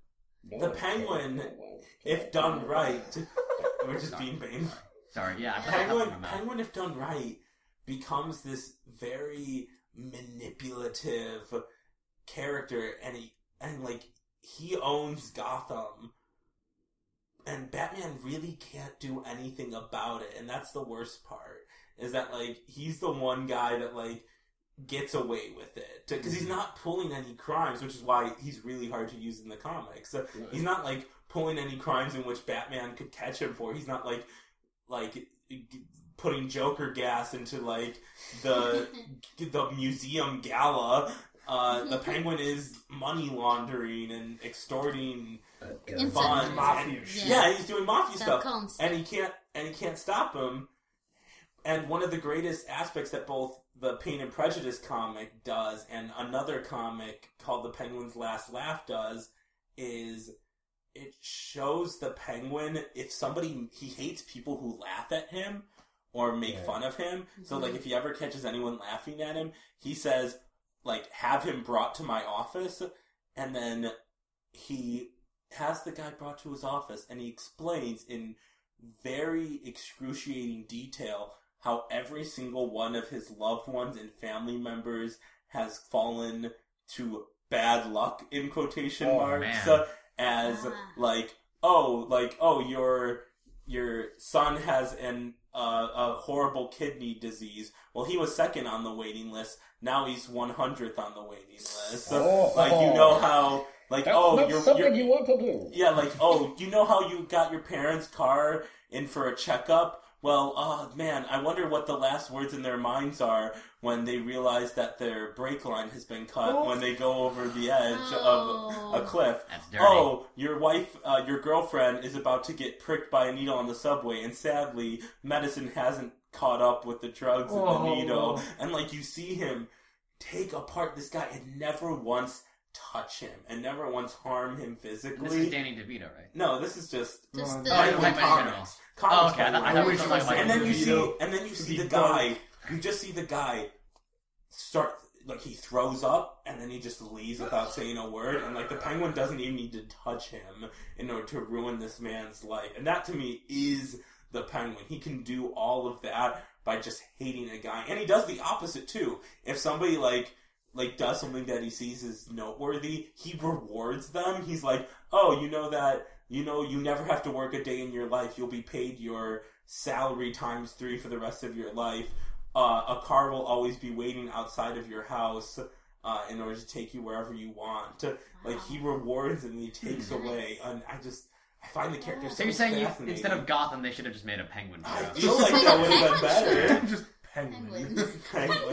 [SPEAKER 4] the Penguin, if done right, which is Bean Bane.
[SPEAKER 2] Sorry, yeah. I put a
[SPEAKER 4] Penguin,
[SPEAKER 2] couple in my mouth.
[SPEAKER 4] Penguin, if done right, becomes this very manipulative character, and he and like he owns Gotham, and Batman really can't do anything about it, and that's the worst part is that like he's the one guy that like gets away with it because
[SPEAKER 2] Mm-hmm.
[SPEAKER 4] he's not pulling any crimes, which is why he's really hard to use in the comics. He's not like pulling any crimes in which Batman could catch him for. He's not like like putting Joker gas into like the the museum gala. Uh, the Penguin is money laundering and extorting
[SPEAKER 1] Inside
[SPEAKER 4] funds. and-
[SPEAKER 3] Mafia shit.
[SPEAKER 4] yeah, he's doing mafia
[SPEAKER 1] That
[SPEAKER 4] stuff
[SPEAKER 1] counts.
[SPEAKER 4] and he can't and he can't stop him. And one of the greatest aspects that both the Pain and Prejudice comic does and another comic called The Penguin's Last Laugh does is it shows the penguin if somebody he hates people who laugh at him or make
[SPEAKER 5] Right.
[SPEAKER 4] fun of him. So
[SPEAKER 1] Mhm.
[SPEAKER 4] like if he ever catches anyone laughing at him, he says like have him brought to my office and then he has the guy brought to his office and he explains in very excruciating detail how every single one of his loved ones and family members has fallen to bad luck in quotation
[SPEAKER 2] Oh,
[SPEAKER 4] marks
[SPEAKER 2] man.
[SPEAKER 4] uh, as
[SPEAKER 1] Ah.
[SPEAKER 4] like oh like oh your your son has an uh, a horrible kidney disease well he was second on the waiting list now he's 100th on the waiting list So,
[SPEAKER 5] Oh.
[SPEAKER 4] like you know how like
[SPEAKER 5] That's
[SPEAKER 4] oh
[SPEAKER 5] not
[SPEAKER 4] you're,
[SPEAKER 5] something
[SPEAKER 4] you're
[SPEAKER 5] you want to do.
[SPEAKER 4] yeah, like, oh, you know how you got your parents' car in for a checkup? Well, oh man, I wonder what the last words in their minds are when they realize that their brake line has been cut when they go over the edge
[SPEAKER 1] Oh.
[SPEAKER 4] of a cliff.
[SPEAKER 2] That's dirty.
[SPEAKER 4] Oh, your wife, uh, your girlfriend is about to get pricked by a needle on the subway, and sadly, medicine hasn't caught up with the drugs and
[SPEAKER 3] Oh.
[SPEAKER 4] the needle. And like, you see him take apart this guy and never once touch him and never once harm him physically.
[SPEAKER 2] This is Danny DeVito, right?
[SPEAKER 4] No, this is just
[SPEAKER 1] Just
[SPEAKER 3] Oh,
[SPEAKER 1] the
[SPEAKER 3] I
[SPEAKER 4] Penguin
[SPEAKER 3] don't
[SPEAKER 2] like Penguin.
[SPEAKER 4] comics.
[SPEAKER 2] Oh,
[SPEAKER 4] Comics
[SPEAKER 2] okay. I thought- I
[SPEAKER 4] Penguin.
[SPEAKER 2] thought we were talking about, like,
[SPEAKER 4] and then you
[SPEAKER 2] movies.
[SPEAKER 4] see, and then you see the
[SPEAKER 3] Be
[SPEAKER 4] guy. You just see the guy start like he throws up, and then he just leaves without saying a word. And like the penguin doesn't even need to touch him in order to ruin this man's life. And that to me is the penguin. He can do all of that by just hating a guy, and he does the opposite too. If somebody like like does something that he sees is noteworthy, he rewards them. He's like, "Oh, you know that you know you never have to work a day in your life. You'll be paid your salary times 3 for the rest of your life. Uh, a car will always be waiting outside of your house." Uh, in order to take you wherever you want, like he rewards and he takes
[SPEAKER 1] Nice.
[SPEAKER 4] away, and I just I find the character
[SPEAKER 2] So
[SPEAKER 4] so
[SPEAKER 2] you're saying you,
[SPEAKER 4] fascinating.
[SPEAKER 2] instead of Gotham, they should have just made a penguin
[SPEAKER 4] I
[SPEAKER 2] show.
[SPEAKER 4] feel like that would have been better.
[SPEAKER 3] <laughs> Just penguin.
[SPEAKER 1] Penguin.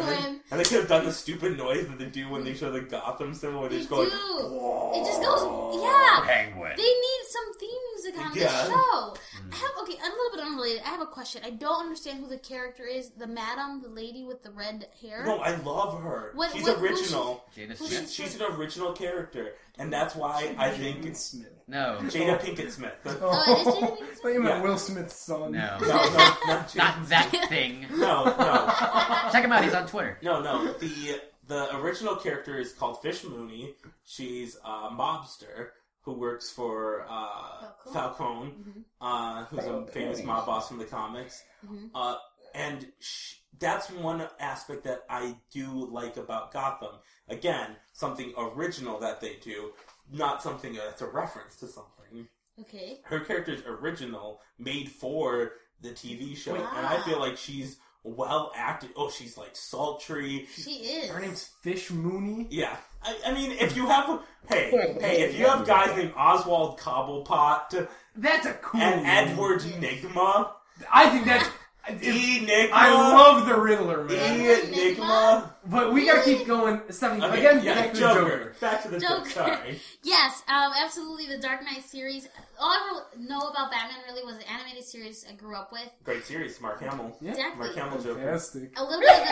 [SPEAKER 1] Penguin.
[SPEAKER 4] And they could have done the stupid noise that they do when they show the Gotham symbol, where they
[SPEAKER 1] They
[SPEAKER 4] just
[SPEAKER 1] do.
[SPEAKER 4] go like,
[SPEAKER 1] It just goes. Yeah.
[SPEAKER 2] Penguin.
[SPEAKER 1] They need some theme music on
[SPEAKER 4] Yeah. Mm.
[SPEAKER 1] the show. I have okay, a little bit unrelated. I have a question. I don't understand who the character is. The madam, the lady with the red hair.
[SPEAKER 4] No, I love her.
[SPEAKER 1] What-
[SPEAKER 4] she's
[SPEAKER 1] what- who
[SPEAKER 4] original.
[SPEAKER 2] Jada
[SPEAKER 1] Who's
[SPEAKER 2] Smith.
[SPEAKER 4] She's, she's an original character, and that's why I think
[SPEAKER 3] Jane
[SPEAKER 4] it's
[SPEAKER 3] Smith.
[SPEAKER 2] No,
[SPEAKER 4] <laughs> Jada Pinkett Smith. No,
[SPEAKER 3] <laughs>
[SPEAKER 1] Oh, is Jada Pinkett
[SPEAKER 3] Thought you meant
[SPEAKER 4] Yeah.
[SPEAKER 3] Will Smith's son.
[SPEAKER 2] no,
[SPEAKER 4] no, not Jada.
[SPEAKER 2] not that thing.
[SPEAKER 4] No, no,
[SPEAKER 2] Check him out. He's on Twitter.
[SPEAKER 4] no, no. The the original character is called Fish Mooney. She's a mobster who works for uh,
[SPEAKER 1] Falcone.
[SPEAKER 4] Falcone,
[SPEAKER 1] Mhm.
[SPEAKER 4] uh, who's a famous mob boss from the comics.
[SPEAKER 1] Mhm.
[SPEAKER 4] Uh, and sh- that's one aspect that I do like about Gotham. Again, something original that they do, not something that's a reference to something.
[SPEAKER 1] <laughs> Okay.
[SPEAKER 4] Her character's original, made for the TV show, and I feel like she's well acted. Oh, she's like sultry.
[SPEAKER 1] She is.
[SPEAKER 3] Her name's Fish Mooney.
[SPEAKER 4] Yeah, I, I mean, if you have,
[SPEAKER 3] <laughs>
[SPEAKER 4] hey,
[SPEAKER 5] Well,
[SPEAKER 4] hey, if you have guys named Oswald Cobblepot
[SPEAKER 3] That's a cool
[SPEAKER 4] and
[SPEAKER 3] name.
[SPEAKER 4] Edward Nigma,
[SPEAKER 3] I think that's I-
[SPEAKER 4] Enigma.
[SPEAKER 3] I love the Riddler, man.
[SPEAKER 4] Enigma.
[SPEAKER 1] Enigma.
[SPEAKER 3] But we gotta keep going. Stephanie,
[SPEAKER 4] Okay,
[SPEAKER 3] again,
[SPEAKER 4] yeah,
[SPEAKER 3] back to the
[SPEAKER 4] Joker.
[SPEAKER 3] Joker.
[SPEAKER 4] Back to the Joker.
[SPEAKER 1] Joker.
[SPEAKER 4] Sorry.
[SPEAKER 1] Yes, um, absolutely. The Dark Knight series. All I re- know about Batman really was the animated series I grew up with.
[SPEAKER 4] Great series, Mark Hamill.
[SPEAKER 3] Yeah.
[SPEAKER 1] Exactly.
[SPEAKER 4] Mark Hamill Joker.
[SPEAKER 3] Fantastic.
[SPEAKER 1] A little bit
[SPEAKER 4] <laughs>
[SPEAKER 1] of the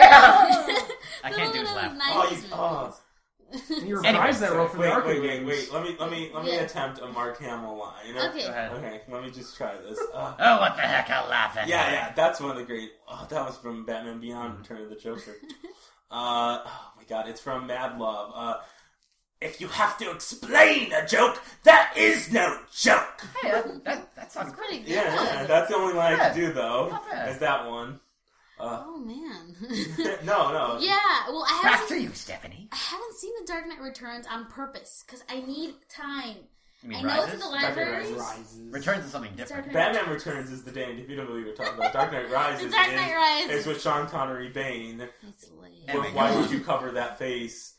[SPEAKER 1] <laughs>
[SPEAKER 2] I can't do his laugh.
[SPEAKER 4] Oh, you, oh.
[SPEAKER 3] You
[SPEAKER 1] <laughs>
[SPEAKER 2] Anyway,
[SPEAKER 3] revised that role for the
[SPEAKER 4] Wait,
[SPEAKER 3] Arkham
[SPEAKER 4] wait, wait,
[SPEAKER 3] games.
[SPEAKER 4] wait. Let me, let me, let me
[SPEAKER 1] Yeah.
[SPEAKER 4] attempt a Mark Hamill line. <laughs>
[SPEAKER 2] Go
[SPEAKER 1] Okay.
[SPEAKER 2] ahead.
[SPEAKER 4] Okay, let me just try this. Uh,
[SPEAKER 2] Oh, what the heck? I'm laughing. <laughs>
[SPEAKER 4] yeah, yeah, that's one of the great. Oh, that was from Batman Beyond: Return of the Joker. Uh, oh my God, it's from Mad Love. Uh, if you have to explain a joke, that is no joke.
[SPEAKER 2] Hey, that, that, that sounds
[SPEAKER 1] It's
[SPEAKER 2] great.
[SPEAKER 1] pretty good.
[SPEAKER 4] Yeah, yeah, <laughs> that's the only line I can do though.
[SPEAKER 2] Not bad.
[SPEAKER 4] Is that one? <laughs> Uh,
[SPEAKER 1] oh
[SPEAKER 4] <laughs>
[SPEAKER 1] man.
[SPEAKER 4] no, no.
[SPEAKER 1] yeah. Well, I haven't.
[SPEAKER 2] Back
[SPEAKER 1] Seen,
[SPEAKER 2] to you, Stephanie.
[SPEAKER 1] I haven't seen The Dark Knight Returns on purpose because I need time.
[SPEAKER 2] You
[SPEAKER 1] I
[SPEAKER 2] mean
[SPEAKER 1] know it's
[SPEAKER 2] rises?
[SPEAKER 1] in the
[SPEAKER 4] Dark Knight
[SPEAKER 1] library.
[SPEAKER 4] Rises.
[SPEAKER 2] Returns is something
[SPEAKER 1] Dark
[SPEAKER 2] different.
[SPEAKER 4] Batman Returns is the Dan DeVito movie we're talking about. Dark Knight Rises
[SPEAKER 1] The <laughs> Dark Knight
[SPEAKER 4] is,
[SPEAKER 1] Rises.
[SPEAKER 4] is with Sean Connery Bane.
[SPEAKER 1] It's late.
[SPEAKER 2] Oh my
[SPEAKER 4] But why
[SPEAKER 2] God.
[SPEAKER 4] would you cover that face?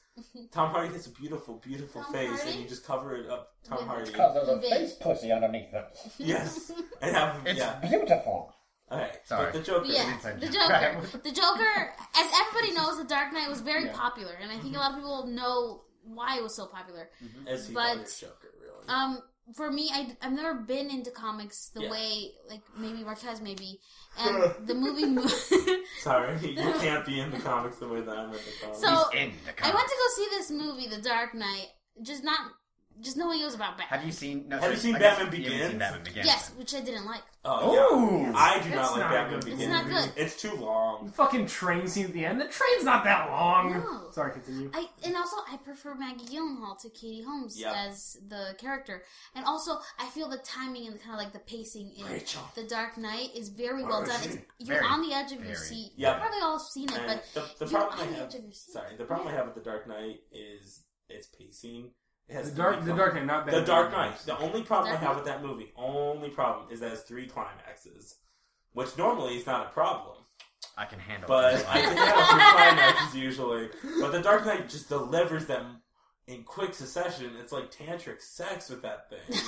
[SPEAKER 4] Tom Hardy has a beautiful, beautiful
[SPEAKER 1] Tom
[SPEAKER 4] face,
[SPEAKER 1] Hardy?
[SPEAKER 4] and you just cover it up. Tom
[SPEAKER 1] With-
[SPEAKER 4] Hardy.
[SPEAKER 1] there's a face
[SPEAKER 2] pussy underneath it.
[SPEAKER 1] <laughs>
[SPEAKER 4] Yes. And have,
[SPEAKER 2] It's
[SPEAKER 4] yeah.
[SPEAKER 2] beautiful.
[SPEAKER 4] Alright.
[SPEAKER 2] Sorry.
[SPEAKER 4] But the Joker.
[SPEAKER 1] Yeah,
[SPEAKER 2] Inside
[SPEAKER 1] the
[SPEAKER 2] joke.
[SPEAKER 1] Joker. The Joker, as everybody knows, The Dark Knight was very
[SPEAKER 2] Yeah.
[SPEAKER 1] popular, and I think
[SPEAKER 4] Mm-hmm.
[SPEAKER 1] a lot of people know why it was so popular.
[SPEAKER 4] As he
[SPEAKER 1] But-
[SPEAKER 4] but, Joker, really.
[SPEAKER 1] Um, for me, I, have never been into comics the
[SPEAKER 4] Yeah.
[SPEAKER 1] way, like, maybe Marquez,
[SPEAKER 4] <laughs>
[SPEAKER 1] maybe. And the movie. Mo- <laughs> so,
[SPEAKER 4] Sorry, you can't be in the comics the way that I'm in the comics.
[SPEAKER 2] He's in the
[SPEAKER 1] I
[SPEAKER 2] comic.
[SPEAKER 1] went to go see this movie, The Dark Knight, just not. Just knowing it was about Batman.
[SPEAKER 2] Have you seen? No,
[SPEAKER 4] Have
[SPEAKER 2] sorry,
[SPEAKER 4] you seen
[SPEAKER 2] I guess
[SPEAKER 4] Batman
[SPEAKER 2] you haven't
[SPEAKER 4] Begins?
[SPEAKER 2] Seen Batman Begins.
[SPEAKER 1] Yes, which I didn't like.
[SPEAKER 4] oh, yeah.
[SPEAKER 3] Ooh.
[SPEAKER 4] I do
[SPEAKER 3] It's
[SPEAKER 4] not like
[SPEAKER 3] not
[SPEAKER 4] Batman
[SPEAKER 3] good.
[SPEAKER 4] Begins.
[SPEAKER 1] It's not good.
[SPEAKER 4] It's too
[SPEAKER 3] The
[SPEAKER 4] long.
[SPEAKER 3] fucking train scene at the end. The train's not that long.
[SPEAKER 1] No.
[SPEAKER 3] Sorry, continue.
[SPEAKER 1] I and also I prefer Maggie Gyllenhaal to Katie Holmes
[SPEAKER 4] Yeah.
[SPEAKER 1] as the character, and also I feel the timing and kind of like the pacing in
[SPEAKER 4] Rachel. Oh,
[SPEAKER 1] The Dark Knight is very well done. It's, you're
[SPEAKER 2] Very,
[SPEAKER 1] on the edge of your
[SPEAKER 2] very.
[SPEAKER 1] seat.
[SPEAKER 4] Yeah.
[SPEAKER 1] You've probably all seen it,
[SPEAKER 4] <laughs> And
[SPEAKER 1] but
[SPEAKER 4] the, the
[SPEAKER 1] you're
[SPEAKER 4] problem
[SPEAKER 1] on
[SPEAKER 4] I
[SPEAKER 1] the
[SPEAKER 4] have,
[SPEAKER 1] edge of your seat.
[SPEAKER 4] sorry, the problem I have with the Dark Knight is its pacing. It has
[SPEAKER 3] The Dark, the
[SPEAKER 4] become-
[SPEAKER 3] Dark Knight, not bad.
[SPEAKER 4] The Dark Knight. The only problem I
[SPEAKER 1] Dark
[SPEAKER 4] have with that movie, only problem, is that it's three climaxes, which normally is not a problem.
[SPEAKER 2] I can handle.
[SPEAKER 4] But
[SPEAKER 2] it.
[SPEAKER 4] I can have three climaxes usually. But the Dark Knight just delivers them in quick succession. It's like tantric sex with that thing.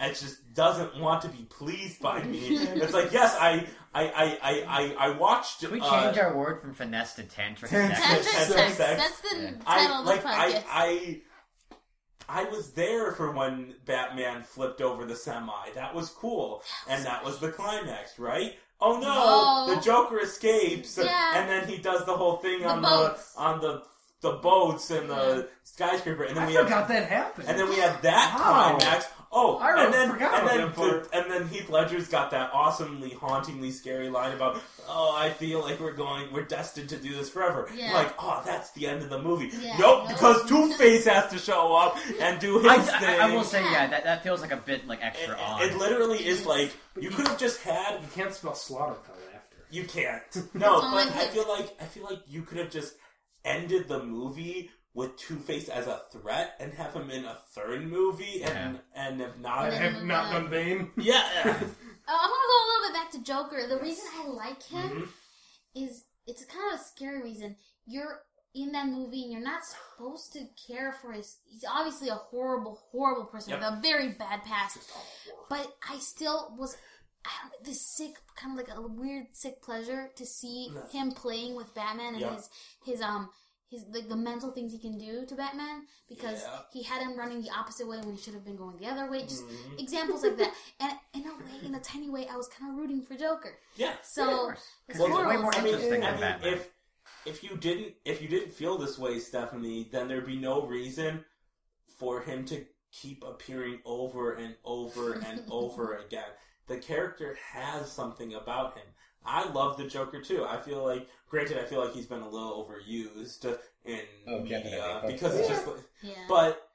[SPEAKER 4] It just doesn't want to be pleased by me. It's like, yes, I, I, I, I, I, I watched.
[SPEAKER 2] Can we
[SPEAKER 4] uh,
[SPEAKER 2] change our word from finesse to tantric?
[SPEAKER 3] Tantric.
[SPEAKER 2] sex?
[SPEAKER 1] Tantric
[SPEAKER 4] Sex,
[SPEAKER 1] sex.
[SPEAKER 4] sex.
[SPEAKER 1] That's the
[SPEAKER 2] Yeah.
[SPEAKER 1] title
[SPEAKER 4] I
[SPEAKER 1] of
[SPEAKER 4] like
[SPEAKER 1] the podcast.
[SPEAKER 4] I I I was there for when Batman flipped over the semi. That was cool, and that was the climax, right? Oh no,
[SPEAKER 1] No.
[SPEAKER 4] the Joker escapes,
[SPEAKER 1] Yeah.
[SPEAKER 4] and then he does the whole thing
[SPEAKER 1] The
[SPEAKER 4] on
[SPEAKER 1] boats.
[SPEAKER 4] the on the the boats and the skyscraper, and then
[SPEAKER 3] I
[SPEAKER 4] we
[SPEAKER 3] forgot
[SPEAKER 4] have
[SPEAKER 3] that happened.
[SPEAKER 4] and then we have that
[SPEAKER 3] Wow.
[SPEAKER 4] climax. Oh,
[SPEAKER 3] I
[SPEAKER 4] and then
[SPEAKER 3] forgot
[SPEAKER 4] and
[SPEAKER 3] about
[SPEAKER 4] then
[SPEAKER 3] that part.
[SPEAKER 4] the- and then Heath Ledger's got that awesomely hauntingly scary line about, "Oh, I feel like we're going, we're destined to do this forever."
[SPEAKER 1] Yeah.
[SPEAKER 4] Like, oh, that's the end of the movie.
[SPEAKER 1] Yeah,
[SPEAKER 4] nope,
[SPEAKER 1] no.
[SPEAKER 4] because Two Face has to show up and do his
[SPEAKER 2] I,
[SPEAKER 4] thing.
[SPEAKER 2] I, I will say, yeah,
[SPEAKER 1] Yeah.
[SPEAKER 2] that, that feels like a bit like
[SPEAKER 4] it,
[SPEAKER 2] extra
[SPEAKER 4] it-
[SPEAKER 2] on.
[SPEAKER 4] it literally is like you could have just had.
[SPEAKER 3] you can't spell slaughter till after.
[SPEAKER 4] You can't.
[SPEAKER 1] That's
[SPEAKER 4] <laughs> No, but
[SPEAKER 1] all I
[SPEAKER 4] I
[SPEAKER 1] did.
[SPEAKER 4] feel like I feel like you could have just ended the movie. With Two Face as a threat, and have him in a third movie, and and if not,
[SPEAKER 1] And
[SPEAKER 3] I
[SPEAKER 1] then
[SPEAKER 3] have not
[SPEAKER 1] move
[SPEAKER 3] done
[SPEAKER 4] <laughs>
[SPEAKER 3] vain. <laughs>
[SPEAKER 4] yeah,
[SPEAKER 1] Oh, I'm gonna go a little bit back to Joker. The reason I like him
[SPEAKER 4] Mhm.
[SPEAKER 1] is it's a kind of a scary reason. You're in that movie and you're not supposed to care for his. He's obviously a horrible, horrible person
[SPEAKER 4] Yep.
[SPEAKER 1] with a very bad past. But I still was. I don't, this sick, kind of like a weird sick pleasure to see
[SPEAKER 4] Yeah.
[SPEAKER 1] him playing with Batman and
[SPEAKER 4] Yeah.
[SPEAKER 1] his his um his like the mental things he can do to Batman because
[SPEAKER 4] Yeah.
[SPEAKER 1] he had him running the opposite way when he should have been going the other way. Just
[SPEAKER 4] Mm-hmm.
[SPEAKER 1] examples like that. <laughs> And in a way, in a tiny way, I was kind of rooting for Joker.
[SPEAKER 4] yeah.
[SPEAKER 1] So it's
[SPEAKER 2] Well,
[SPEAKER 1] horrible.
[SPEAKER 2] way more
[SPEAKER 1] I mean,
[SPEAKER 2] interesting than Batman.
[SPEAKER 4] if if you didn't if you didn't feel this way, Stephanie, then there'd be no reason for him to keep appearing over and over
[SPEAKER 2] <laughs>
[SPEAKER 4] and over again. The character has something about him. I love the Joker too. I feel like, granted, I feel like he's been a little overused in
[SPEAKER 2] Oh, definitely.
[SPEAKER 4] media because it's just,
[SPEAKER 1] yeah.
[SPEAKER 4] but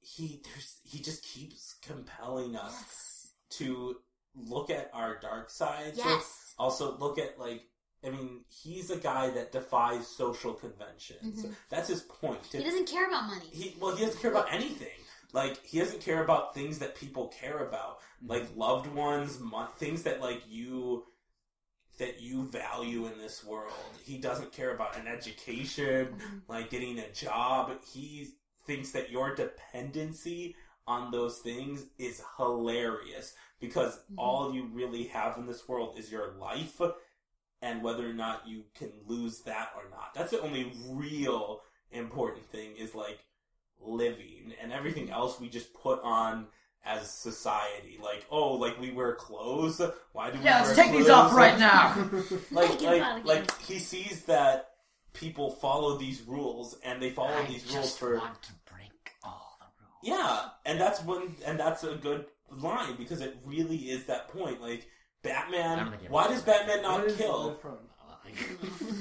[SPEAKER 4] he there's, he just keeps compelling us
[SPEAKER 1] yes.
[SPEAKER 4] to look at our dark sides.
[SPEAKER 1] Yes.
[SPEAKER 4] also look at like I mean, he's a guy that defies social conventions.
[SPEAKER 1] Mhm.
[SPEAKER 4] That's his point.
[SPEAKER 1] He doesn't care about money.
[SPEAKER 4] He- well, he doesn't care about anything. Like he doesn't care about things that people care about, like loved ones, mon- things that like you that you value in this world. He doesn't care about an education, <laughs>
[SPEAKER 1] Mhm.
[SPEAKER 4] like getting a job. He thinks that your dependency on those things is hilarious because
[SPEAKER 2] Mm-hmm.
[SPEAKER 1] Mhm.
[SPEAKER 4] all you really have in this world is your life and whether or not you can lose that or not. That's the only real important thing is like living and
[SPEAKER 2] Mm-hmm.
[SPEAKER 4] everything else we just put on as society. Like, oh, like we wear clothes. Why do we
[SPEAKER 2] Yeah, let's
[SPEAKER 4] wear
[SPEAKER 2] take these off
[SPEAKER 4] clothes?
[SPEAKER 2] right now.
[SPEAKER 4] like
[SPEAKER 1] Get out
[SPEAKER 4] like,
[SPEAKER 1] of
[SPEAKER 4] like he sees that people follow these rules and they follow
[SPEAKER 2] I
[SPEAKER 4] these rules
[SPEAKER 2] just
[SPEAKER 4] for
[SPEAKER 2] want to break all the rules.
[SPEAKER 4] yeah and that's when and that's a good line because it really is that point like
[SPEAKER 2] I don't
[SPEAKER 4] batman
[SPEAKER 2] think it
[SPEAKER 4] why
[SPEAKER 2] was.
[SPEAKER 4] does batman not
[SPEAKER 3] Where is
[SPEAKER 4] kill
[SPEAKER 3] that from?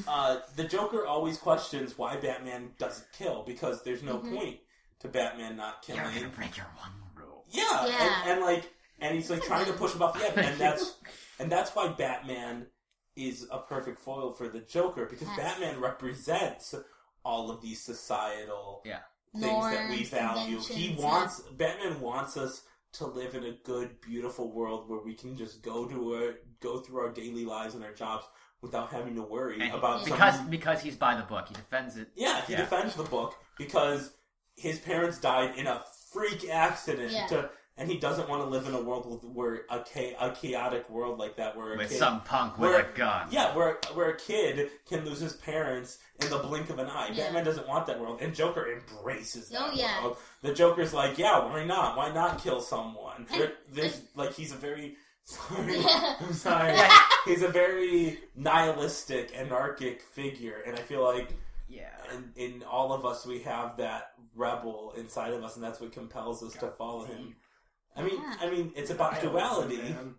[SPEAKER 4] uh, the joker always questions why batman doesn't kill because there's no
[SPEAKER 2] Mm-hmm.
[SPEAKER 1] Mhm.
[SPEAKER 4] point to batman not
[SPEAKER 2] You're
[SPEAKER 4] killing
[SPEAKER 2] gonna break your one rule.
[SPEAKER 4] yeah,
[SPEAKER 1] Yeah.
[SPEAKER 4] And, and like and he's like
[SPEAKER 1] That's a
[SPEAKER 4] trying to
[SPEAKER 1] good
[SPEAKER 4] push him off the edge and that's And that's why Batman is a perfect foil for the Joker because
[SPEAKER 1] Yes.
[SPEAKER 4] Batman represents all of these societal things that we
[SPEAKER 1] Norms,
[SPEAKER 4] value. He
[SPEAKER 1] conventions,
[SPEAKER 4] wants Batman wants us to live in a good, beautiful world where we can just go to our, go through our daily lives and our jobs without having to worry
[SPEAKER 2] And he-
[SPEAKER 4] about some-
[SPEAKER 2] because because he's by the book, he defends it.
[SPEAKER 4] yeah, he
[SPEAKER 2] Yeah.
[SPEAKER 4] defends the book because his parents died in a freak accident,
[SPEAKER 1] Yeah.
[SPEAKER 4] and he doesn't want to live in a world with, where a, cha- a chaotic world like that where a
[SPEAKER 2] With
[SPEAKER 4] kid-
[SPEAKER 2] some punk with
[SPEAKER 4] Where-
[SPEAKER 2] a gun.
[SPEAKER 4] yeah, where where a kid can lose his parents in the blink of an eye.
[SPEAKER 1] Yeah.
[SPEAKER 4] Batman doesn't want that world, and Joker embraces that
[SPEAKER 1] Oh, yeah.
[SPEAKER 4] world. The Joker's like, yeah, why not? Why not kill someone?
[SPEAKER 1] And-
[SPEAKER 4] There, there's like he's a very <laughs> sorry,
[SPEAKER 1] Yeah.
[SPEAKER 4] I'm sorry.
[SPEAKER 1] <laughs>
[SPEAKER 4] he's a very nihilistic, anarchic figure, and I feel like
[SPEAKER 2] Yeah.
[SPEAKER 4] in, in all of us we have that rebel inside of us, and that's what compels us to follow him. I mean,
[SPEAKER 1] Yeah.
[SPEAKER 4] I mean, it's about duality.
[SPEAKER 3] Man.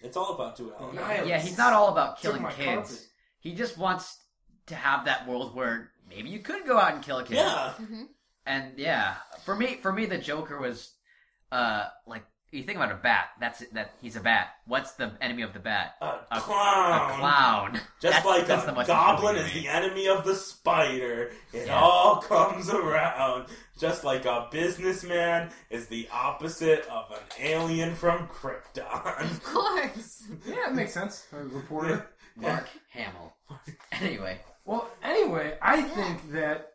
[SPEAKER 4] It's all about duality.
[SPEAKER 3] Nihilism.
[SPEAKER 2] Yeah, he's not all about
[SPEAKER 3] Took
[SPEAKER 2] killing
[SPEAKER 3] my
[SPEAKER 2] kids.
[SPEAKER 3] carpet.
[SPEAKER 2] He just wants to have that world where maybe you could go out and kill a kid.
[SPEAKER 4] Yeah.
[SPEAKER 1] hmm
[SPEAKER 2] And yeah, for me, for me, the Joker was, uh, like you think about a bat. That's it, that he's a bat. What's the enemy of the bat?
[SPEAKER 4] A,
[SPEAKER 2] A
[SPEAKER 4] clown.
[SPEAKER 2] A clown.
[SPEAKER 4] Just
[SPEAKER 2] That's-
[SPEAKER 4] like
[SPEAKER 2] that's
[SPEAKER 4] a
[SPEAKER 2] the most
[SPEAKER 4] goblin
[SPEAKER 2] important
[SPEAKER 4] is
[SPEAKER 2] thing.
[SPEAKER 4] the enemy of the spider, it
[SPEAKER 2] Yeah.
[SPEAKER 4] all comes around. Just like a businessman is the opposite of an alien from Krypton. <laughs>
[SPEAKER 1] Of
[SPEAKER 3] <laughs>
[SPEAKER 1] course.
[SPEAKER 3] Yeah, that makes sense. A reporter.
[SPEAKER 2] Mark Hamill. <laughs> Anyway,
[SPEAKER 3] Well, anyway, I think that,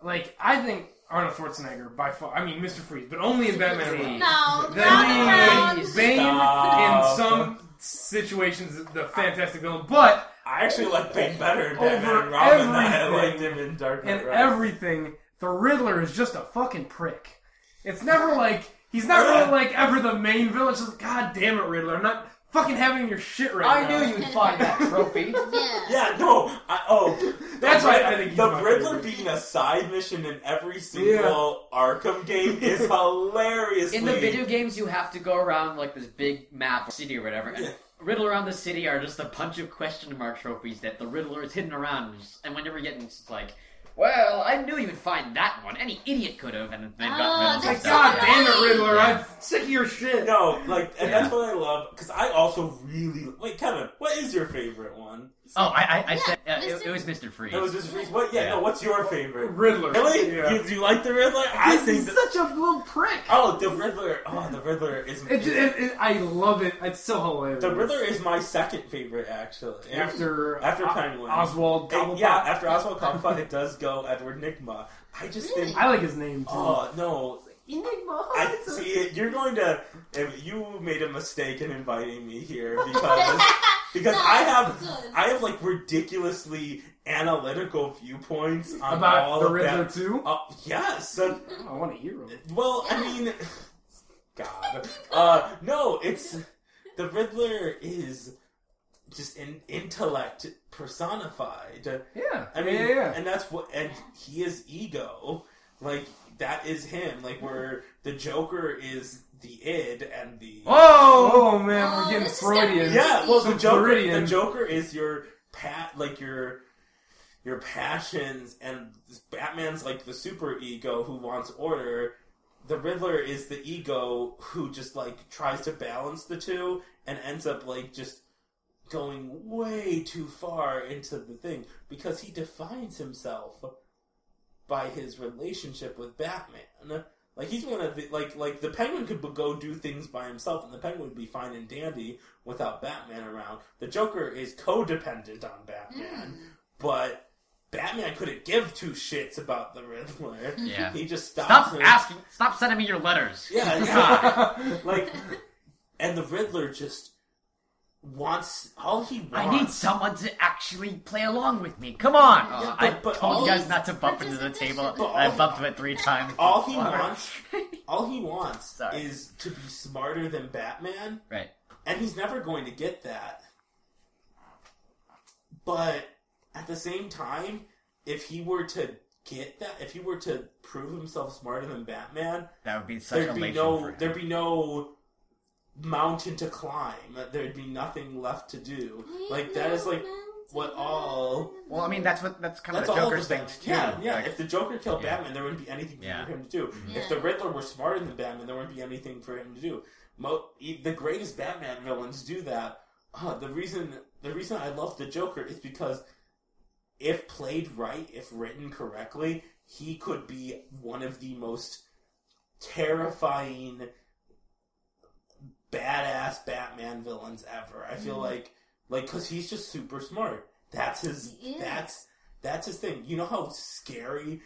[SPEAKER 3] like, I think Arnold Schwarzenegger by far. I mean, Mr. Freeze, but only in Batman
[SPEAKER 1] No,
[SPEAKER 3] and Robin.
[SPEAKER 1] not the
[SPEAKER 3] Then
[SPEAKER 1] clown.
[SPEAKER 3] he- Bane in
[SPEAKER 4] Stop.
[SPEAKER 3] some situations the fantastic villain, but
[SPEAKER 4] I actually like Bane better in
[SPEAKER 3] Over
[SPEAKER 4] Batman and Robin than I
[SPEAKER 3] everything.
[SPEAKER 4] liked him in Dark Knight
[SPEAKER 3] in
[SPEAKER 4] Rises.
[SPEAKER 3] everything, the Riddler is just a fucking prick. It's never like he's not really like ever the main villain. It's just God damn it, Riddler! I'm not fucking having your shit right now.
[SPEAKER 1] you'd find that
[SPEAKER 2] trophy.
[SPEAKER 1] Yeah.
[SPEAKER 4] Yeah, no. I, oh,
[SPEAKER 3] <laughs> That's
[SPEAKER 4] the,
[SPEAKER 3] why I think he's
[SPEAKER 4] the
[SPEAKER 3] my
[SPEAKER 4] Riddler
[SPEAKER 3] favorite.
[SPEAKER 4] being a side mission in every single Arkham game
[SPEAKER 3] <laughs>
[SPEAKER 4] is hilarious.
[SPEAKER 2] In the video games, you have to go around like this big map or city or whatever, and
[SPEAKER 4] Yeah.
[SPEAKER 2] riddle around the city are just a bunch of question mark trophies that the Riddler is hidden around. And whenever you get, in, it's just like, well, I knew you'd find that one. Any idiot could have, and they've
[SPEAKER 1] Oh,
[SPEAKER 2] got Riddle's
[SPEAKER 1] that's
[SPEAKER 3] Like
[SPEAKER 1] so
[SPEAKER 2] stuff.
[SPEAKER 3] God damn it,
[SPEAKER 1] annoying.
[SPEAKER 3] Riddler!
[SPEAKER 2] Yeah.
[SPEAKER 3] I'm sick of your shit.
[SPEAKER 4] No, like, and
[SPEAKER 2] Yeah.
[SPEAKER 4] that's what I love because I also really wait, Kevin. What is your favorite one?
[SPEAKER 2] Oh, I, I, I
[SPEAKER 1] Yeah,
[SPEAKER 2] said uh, it,
[SPEAKER 1] Mr.
[SPEAKER 2] it was Mr. Freeze.
[SPEAKER 4] That was just Freeze. What? Yeah,
[SPEAKER 2] Yeah.
[SPEAKER 4] no. What's your favorite?
[SPEAKER 3] Riddler.
[SPEAKER 4] Really?
[SPEAKER 3] Yeah.
[SPEAKER 4] You, do you like the Riddler? I
[SPEAKER 3] He's
[SPEAKER 4] think. The,
[SPEAKER 3] such a little prick.
[SPEAKER 4] oh, the Riddler. Oh, the Riddler is.
[SPEAKER 3] It, ju- it, it, I love it. It's so hilarious.
[SPEAKER 4] the Riddler is my second favorite, actually.
[SPEAKER 3] after
[SPEAKER 4] after
[SPEAKER 3] O-
[SPEAKER 4] Penguin.
[SPEAKER 3] Oswald
[SPEAKER 4] It-
[SPEAKER 3] Cobblepot.
[SPEAKER 4] yeah, after Oswald Cobblepot, it does go Edward Nigma. I just
[SPEAKER 1] Really?
[SPEAKER 4] think.
[SPEAKER 3] I like his name too.
[SPEAKER 4] Oh no,
[SPEAKER 3] Enigma.
[SPEAKER 4] I see it. You're going to. If you made a mistake in inviting me here
[SPEAKER 1] <laughs>
[SPEAKER 4] because because I have
[SPEAKER 1] Good.
[SPEAKER 4] I have like ridiculously analytical viewpoints on all
[SPEAKER 3] about the
[SPEAKER 4] of
[SPEAKER 3] Riddler
[SPEAKER 4] That.
[SPEAKER 3] too.
[SPEAKER 4] Uh, yes.
[SPEAKER 3] I want to hear him.
[SPEAKER 4] Well, I mean, God. Uh, no, it's the Riddler is just an intellect personified.
[SPEAKER 3] Yeah,
[SPEAKER 4] I mean,
[SPEAKER 3] yeah, yeah.
[SPEAKER 4] and that's what, and he is ego. Like that is him. Like where the Joker is the id and the
[SPEAKER 3] Oh, man,
[SPEAKER 1] Oh,
[SPEAKER 3] we're getting
[SPEAKER 1] this is gonna be-
[SPEAKER 3] Freudian.
[SPEAKER 4] yeah. Well, the
[SPEAKER 3] Some
[SPEAKER 4] Joker,
[SPEAKER 3] Floridian.
[SPEAKER 4] the Joker is your pat, like your your passions, and Batman's like the super ego who wants order. The Riddler is the ego who just like tries to balance the two and ends up like just going way too far into the thing because he defines himself by his relationship with Batman. Like he's one of the like like the Penguin could go do things by himself, and the Penguin would be fine and dandy
[SPEAKER 2] Mm.
[SPEAKER 4] without Batman around. The Joker is codependent on Batman, but Batman couldn't give two shits about the Riddler.
[SPEAKER 2] <laughs> Yeah.
[SPEAKER 4] He just stops
[SPEAKER 2] Stop
[SPEAKER 4] and-
[SPEAKER 2] asking. Stop sending me your letters.
[SPEAKER 4] Yeah,
[SPEAKER 2] <laughs>
[SPEAKER 4] yeah. like, and the Riddler just wants all
[SPEAKER 3] <laughs>
[SPEAKER 4] he wants.
[SPEAKER 2] I need someone to actually play along with me. Come on! Uh,
[SPEAKER 4] Yeah,
[SPEAKER 2] I
[SPEAKER 4] but- but
[SPEAKER 2] told
[SPEAKER 4] all
[SPEAKER 2] you guys
[SPEAKER 1] these
[SPEAKER 2] not to bump into the table.
[SPEAKER 1] participants-
[SPEAKER 2] I bumped into it three times.
[SPEAKER 4] all
[SPEAKER 2] <laughs>
[SPEAKER 4] he
[SPEAKER 2] Sorry.
[SPEAKER 4] wants. All he wants
[SPEAKER 2] Sorry.
[SPEAKER 4] is to be smarter than Batman,
[SPEAKER 2] Right.
[SPEAKER 4] and he's never going to get that. But at the same time, if he were to get that, if he were to prove himself smarter than Batman,
[SPEAKER 2] That would be such
[SPEAKER 4] there'd be
[SPEAKER 2] elation for
[SPEAKER 4] no
[SPEAKER 2] him.
[SPEAKER 4] there'd be no mountain to climb. There'd be nothing left to do. Like that is like what all
[SPEAKER 2] Well, I mean, that's what that's kind of
[SPEAKER 4] that's
[SPEAKER 2] the
[SPEAKER 4] all
[SPEAKER 2] Joker's
[SPEAKER 4] of them.
[SPEAKER 2] thing too.
[SPEAKER 4] Yeah, yeah.
[SPEAKER 2] Like,
[SPEAKER 4] if the Joker killed
[SPEAKER 2] yeah.
[SPEAKER 4] Batman, there wouldn't be anything
[SPEAKER 2] Yeah.
[SPEAKER 4] for him to do.
[SPEAKER 1] Yeah.
[SPEAKER 4] If the Riddler were smarter than Batman, there wouldn't be anything for him to do. Mo- e- the greatest Batman villains do that. Uh, the reason the reason I love the Joker is because if played right, if written correctly, he could be one of the most terrifying badass Batman villains ever. I feel like like cuz he's just super smart. That's his
[SPEAKER 1] He is.
[SPEAKER 4] that's that's his thing. You know how scary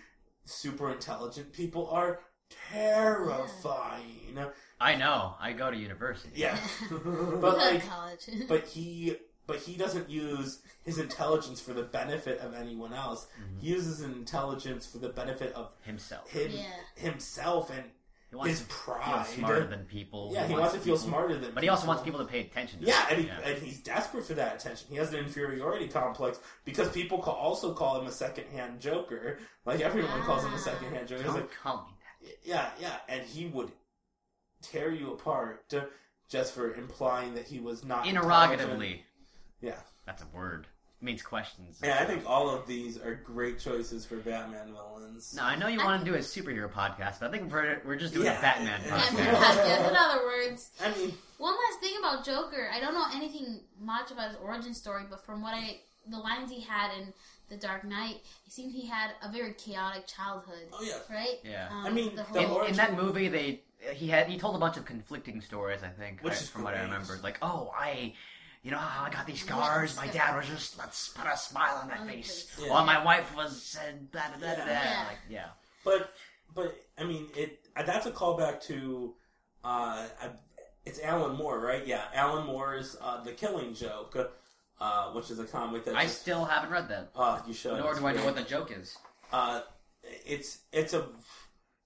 [SPEAKER 4] super intelligent people are? Terrifying.
[SPEAKER 2] I know. I go to university.
[SPEAKER 1] <laughs>
[SPEAKER 4] Yeah. but like <laughs>
[SPEAKER 1] college. <laughs>
[SPEAKER 4] but he but he doesn't use his intelligence for the benefit of anyone else.
[SPEAKER 2] Mm-hmm.
[SPEAKER 4] He uses his intelligence for the benefit of
[SPEAKER 2] Himself.
[SPEAKER 4] him
[SPEAKER 1] Yeah.
[SPEAKER 4] himself and
[SPEAKER 2] He wants
[SPEAKER 4] his
[SPEAKER 2] to feel
[SPEAKER 4] pride.
[SPEAKER 2] smarter than people.
[SPEAKER 4] yeah, he wants to feel
[SPEAKER 2] people-
[SPEAKER 4] smarter than
[SPEAKER 2] But he also
[SPEAKER 4] people.
[SPEAKER 2] wants people to pay attention. to
[SPEAKER 4] Yeah,
[SPEAKER 2] him.
[SPEAKER 4] and, he, and he's desperate for that attention. He has an inferiority complex because people call, also call him a secondhand joker. Like everyone calls him a secondhand joker. It's
[SPEAKER 2] Ah, Don't
[SPEAKER 4] like,
[SPEAKER 2] call me that.
[SPEAKER 4] yeah, yeah, and he would tear you apart uh, just for implying that he was not intelligent.
[SPEAKER 2] Interrogatively.
[SPEAKER 4] Yeah,
[SPEAKER 2] That's a word. It means questions.
[SPEAKER 4] yeah. I think all of these are great choices for Batman villains.
[SPEAKER 2] No, I know you
[SPEAKER 1] I
[SPEAKER 2] want to do a superhero podcast, but I think we're, we're just doing
[SPEAKER 4] Yeah.
[SPEAKER 2] a Batman
[SPEAKER 4] Yeah,
[SPEAKER 1] yeah,
[SPEAKER 2] podcast.
[SPEAKER 4] Okay.
[SPEAKER 1] yeah, in other words,
[SPEAKER 4] I mean,
[SPEAKER 1] one last thing about Joker. I don't know anything much about his origin story, but from what I the lines he had in The Dark Knight, it seemed he had a very chaotic childhood,
[SPEAKER 4] oh yeah,
[SPEAKER 1] right?
[SPEAKER 2] Yeah.
[SPEAKER 1] Um,
[SPEAKER 4] I mean,
[SPEAKER 1] the
[SPEAKER 4] the
[SPEAKER 1] whole
[SPEAKER 2] in, in that movie they he had he told a bunch of conflicting stories i think
[SPEAKER 4] Which
[SPEAKER 2] I-
[SPEAKER 4] is
[SPEAKER 2] from what i
[SPEAKER 4] great.
[SPEAKER 2] remember like oh i you know how i got these scars my dad was just let's put a smile on that
[SPEAKER 1] On the
[SPEAKER 2] face
[SPEAKER 1] face.
[SPEAKER 4] Yeah.
[SPEAKER 2] while my wife was said da da da da da
[SPEAKER 1] Yeah.
[SPEAKER 2] like yeah
[SPEAKER 4] But but I mean it. That's a callback to. Uh, I, it's Alan Moore, right? Yeah, Alan Moore's uh, The Killing Joke, uh, which is a comic that
[SPEAKER 2] i
[SPEAKER 4] just-
[SPEAKER 2] still haven't read that
[SPEAKER 4] Uh, you should.
[SPEAKER 2] nor
[SPEAKER 4] It's
[SPEAKER 2] do i know
[SPEAKER 4] great.
[SPEAKER 2] what the joke is
[SPEAKER 4] Uh, it's it's a.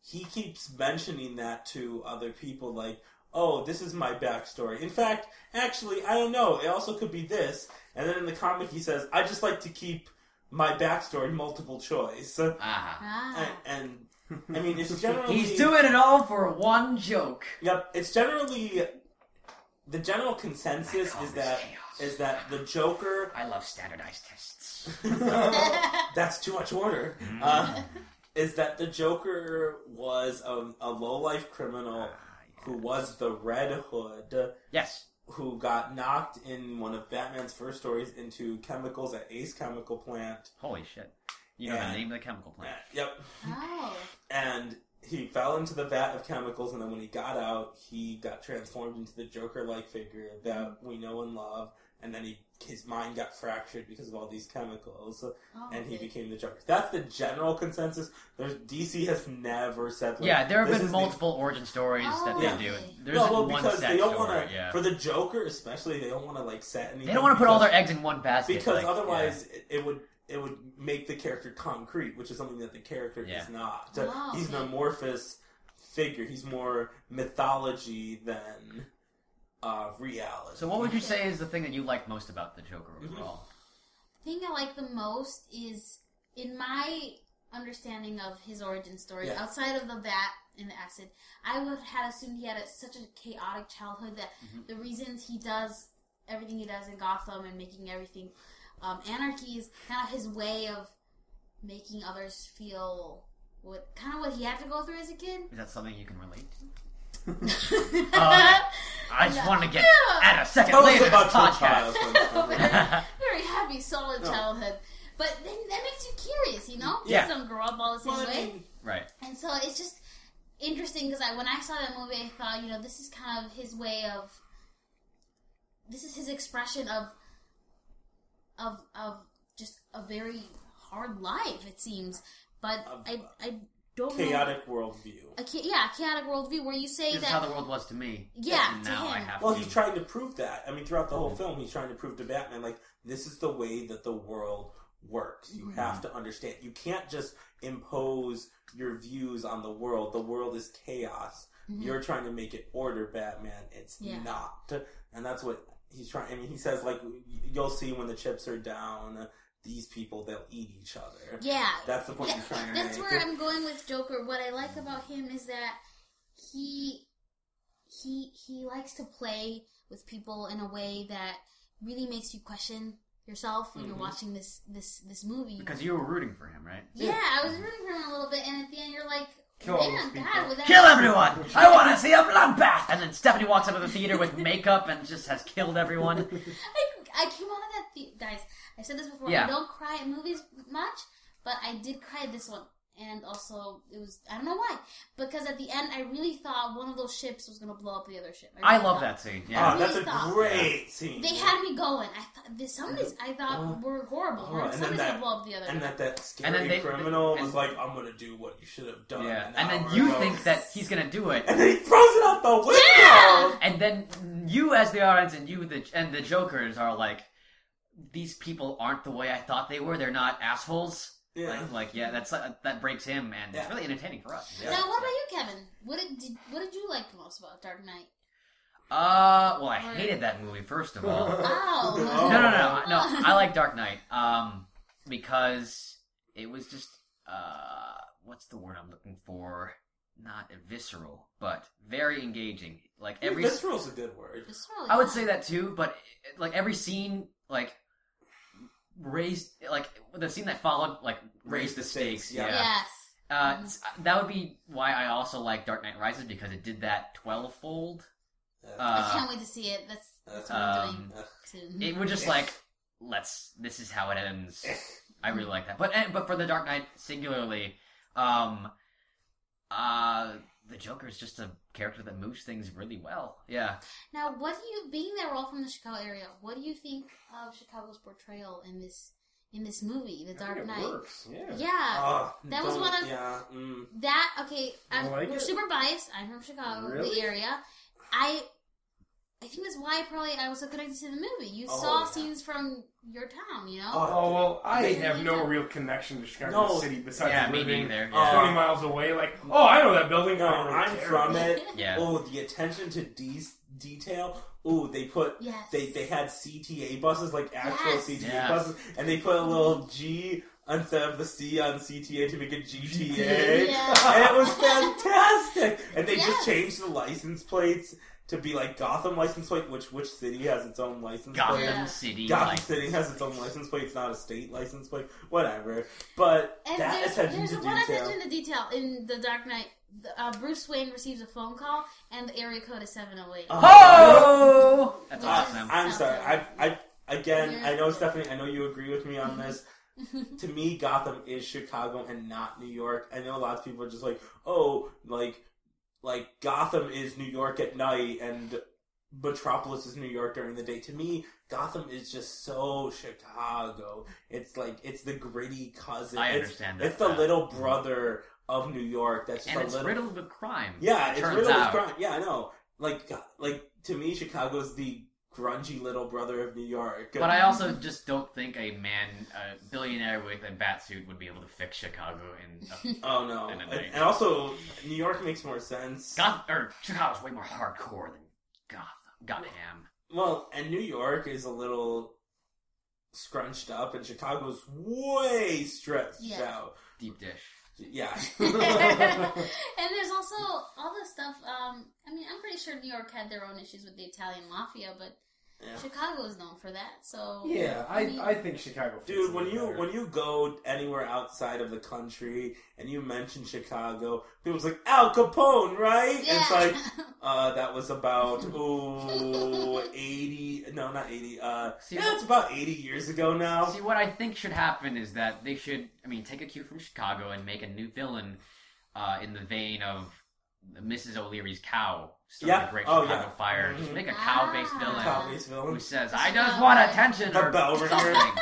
[SPEAKER 4] He keeps mentioning that to other people, like, "Oh, this is my backstory." In fact, actually, I don't know. It also could be this. And then in the comic, he says, "I just like to keep my backstory multiple choice." And,
[SPEAKER 2] ah
[SPEAKER 4] <laughs>
[SPEAKER 1] Ah.
[SPEAKER 4] and I
[SPEAKER 2] <laughs>
[SPEAKER 4] mean, it's generally
[SPEAKER 2] he's doing it all for one joke
[SPEAKER 4] Yep, it's generally the general consensus
[SPEAKER 2] God,
[SPEAKER 4] is
[SPEAKER 2] this
[SPEAKER 4] that
[SPEAKER 2] chaos.
[SPEAKER 4] is that the Joker. <laughs>
[SPEAKER 2] i love standardized tests
[SPEAKER 1] Oh,
[SPEAKER 4] that's too much order. Uh, is that the Joker was a, a low life criminal who was the Red Hood
[SPEAKER 2] Mm. Ah, yes
[SPEAKER 4] who got knocked in one of Batman's first stories into chemicals at Ace Chemical Plant.
[SPEAKER 2] holy shit you know
[SPEAKER 4] Yeah.
[SPEAKER 2] the name of the chemical plant
[SPEAKER 4] Yep,
[SPEAKER 1] oh,
[SPEAKER 4] and he fell into the vat of chemicals, and then when he got out, he got transformed into the Joker-like figure
[SPEAKER 1] Mm-hmm.
[SPEAKER 4] that we know and love. And then he his mind got fractured because of all these chemicals,
[SPEAKER 1] oh,
[SPEAKER 4] and he
[SPEAKER 1] okay.
[SPEAKER 4] became the Joker. That's the general consensus. There's DC has never said like,
[SPEAKER 2] yeah, there have
[SPEAKER 4] this
[SPEAKER 2] been
[SPEAKER 4] is the-
[SPEAKER 2] multiple origin stories that they
[SPEAKER 4] Yeah.
[SPEAKER 2] do. There's
[SPEAKER 4] no, well,
[SPEAKER 2] one
[SPEAKER 4] because
[SPEAKER 2] set
[SPEAKER 4] they don't
[SPEAKER 2] story.
[SPEAKER 4] want to
[SPEAKER 2] yeah.
[SPEAKER 4] for the Joker especially. They don't want to like set anything.
[SPEAKER 2] They don't want to put all
[SPEAKER 4] because-
[SPEAKER 2] their eggs in one basket
[SPEAKER 4] because
[SPEAKER 2] like,
[SPEAKER 4] otherwise it, it would it would make the character concrete, which is something that the character
[SPEAKER 2] Yeah.
[SPEAKER 4] is not.
[SPEAKER 1] Wow,
[SPEAKER 4] He's an
[SPEAKER 1] okay.
[SPEAKER 4] amorphous figure. He's more mythology than uh, reality.
[SPEAKER 2] yeah. So, what would you say is the thing that you like most about the Joker
[SPEAKER 4] Mm-hmm.
[SPEAKER 2] overall?
[SPEAKER 1] thing I like the most is in my understanding of his origin story,
[SPEAKER 4] Yeah.
[SPEAKER 1] outside of the vat and the acid, I would have assumed he had a, such a chaotic childhood that
[SPEAKER 4] Mm-hmm.
[SPEAKER 1] the reasons he does everything he does in Gotham and making everything um, anarchy is kind of his way of making others feel what kind of what he had to go through as a
[SPEAKER 4] <laughs>
[SPEAKER 1] kid. <laughs>
[SPEAKER 2] Is that something you can relate to?
[SPEAKER 4] Uh.
[SPEAKER 2] Oh, I just
[SPEAKER 1] No.
[SPEAKER 2] want to get
[SPEAKER 1] Yeah.
[SPEAKER 2] at a second
[SPEAKER 4] Tell us
[SPEAKER 2] later
[SPEAKER 4] about your
[SPEAKER 2] podcast.
[SPEAKER 1] <laughs>
[SPEAKER 4] childhood.
[SPEAKER 1] very, very happy, solid
[SPEAKER 4] No.
[SPEAKER 1] childhood. But then that makes you curious, you know?
[SPEAKER 4] Yeah.
[SPEAKER 1] You just don't grow up all the same
[SPEAKER 4] Well, I
[SPEAKER 1] way.
[SPEAKER 4] mean,
[SPEAKER 2] <laughs> right.
[SPEAKER 1] And so it's just interesting because I, when I saw that movie, I thought, you know, this is kind of his way of, this is his expression of, of, of just a very hard life, it seems. But
[SPEAKER 4] Of,
[SPEAKER 1] I, I don't know.
[SPEAKER 4] chaotic worldview.
[SPEAKER 1] A cha- yeah, a chaotic worldview where you say
[SPEAKER 2] This is
[SPEAKER 1] that
[SPEAKER 2] how the world was to me.
[SPEAKER 1] Yeah,
[SPEAKER 2] And
[SPEAKER 1] to
[SPEAKER 2] now I
[SPEAKER 1] him.
[SPEAKER 2] have
[SPEAKER 4] Well,
[SPEAKER 2] to.
[SPEAKER 4] he's trying to prove that. I mean, throughout the
[SPEAKER 1] Mm-hmm.
[SPEAKER 4] whole film, he's trying to prove to Batman, like, this is the way that the world works.
[SPEAKER 1] Mm-hmm.
[SPEAKER 4] You have to understand. You can't just impose your views on the world. The world is chaos.
[SPEAKER 1] Mhm.
[SPEAKER 4] You're trying to make it order, Batman. It's
[SPEAKER 1] Yeah.
[SPEAKER 4] not. And that's what he's trying. I mean, he says, like, you'll see when the chips are down, these people, they'll eat each other.
[SPEAKER 1] yeah,
[SPEAKER 4] That's the point
[SPEAKER 1] Yeah,
[SPEAKER 4] he's trying to
[SPEAKER 1] that's
[SPEAKER 4] make.
[SPEAKER 1] where I'm going with Joker. What I like about him is that he he he likes to play with people in a way that really makes you question yourself when
[SPEAKER 3] Mm-hmm.
[SPEAKER 4] Mhm.
[SPEAKER 1] you're watching this this this movie.
[SPEAKER 2] Because you were rooting for him, right?
[SPEAKER 1] yeah, I was rooting for him a little bit, and at the end, you're like,
[SPEAKER 3] Kill all
[SPEAKER 1] man,
[SPEAKER 3] those
[SPEAKER 1] God,
[SPEAKER 3] people.
[SPEAKER 1] would that
[SPEAKER 2] Kill everyone! I want to see a bloodbath! And then Stephanie walks out of the theater with makeup and just has killed everyone.
[SPEAKER 1] I, I came out of that the- guys. I said this before.
[SPEAKER 2] Yeah.
[SPEAKER 1] I don't cry at movies much, but I did cry at this one, and also it was I don't know why because at the end I really thought one of those ships was gonna blow up the other ship.
[SPEAKER 2] I
[SPEAKER 1] really
[SPEAKER 2] love
[SPEAKER 1] thought-
[SPEAKER 2] that scene.
[SPEAKER 4] Ah,
[SPEAKER 2] Yeah.
[SPEAKER 1] I
[SPEAKER 4] that's
[SPEAKER 1] really
[SPEAKER 4] a
[SPEAKER 1] thought-
[SPEAKER 4] great scene.
[SPEAKER 1] They had me going. I thought this, some of these I thought
[SPEAKER 4] Uh,
[SPEAKER 1] were horrible.
[SPEAKER 4] oh,
[SPEAKER 1] Or
[SPEAKER 4] and then
[SPEAKER 1] somebody's
[SPEAKER 4] that-
[SPEAKER 1] gonna blow up the other.
[SPEAKER 4] And
[SPEAKER 1] one.
[SPEAKER 4] that that
[SPEAKER 2] And then
[SPEAKER 4] scary
[SPEAKER 2] they-
[SPEAKER 4] criminal
[SPEAKER 2] and-
[SPEAKER 4] was like, "I'm gonna do what you should have done."
[SPEAKER 2] Yeah.
[SPEAKER 4] an
[SPEAKER 2] And then
[SPEAKER 4] hour
[SPEAKER 2] you
[SPEAKER 4] ago."
[SPEAKER 2] think that he's going to do it.
[SPEAKER 4] and then he throws it out the window.
[SPEAKER 2] And then you, as the audience, and you, the and the jokers are like, these people aren't the way I thought they were. They're not assholes.
[SPEAKER 4] Yeah.
[SPEAKER 2] Like, like, yeah, that's uh, that breaks him, and it's
[SPEAKER 4] Yeah.
[SPEAKER 2] really entertaining for us.
[SPEAKER 4] Yeah.
[SPEAKER 1] now, what about you, Kevin? What did, did what did you like the most about Dark Knight?
[SPEAKER 2] Uh, well, I hated that movie first
[SPEAKER 4] <laughs>
[SPEAKER 2] of all.
[SPEAKER 1] Oh,
[SPEAKER 2] no, <laughs>
[SPEAKER 4] No,
[SPEAKER 2] no, no, no. I like Dark Knight. Um, because it was just uh, what's the word I'm looking for? Not visceral, but very engaging. Like every,
[SPEAKER 4] this rule's a good word.
[SPEAKER 1] It's really
[SPEAKER 2] I would
[SPEAKER 1] not.
[SPEAKER 2] say that too. But like every scene, like raised, like the scene that followed, like raised the stakes.
[SPEAKER 4] yeah.
[SPEAKER 1] yes.
[SPEAKER 2] Uh, s- that would be why I also like Dark Knight Rises because it did that twelvefold.
[SPEAKER 1] I
[SPEAKER 2] Uh,
[SPEAKER 1] can't wait to see it. That's that's what I'm doing.
[SPEAKER 2] um,
[SPEAKER 1] soon.
[SPEAKER 2] it would just like let's this is how it ends i really like that but eh, but for the dark knight singularly um uh the joker is just a character that moves things really well yeah
[SPEAKER 1] Now, what do you, being that we're all from the Chicago area, what do you think of Chicago's portrayal in this in this movie, The Dark Knight?
[SPEAKER 3] Works. Yeah.
[SPEAKER 1] Yeah,
[SPEAKER 4] Uh,
[SPEAKER 1] that was
[SPEAKER 4] don't-
[SPEAKER 1] one of-
[SPEAKER 4] yeah. Mm,
[SPEAKER 1] that okay. I'm
[SPEAKER 3] I like
[SPEAKER 1] we're
[SPEAKER 3] it.
[SPEAKER 1] super biased. I'm from Chicago,
[SPEAKER 3] Really?
[SPEAKER 1] the area. I I think that's why probably I was so connected to the movie. You
[SPEAKER 4] Oh,
[SPEAKER 1] saw
[SPEAKER 4] yeah.
[SPEAKER 1] scenes from your town, you know.
[SPEAKER 3] Oh well, I
[SPEAKER 1] They-
[SPEAKER 3] have no real connection to Chicago
[SPEAKER 4] No.
[SPEAKER 3] City besides
[SPEAKER 2] yeah me being
[SPEAKER 3] living
[SPEAKER 2] there
[SPEAKER 4] Uh,
[SPEAKER 2] yeah,
[SPEAKER 3] 20 miles away. Like, oh, I know that building.
[SPEAKER 4] no,
[SPEAKER 3] I don't
[SPEAKER 4] I'm
[SPEAKER 3] care.
[SPEAKER 4] from it.
[SPEAKER 2] <laughs> Yeah.
[SPEAKER 4] Oh, the attention to de- detail. Ooh, they put.
[SPEAKER 1] yes.
[SPEAKER 4] They, they had CTA buses, like actual
[SPEAKER 1] Yes.
[SPEAKER 4] CTA
[SPEAKER 2] Yeah.
[SPEAKER 4] buses, and they put a little G instead of the C on CTA to make it GTA.
[SPEAKER 1] Yeah.
[SPEAKER 4] and it was fantastic. And they
[SPEAKER 1] Yes.
[SPEAKER 4] just changed the license plates to be like Gotham license plate, which which city has its own license
[SPEAKER 2] gotham
[SPEAKER 4] plate.
[SPEAKER 1] Yeah.
[SPEAKER 2] city
[SPEAKER 4] Gotham
[SPEAKER 2] like
[SPEAKER 4] City has its own license plate. It's not a state license plate. Whatever. But
[SPEAKER 1] And
[SPEAKER 4] that
[SPEAKER 1] there's,
[SPEAKER 4] attention
[SPEAKER 1] there's
[SPEAKER 4] to
[SPEAKER 1] one
[SPEAKER 4] detail.
[SPEAKER 1] attention to detail in The Dark Knight. The- Uh, Bruce Wayne receives a phone call, and the area code is seven oh eight.
[SPEAKER 4] Uh,
[SPEAKER 2] oh that's
[SPEAKER 1] Yeah.
[SPEAKER 4] I,
[SPEAKER 2] awesome
[SPEAKER 4] I'm sorry. I, I again.
[SPEAKER 1] You're-
[SPEAKER 4] I know Stephanie. I know you agree with me on this.
[SPEAKER 1] <laughs>
[SPEAKER 4] to me, Gotham is Chicago and not New York. I know a lot of people are just like, oh, like, like Gotham is New York at night and Metropolis is New York during the day. To me, Gotham is just so Chicago. It's like it's the gritty cousin.
[SPEAKER 2] I
[SPEAKER 4] It's-
[SPEAKER 2] understand that,
[SPEAKER 4] It's the
[SPEAKER 2] yeah. Mm-hmm.
[SPEAKER 4] little brother of New York. That's just
[SPEAKER 2] and
[SPEAKER 4] a
[SPEAKER 2] it's
[SPEAKER 4] little
[SPEAKER 2] riddled with crime
[SPEAKER 4] yeah,
[SPEAKER 2] it
[SPEAKER 4] it's
[SPEAKER 2] turns
[SPEAKER 4] riddled
[SPEAKER 2] out
[SPEAKER 4] with crime. Yeah, I know. Like, God- like to me, Chicago's the grungy little brother of New York.
[SPEAKER 2] but I also just don't think a man, a billionaire with a bat suit, would be able to fix Chicago in. A...
[SPEAKER 4] oh no,
[SPEAKER 2] And
[SPEAKER 4] and,
[SPEAKER 2] a night.
[SPEAKER 4] and also New York makes more sense.
[SPEAKER 2] Goth or Chicago's way more hardcore than Gotham. Gotham.
[SPEAKER 4] Well, and New York is a little scrunched up, and Chicago's way stretched
[SPEAKER 1] Yeah.
[SPEAKER 4] out.
[SPEAKER 2] Deep dish.
[SPEAKER 4] Yeah,
[SPEAKER 1] <laughs>
[SPEAKER 4] <laughs>
[SPEAKER 1] and there's also all the stuff. Um, I mean, I'm pretty sure New York had their own issues with the Italian mafia, but
[SPEAKER 4] Yeah.
[SPEAKER 1] Chicago is known for that. So
[SPEAKER 3] Yeah, I,
[SPEAKER 1] mean,
[SPEAKER 3] I think Chicago. Fits
[SPEAKER 4] dude. When
[SPEAKER 3] it
[SPEAKER 4] you
[SPEAKER 1] <laughs>
[SPEAKER 3] better.
[SPEAKER 4] when you go anywhere outside of the country and you mention Chicago, people's like Al Capone, right? And
[SPEAKER 1] yeah.
[SPEAKER 4] It's like Uh, that
[SPEAKER 1] <laughs>
[SPEAKER 4] was about ooh, 80 no not 80 uh
[SPEAKER 2] See,
[SPEAKER 4] yeah,
[SPEAKER 2] what-
[SPEAKER 4] it's about 80 years ago now
[SPEAKER 2] See, what I think should happen is that they should, I mean, take a cue from Chicago and make a new villain uh, in the vein of Mrs. O'Leary's cow. starting
[SPEAKER 4] Yeah.
[SPEAKER 2] The Great
[SPEAKER 4] Oh,
[SPEAKER 2] Chicago
[SPEAKER 4] yeah.
[SPEAKER 2] Fire. Just
[SPEAKER 4] Mhm.
[SPEAKER 2] make a cow-based
[SPEAKER 1] Ah.
[SPEAKER 2] villain
[SPEAKER 4] Cow-based
[SPEAKER 2] who
[SPEAKER 4] villain
[SPEAKER 2] says,
[SPEAKER 1] Just
[SPEAKER 2] "I just
[SPEAKER 1] cow-
[SPEAKER 2] want attention."
[SPEAKER 4] The
[SPEAKER 2] or
[SPEAKER 4] bell ringer.
[SPEAKER 2] something.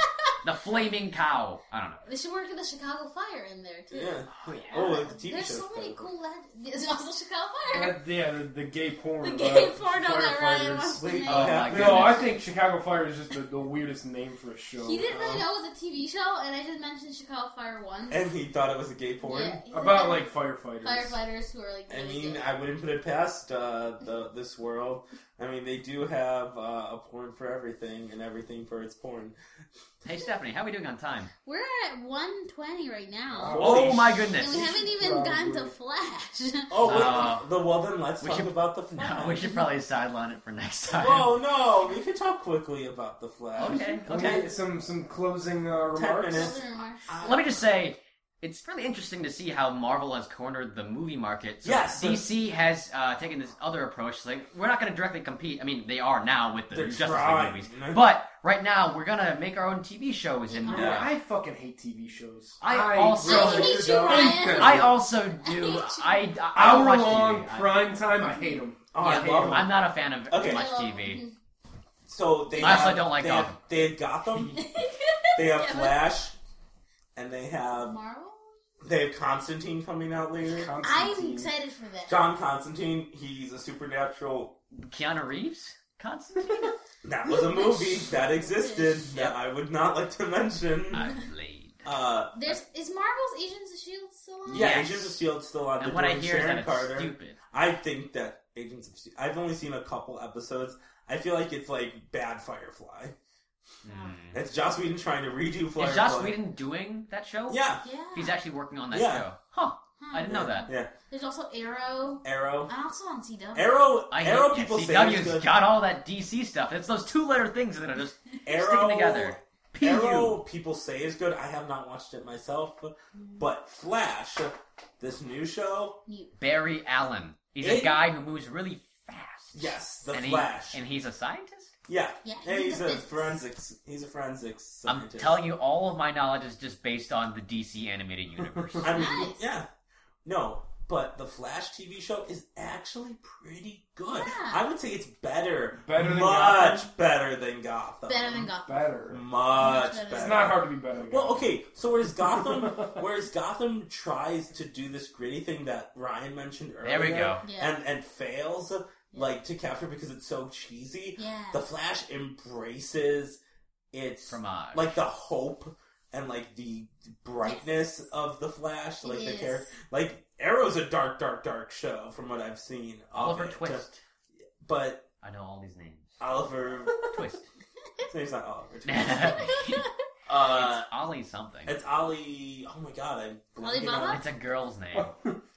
[SPEAKER 2] the flaming cow. I don't know.
[SPEAKER 1] <laughs> They should work in the Chicago Fire in there too.
[SPEAKER 4] Yeah.
[SPEAKER 2] Oh yeah.
[SPEAKER 4] Oh, like the TV
[SPEAKER 1] There's
[SPEAKER 4] show.
[SPEAKER 1] so many cool legends. <laughs> There's also Chicago Fire.
[SPEAKER 3] That- yeah, the, the gay porn.
[SPEAKER 1] The
[SPEAKER 3] of,
[SPEAKER 1] gay
[SPEAKER 3] uh,
[SPEAKER 1] porno that Ryan
[SPEAKER 3] firefighters.
[SPEAKER 1] wants to
[SPEAKER 4] Wait,
[SPEAKER 1] make.
[SPEAKER 4] uh,
[SPEAKER 2] <laughs> Oh, my
[SPEAKER 3] No, I
[SPEAKER 2] goodness.
[SPEAKER 3] think Chicago Fire is just the, the weirdest name for a show.
[SPEAKER 1] he didn't really
[SPEAKER 4] uh,
[SPEAKER 1] know it was a TV show, and I just mentioned Chicago Fire once.
[SPEAKER 4] and he thought it was a gay porn.
[SPEAKER 1] Yeah, he's
[SPEAKER 3] About like firefighters.
[SPEAKER 1] firefighters who are like.
[SPEAKER 4] I
[SPEAKER 1] really
[SPEAKER 4] mean,
[SPEAKER 1] gay.
[SPEAKER 4] I wouldn't put it past uh, the this world. I mean, they do have uh, a porn for everything and everything for its porn.
[SPEAKER 2] Hey Stephanie, how are we doing on time? <laughs>
[SPEAKER 1] we're at 120 right now,
[SPEAKER 3] Wow.
[SPEAKER 2] oh
[SPEAKER 3] Holy
[SPEAKER 2] my
[SPEAKER 3] sh-
[SPEAKER 1] and
[SPEAKER 2] goodness.
[SPEAKER 1] we haven't even
[SPEAKER 3] Probably.
[SPEAKER 1] gotten to Flash.
[SPEAKER 4] Oh, wait,
[SPEAKER 2] Uh,
[SPEAKER 4] the, well then let's
[SPEAKER 2] we
[SPEAKER 4] talk
[SPEAKER 2] should-
[SPEAKER 4] about the
[SPEAKER 2] <laughs>
[SPEAKER 4] flash.
[SPEAKER 2] No, we should probably sideline it for next time.
[SPEAKER 4] Oh no, we can talk quickly about the flash.
[SPEAKER 2] Okay.
[SPEAKER 3] Can we
[SPEAKER 2] Okay.
[SPEAKER 3] get some some closing uh, remarks.
[SPEAKER 4] minutes.
[SPEAKER 1] Those are remarks.
[SPEAKER 2] Let me just say, it's really interesting to see how Marvel has cornered the movie market. So
[SPEAKER 4] Yes, but-
[SPEAKER 2] DC has uh, taken this other approach. Like, we're not going to directly compete. I mean, they are now with the
[SPEAKER 4] They're
[SPEAKER 2] Justice
[SPEAKER 4] trying.
[SPEAKER 2] League movies. But right now, we're going to make our own TV shows. And
[SPEAKER 1] Yeah.
[SPEAKER 2] uh,
[SPEAKER 3] I fucking hate TV shows.
[SPEAKER 2] I also-
[SPEAKER 1] I hate you,
[SPEAKER 3] really
[SPEAKER 1] Ryan.
[SPEAKER 3] them.
[SPEAKER 2] I also
[SPEAKER 1] I hate
[SPEAKER 2] do.
[SPEAKER 1] you.
[SPEAKER 2] I, I, I don't
[SPEAKER 3] hour
[SPEAKER 2] watch TV.
[SPEAKER 3] long
[SPEAKER 2] I-
[SPEAKER 3] prime time. I hate them.
[SPEAKER 4] Oh, I
[SPEAKER 2] yeah,
[SPEAKER 4] hate
[SPEAKER 2] I'm,
[SPEAKER 4] 'em.
[SPEAKER 2] not a fan of
[SPEAKER 4] Okay.
[SPEAKER 2] much
[SPEAKER 1] I love-
[SPEAKER 2] TV.
[SPEAKER 1] <laughs>
[SPEAKER 4] So they
[SPEAKER 2] I also
[SPEAKER 4] have-
[SPEAKER 2] don't like
[SPEAKER 4] they
[SPEAKER 2] Gotham.
[SPEAKER 4] Have, they have Gotham.
[SPEAKER 2] <laughs>
[SPEAKER 4] They have
[SPEAKER 1] Yeah, but-
[SPEAKER 4] Flash, and they have
[SPEAKER 1] Marvel?
[SPEAKER 4] they have Constantine coming out later.
[SPEAKER 1] I'm excited for that.
[SPEAKER 4] John Constantine, he's a supernatural.
[SPEAKER 2] Keanu Reeves?
[SPEAKER 4] <laughs>
[SPEAKER 2] Constantine?
[SPEAKER 4] That was a movie that existed that I would not like to mention.
[SPEAKER 2] I played.
[SPEAKER 4] Uh,
[SPEAKER 1] There's is Marvel's Agents of Shield E still on?
[SPEAKER 4] yeah,
[SPEAKER 2] Yes.
[SPEAKER 4] Agents of Shield E still on.
[SPEAKER 2] And
[SPEAKER 4] They're
[SPEAKER 2] what I
[SPEAKER 4] doing
[SPEAKER 2] hear is
[SPEAKER 4] Sharon
[SPEAKER 2] that it's
[SPEAKER 4] Carter.
[SPEAKER 2] stupid.
[SPEAKER 4] I think that Agents of Shield. E I've only seen a couple episodes. I feel like it's like bad Firefly.
[SPEAKER 2] Mm.
[SPEAKER 4] It's Joss Whedon trying to redo Firefly.
[SPEAKER 2] Is Joss Whedon doing that show?
[SPEAKER 4] Yeah.
[SPEAKER 1] Yeah.
[SPEAKER 2] He's actually working on that
[SPEAKER 4] Yeah.
[SPEAKER 2] show. Huh.
[SPEAKER 1] Huh.
[SPEAKER 2] I didn't know that.
[SPEAKER 4] Yeah.
[SPEAKER 1] There's also Arrow.
[SPEAKER 4] Arrow.
[SPEAKER 1] I'm also on
[SPEAKER 4] Oh.
[SPEAKER 1] CW.
[SPEAKER 4] Arrow.
[SPEAKER 2] I hate
[SPEAKER 4] Arrow.
[SPEAKER 2] that
[SPEAKER 4] People say
[SPEAKER 2] CW's
[SPEAKER 4] it's good.
[SPEAKER 2] got all that DC stuff. It's those two letter things that are just
[SPEAKER 4] Arrow.
[SPEAKER 2] sticking together. PU.
[SPEAKER 4] Arrow, people say is good. I have not watched it myself, but Flash, this new show,
[SPEAKER 1] Mute.
[SPEAKER 2] Barry Allen. He's a
[SPEAKER 4] It-
[SPEAKER 2] guy who moves really fast.
[SPEAKER 4] yes, the
[SPEAKER 2] and he-
[SPEAKER 4] Flash,
[SPEAKER 2] and he's a scientist?
[SPEAKER 4] yeah,
[SPEAKER 1] Yeah,
[SPEAKER 4] And
[SPEAKER 1] he's
[SPEAKER 4] he's
[SPEAKER 1] a
[SPEAKER 4] a
[SPEAKER 1] physicist.
[SPEAKER 4] forensics, he's a forensics
[SPEAKER 2] I'm
[SPEAKER 4] scientist.
[SPEAKER 2] telling you, all of my knowledge is just based on the DC animated
[SPEAKER 4] <laughs>
[SPEAKER 2] universe.
[SPEAKER 4] I mean,
[SPEAKER 1] Nice.
[SPEAKER 4] yeah, no, but the Flash TV show is actually pretty good.
[SPEAKER 1] Yeah.
[SPEAKER 4] I would say it's better,
[SPEAKER 3] Better than
[SPEAKER 4] much better than Gotham,
[SPEAKER 1] Better than Gotham.
[SPEAKER 3] better.
[SPEAKER 4] much
[SPEAKER 1] It's
[SPEAKER 4] better.
[SPEAKER 3] It's not hard to be better. Than
[SPEAKER 4] Well,
[SPEAKER 3] Gotham. <laughs>
[SPEAKER 4] okay. So whereas Gotham, whereas Gotham tries to do this gritty thing that Ryan mentioned earlier,
[SPEAKER 2] There we go.
[SPEAKER 1] Yeah.
[SPEAKER 4] and and fails like to capture because it's so cheesy.
[SPEAKER 1] yeah.
[SPEAKER 4] The Flash embraces its
[SPEAKER 2] Fromage.
[SPEAKER 4] like the hope and like the brightness of the Flash, like
[SPEAKER 1] It
[SPEAKER 4] the
[SPEAKER 1] is.
[SPEAKER 4] character. Like Arrow's a dark, dark, dark show from what I've seen. of
[SPEAKER 2] Oliver
[SPEAKER 4] it.
[SPEAKER 2] Twist.
[SPEAKER 4] but
[SPEAKER 2] I know all these names.
[SPEAKER 4] <laughs>
[SPEAKER 1] <laughs>
[SPEAKER 4] Oliver,
[SPEAKER 2] Twist.
[SPEAKER 4] his name's not Oliver. Twist.
[SPEAKER 2] <laughs> it's
[SPEAKER 4] uh,
[SPEAKER 2] Ollie something.
[SPEAKER 4] it's Ali. Oh my god, I'm
[SPEAKER 1] Ollie
[SPEAKER 4] blanking
[SPEAKER 1] Baba?
[SPEAKER 4] on
[SPEAKER 2] It's a girl's name.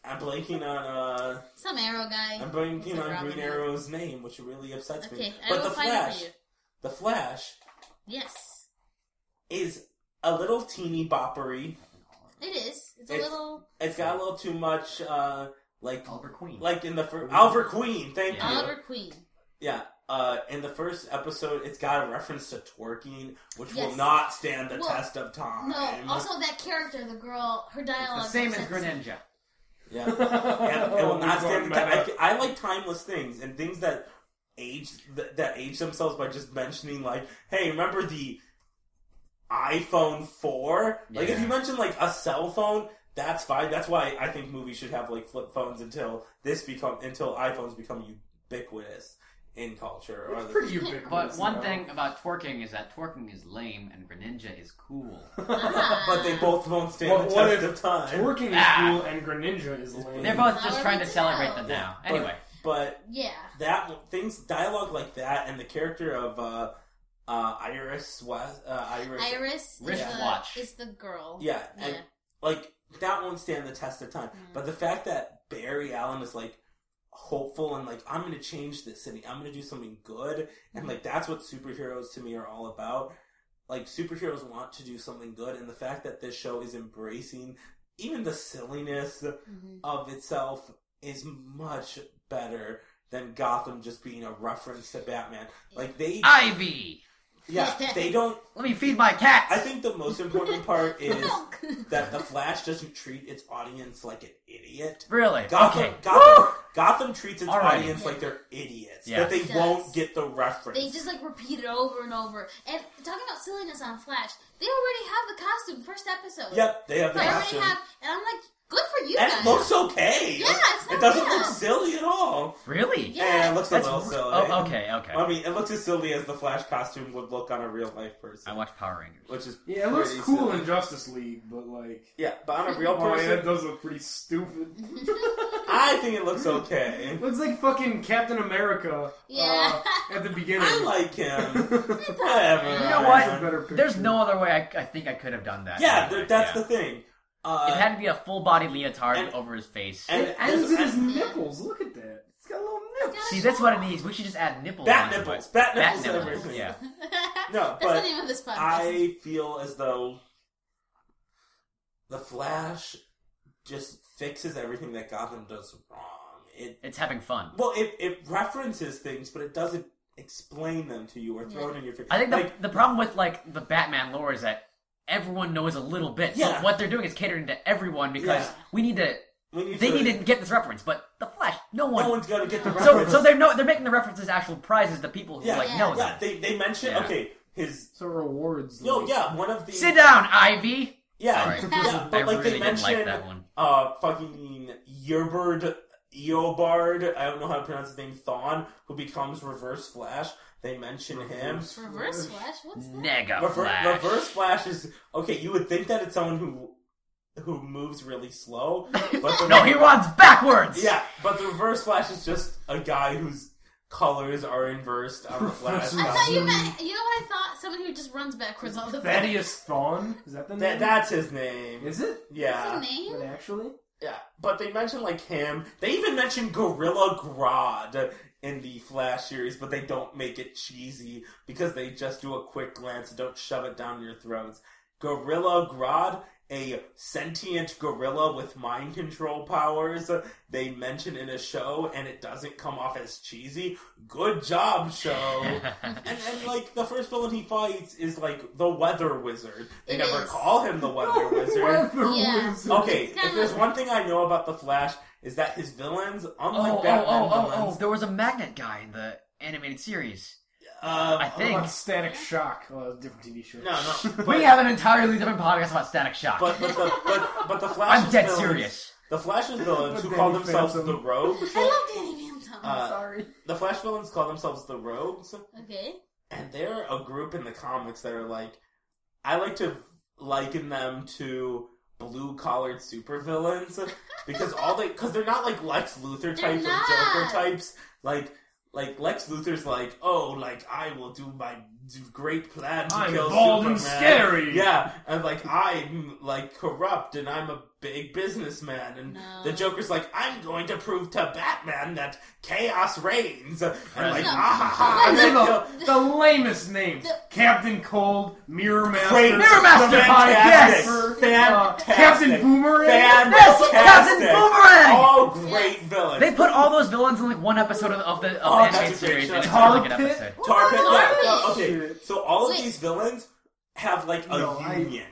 [SPEAKER 4] I'm blanking on uh
[SPEAKER 1] Some Arrow guy.
[SPEAKER 4] I'm blanking
[SPEAKER 1] It's like
[SPEAKER 4] on
[SPEAKER 1] Robin
[SPEAKER 4] Green
[SPEAKER 1] Hood.
[SPEAKER 4] Arrow's name, which really upsets
[SPEAKER 1] Okay,
[SPEAKER 4] me.
[SPEAKER 1] I
[SPEAKER 4] But
[SPEAKER 1] will
[SPEAKER 4] the
[SPEAKER 1] find it
[SPEAKER 4] Flash,
[SPEAKER 1] for you.
[SPEAKER 4] the Flash
[SPEAKER 1] Yes,
[SPEAKER 4] is a little teeny boppery.
[SPEAKER 1] it is. It's a
[SPEAKER 4] It's-
[SPEAKER 1] little
[SPEAKER 4] It's got a little too much uh like
[SPEAKER 2] Oliver Queen.
[SPEAKER 4] like in the first Oliver Queen, thank
[SPEAKER 2] Oh. Yeah.
[SPEAKER 4] you.
[SPEAKER 1] Oliver Queen.
[SPEAKER 4] Yeah. Uh, in the first episode, it's got a reference to twerking, which will
[SPEAKER 1] Yes.
[SPEAKER 4] not stand the
[SPEAKER 1] Well,
[SPEAKER 4] test of time.
[SPEAKER 1] No, also that character, the girl, her
[SPEAKER 2] the
[SPEAKER 1] dialogue.
[SPEAKER 2] same as
[SPEAKER 1] upsets me.
[SPEAKER 2] Greninja.
[SPEAKER 4] yeah, Yeah, it
[SPEAKER 3] <laughs>
[SPEAKER 4] will
[SPEAKER 3] We're going
[SPEAKER 4] not stand the
[SPEAKER 3] meta.
[SPEAKER 4] test. I, I like timeless things and things that age that, that age themselves by just mentioning like, hey, remember the iPhone four? Like if
[SPEAKER 2] Yeah.
[SPEAKER 4] you mention like a cell phone, that's fine. That's why I think movies should have like flip phones until this become until iPhones become ubiquitous in culture. Or
[SPEAKER 3] It's pretty ubiquitous.
[SPEAKER 2] But one
[SPEAKER 3] now.
[SPEAKER 2] thing about twerking is that twerking is lame and Greninja is cool.
[SPEAKER 1] Ah.
[SPEAKER 4] <laughs> but they both won't stand
[SPEAKER 3] What-
[SPEAKER 4] the
[SPEAKER 3] what
[SPEAKER 4] test
[SPEAKER 3] if
[SPEAKER 4] of time.
[SPEAKER 3] <laughs> Twerking is
[SPEAKER 2] Ah.
[SPEAKER 3] cool and Greninja is lame.
[SPEAKER 2] They're both
[SPEAKER 1] Now
[SPEAKER 2] just
[SPEAKER 1] we
[SPEAKER 2] trying to
[SPEAKER 1] need to
[SPEAKER 2] celebrate
[SPEAKER 1] know.
[SPEAKER 2] the now.
[SPEAKER 4] But-
[SPEAKER 2] Anyway,
[SPEAKER 4] But
[SPEAKER 1] Yeah,
[SPEAKER 4] that things dialogue like that and the character of uh, uh, Iris West, uh, Iris,
[SPEAKER 1] Iris is
[SPEAKER 2] Wrist
[SPEAKER 1] the
[SPEAKER 2] watch.
[SPEAKER 1] is the girl.
[SPEAKER 4] yeah, and
[SPEAKER 1] Yeah.
[SPEAKER 4] like that won't stand the test of time. But the fact that Barry Allen is like hopeful and like I'm going to change this city, I'm going to do something good, and like that's what superheroes to me are all about. Like superheroes want to do something good, and the fact that this show is embracing even the silliness
[SPEAKER 1] Mhm.
[SPEAKER 4] of itself is much better than Gotham just being a reference to Batman. Like they
[SPEAKER 2] Ivy.
[SPEAKER 4] Yeah, they don't.
[SPEAKER 2] Let me feed my cats.
[SPEAKER 4] I think the most
[SPEAKER 1] <laughs>
[SPEAKER 4] important part is
[SPEAKER 1] Milk.
[SPEAKER 4] that the Flash doesn't treat its audience like an idiot.
[SPEAKER 2] really.
[SPEAKER 4] Gotham,
[SPEAKER 2] okay.
[SPEAKER 4] Gotham,
[SPEAKER 2] Woo!
[SPEAKER 4] Gotham treats its
[SPEAKER 2] Alrighty.
[SPEAKER 4] audience like they're idiots.
[SPEAKER 2] Yeah.
[SPEAKER 4] That they
[SPEAKER 1] It does.
[SPEAKER 4] won't get the reference.
[SPEAKER 1] <laughs> They just like repeat it over and over. And talking about silliness on Flash, they already have the costume first episode.
[SPEAKER 4] yep, they have the
[SPEAKER 1] They already
[SPEAKER 4] costume.
[SPEAKER 1] have, and I'm like, good for you
[SPEAKER 4] and
[SPEAKER 1] guys.
[SPEAKER 4] it looks okay.
[SPEAKER 1] Yeah, it's not
[SPEAKER 4] it doesn't
[SPEAKER 1] bad.
[SPEAKER 4] look silly at all.
[SPEAKER 2] Really?
[SPEAKER 1] Yeah.
[SPEAKER 4] Yeah, it looks
[SPEAKER 2] That's
[SPEAKER 4] a little silly.
[SPEAKER 2] oh, okay, okay.
[SPEAKER 4] I mean, it looks as silly as the Flash costume would look on a real life person,
[SPEAKER 2] I watched Power Rangers.
[SPEAKER 4] which is
[SPEAKER 3] Yeah, it looks
[SPEAKER 4] pretty
[SPEAKER 3] cool
[SPEAKER 4] silly.
[SPEAKER 3] in Justice League, but like,
[SPEAKER 4] yeah, but on a real
[SPEAKER 3] <laughs> oh yeah, it
[SPEAKER 4] person,
[SPEAKER 3] does look pretty
[SPEAKER 4] <laughs>
[SPEAKER 3] stupid.
[SPEAKER 4] I think it looks okay.
[SPEAKER 3] Looks like fucking Captain America.
[SPEAKER 1] <laughs> Yeah.
[SPEAKER 3] Uh, at the beginning. <laughs>
[SPEAKER 4] I like
[SPEAKER 2] <laughs>
[SPEAKER 4] him.
[SPEAKER 1] <laughs>
[SPEAKER 3] It's
[SPEAKER 4] uh, Whatever.
[SPEAKER 2] You know
[SPEAKER 4] man.
[SPEAKER 2] what?
[SPEAKER 3] a better picture.
[SPEAKER 2] There's no other way I, I think I could have done that.
[SPEAKER 4] Yeah,
[SPEAKER 2] anyway,
[SPEAKER 4] th- that's
[SPEAKER 2] yeah.
[SPEAKER 4] the thing. Uh,
[SPEAKER 2] It had to be a full body leotard
[SPEAKER 4] and-
[SPEAKER 2] over his face.
[SPEAKER 4] and
[SPEAKER 3] It ends in
[SPEAKER 4] there's-
[SPEAKER 3] his nipples. Look at that. It's got a little nip.
[SPEAKER 1] It's
[SPEAKER 2] See, that's what it needs. We should just add nipples.
[SPEAKER 4] Bat
[SPEAKER 2] onto it.
[SPEAKER 4] nipples. Bat
[SPEAKER 2] Bat
[SPEAKER 4] nipples.
[SPEAKER 2] nipples,
[SPEAKER 1] <laughs>
[SPEAKER 4] everything.
[SPEAKER 2] Yeah.
[SPEAKER 4] No,
[SPEAKER 1] That's the
[SPEAKER 4] but
[SPEAKER 1] name of this podcast.
[SPEAKER 4] I feel as though the Flash just fixes everything that Gotham does wrong. It
[SPEAKER 2] It's having fun.
[SPEAKER 4] well, it, it references things, but it doesn't explain them to you or throw it in your face.
[SPEAKER 2] I think the,
[SPEAKER 4] like
[SPEAKER 2] the problem with like the Batman lore is that everyone knows a little bit.
[SPEAKER 4] Yeah.
[SPEAKER 2] So what they're doing is catering to everyone because
[SPEAKER 4] Yeah.
[SPEAKER 2] we need to.
[SPEAKER 4] when you
[SPEAKER 2] They
[SPEAKER 4] do
[SPEAKER 2] need
[SPEAKER 4] it,
[SPEAKER 2] to get this reference, but the Flash, no one.
[SPEAKER 4] no one's gonna get the
[SPEAKER 2] so,
[SPEAKER 4] reference.
[SPEAKER 2] so they're no, they're making the references actual prizes to people who
[SPEAKER 4] yeah,
[SPEAKER 2] like
[SPEAKER 1] Yeah.
[SPEAKER 2] know
[SPEAKER 4] yeah.
[SPEAKER 2] them.
[SPEAKER 4] They they mention
[SPEAKER 2] Yeah.
[SPEAKER 4] okay his.
[SPEAKER 3] So rewards.
[SPEAKER 4] No,
[SPEAKER 3] like-
[SPEAKER 4] yeah, one of the
[SPEAKER 2] Sit down, Ivy.
[SPEAKER 4] Yeah,
[SPEAKER 2] Sorry.
[SPEAKER 4] yeah,
[SPEAKER 2] I
[SPEAKER 4] but like
[SPEAKER 2] really
[SPEAKER 4] they
[SPEAKER 2] didn't like
[SPEAKER 4] mentioned
[SPEAKER 2] that one.
[SPEAKER 4] uh, fucking Yearbird, Eobard, I don't know how to pronounce his name, Thawne, who becomes Reverse Flash. They mention him.
[SPEAKER 3] Reverse.
[SPEAKER 1] Reverse Flash? What's that?
[SPEAKER 2] Nega
[SPEAKER 4] Rever-
[SPEAKER 2] Flash.
[SPEAKER 4] Reverse Flash is okay. You would think that it's someone who who moves really slow, but the
[SPEAKER 2] <laughs> No, he runs backwards. <laughs>
[SPEAKER 4] yeah, but the Reverse Flash is just a guy whose colors are inversed on the Flash.
[SPEAKER 3] Professor
[SPEAKER 1] I thought
[SPEAKER 4] costume.
[SPEAKER 1] you meant, you know what I thought? Someone who just runs backwards all the time. <laughs>
[SPEAKER 3] Thaddeus Thawne? Is that the name?
[SPEAKER 4] That, that's his name.
[SPEAKER 3] Is it?
[SPEAKER 4] Yeah.
[SPEAKER 1] That's the name?
[SPEAKER 3] But actually?
[SPEAKER 4] Yeah, but they mention like him. They even mention Gorilla Grodd in the Flash series, but they don't make it cheesy because they just do a quick glance and don't shove it down your throats. Gorilla Grodd, a sentient gorilla with mind control powers, they mention in a show and it doesn't come off as cheesy. Good job,
[SPEAKER 2] Oh, <laughs>
[SPEAKER 4] <laughs> show. And, and like the first villain he fights is like the weather wizard. They
[SPEAKER 1] It
[SPEAKER 4] never
[SPEAKER 1] is.
[SPEAKER 4] call him
[SPEAKER 1] <laughs>
[SPEAKER 4] the <laughs> weather wizard.
[SPEAKER 3] Weather
[SPEAKER 1] Yeah.
[SPEAKER 3] Wizard.
[SPEAKER 4] Okay,
[SPEAKER 1] It's kinda
[SPEAKER 4] if there's
[SPEAKER 1] like-
[SPEAKER 4] one thing I know about the Flash is that his villains, unlike
[SPEAKER 2] oh, oh,
[SPEAKER 4] Batman
[SPEAKER 2] oh, oh, oh,
[SPEAKER 4] villains,
[SPEAKER 2] there was a magnet guy in the animated series.
[SPEAKER 4] um,
[SPEAKER 2] I
[SPEAKER 3] What
[SPEAKER 2] think.
[SPEAKER 3] about Static Shock? Oh, that was a different TV show. <laughs>
[SPEAKER 4] no, no,
[SPEAKER 2] we have an entirely different podcast about Static Shock.
[SPEAKER 4] but but the but, but the Flash.
[SPEAKER 2] I'm dead
[SPEAKER 4] villains,
[SPEAKER 2] serious.
[SPEAKER 4] The Flash's
[SPEAKER 3] But
[SPEAKER 4] villains who
[SPEAKER 3] Danny
[SPEAKER 4] call themselves
[SPEAKER 3] Phantom.
[SPEAKER 4] the Rogues.
[SPEAKER 1] I love Danny Phantom.
[SPEAKER 4] Uh,
[SPEAKER 3] Sorry.
[SPEAKER 4] The Flash villains call themselves the Rogues,
[SPEAKER 1] okay.
[SPEAKER 4] and they're a group in the comics that are like, I like to liken them to blue collared
[SPEAKER 1] <laughs>
[SPEAKER 4] supervillains because all they because they're not like Lex Luthor types or
[SPEAKER 1] not.
[SPEAKER 4] Joker types. Like like Lex Luthor's like, oh, like I will do my d- great plan to
[SPEAKER 3] I'm
[SPEAKER 4] kill
[SPEAKER 3] bald
[SPEAKER 4] Superman.
[SPEAKER 3] and scary.
[SPEAKER 4] Yeah, and like I'm like corrupt and I'm a big businessman. And
[SPEAKER 1] No.
[SPEAKER 4] the Joker's like, I'm going to prove to Batman that chaos reigns. And like,
[SPEAKER 2] President.
[SPEAKER 4] ah ha ha, <laughs>
[SPEAKER 1] No.
[SPEAKER 4] and then he'll-
[SPEAKER 3] the, the lamest names.
[SPEAKER 1] The-
[SPEAKER 3] Captain Cold, Mirror Master.
[SPEAKER 4] Great.
[SPEAKER 2] Mirror Master Pie, yes!
[SPEAKER 4] Fantastic.
[SPEAKER 3] Uh,
[SPEAKER 4] Fantastic.
[SPEAKER 3] Captain Boomerang.
[SPEAKER 2] Yes,
[SPEAKER 4] Fantastic.
[SPEAKER 2] Captain Boomerang!
[SPEAKER 4] All great villains.
[SPEAKER 2] They put all those villains in like one episode of the, of the, of
[SPEAKER 4] Oh,
[SPEAKER 2] the
[SPEAKER 4] that's
[SPEAKER 2] animated
[SPEAKER 4] a great
[SPEAKER 2] series,
[SPEAKER 4] show.
[SPEAKER 2] and it's
[SPEAKER 3] Tar
[SPEAKER 2] not like an
[SPEAKER 3] Pit?
[SPEAKER 2] episode.
[SPEAKER 4] Tar Pit. Yeah,
[SPEAKER 1] Garbage.
[SPEAKER 4] yeah, okay,
[SPEAKER 3] Shit.
[SPEAKER 4] so all of
[SPEAKER 1] Wait.
[SPEAKER 4] these villains have like a
[SPEAKER 3] No, I-
[SPEAKER 4] union.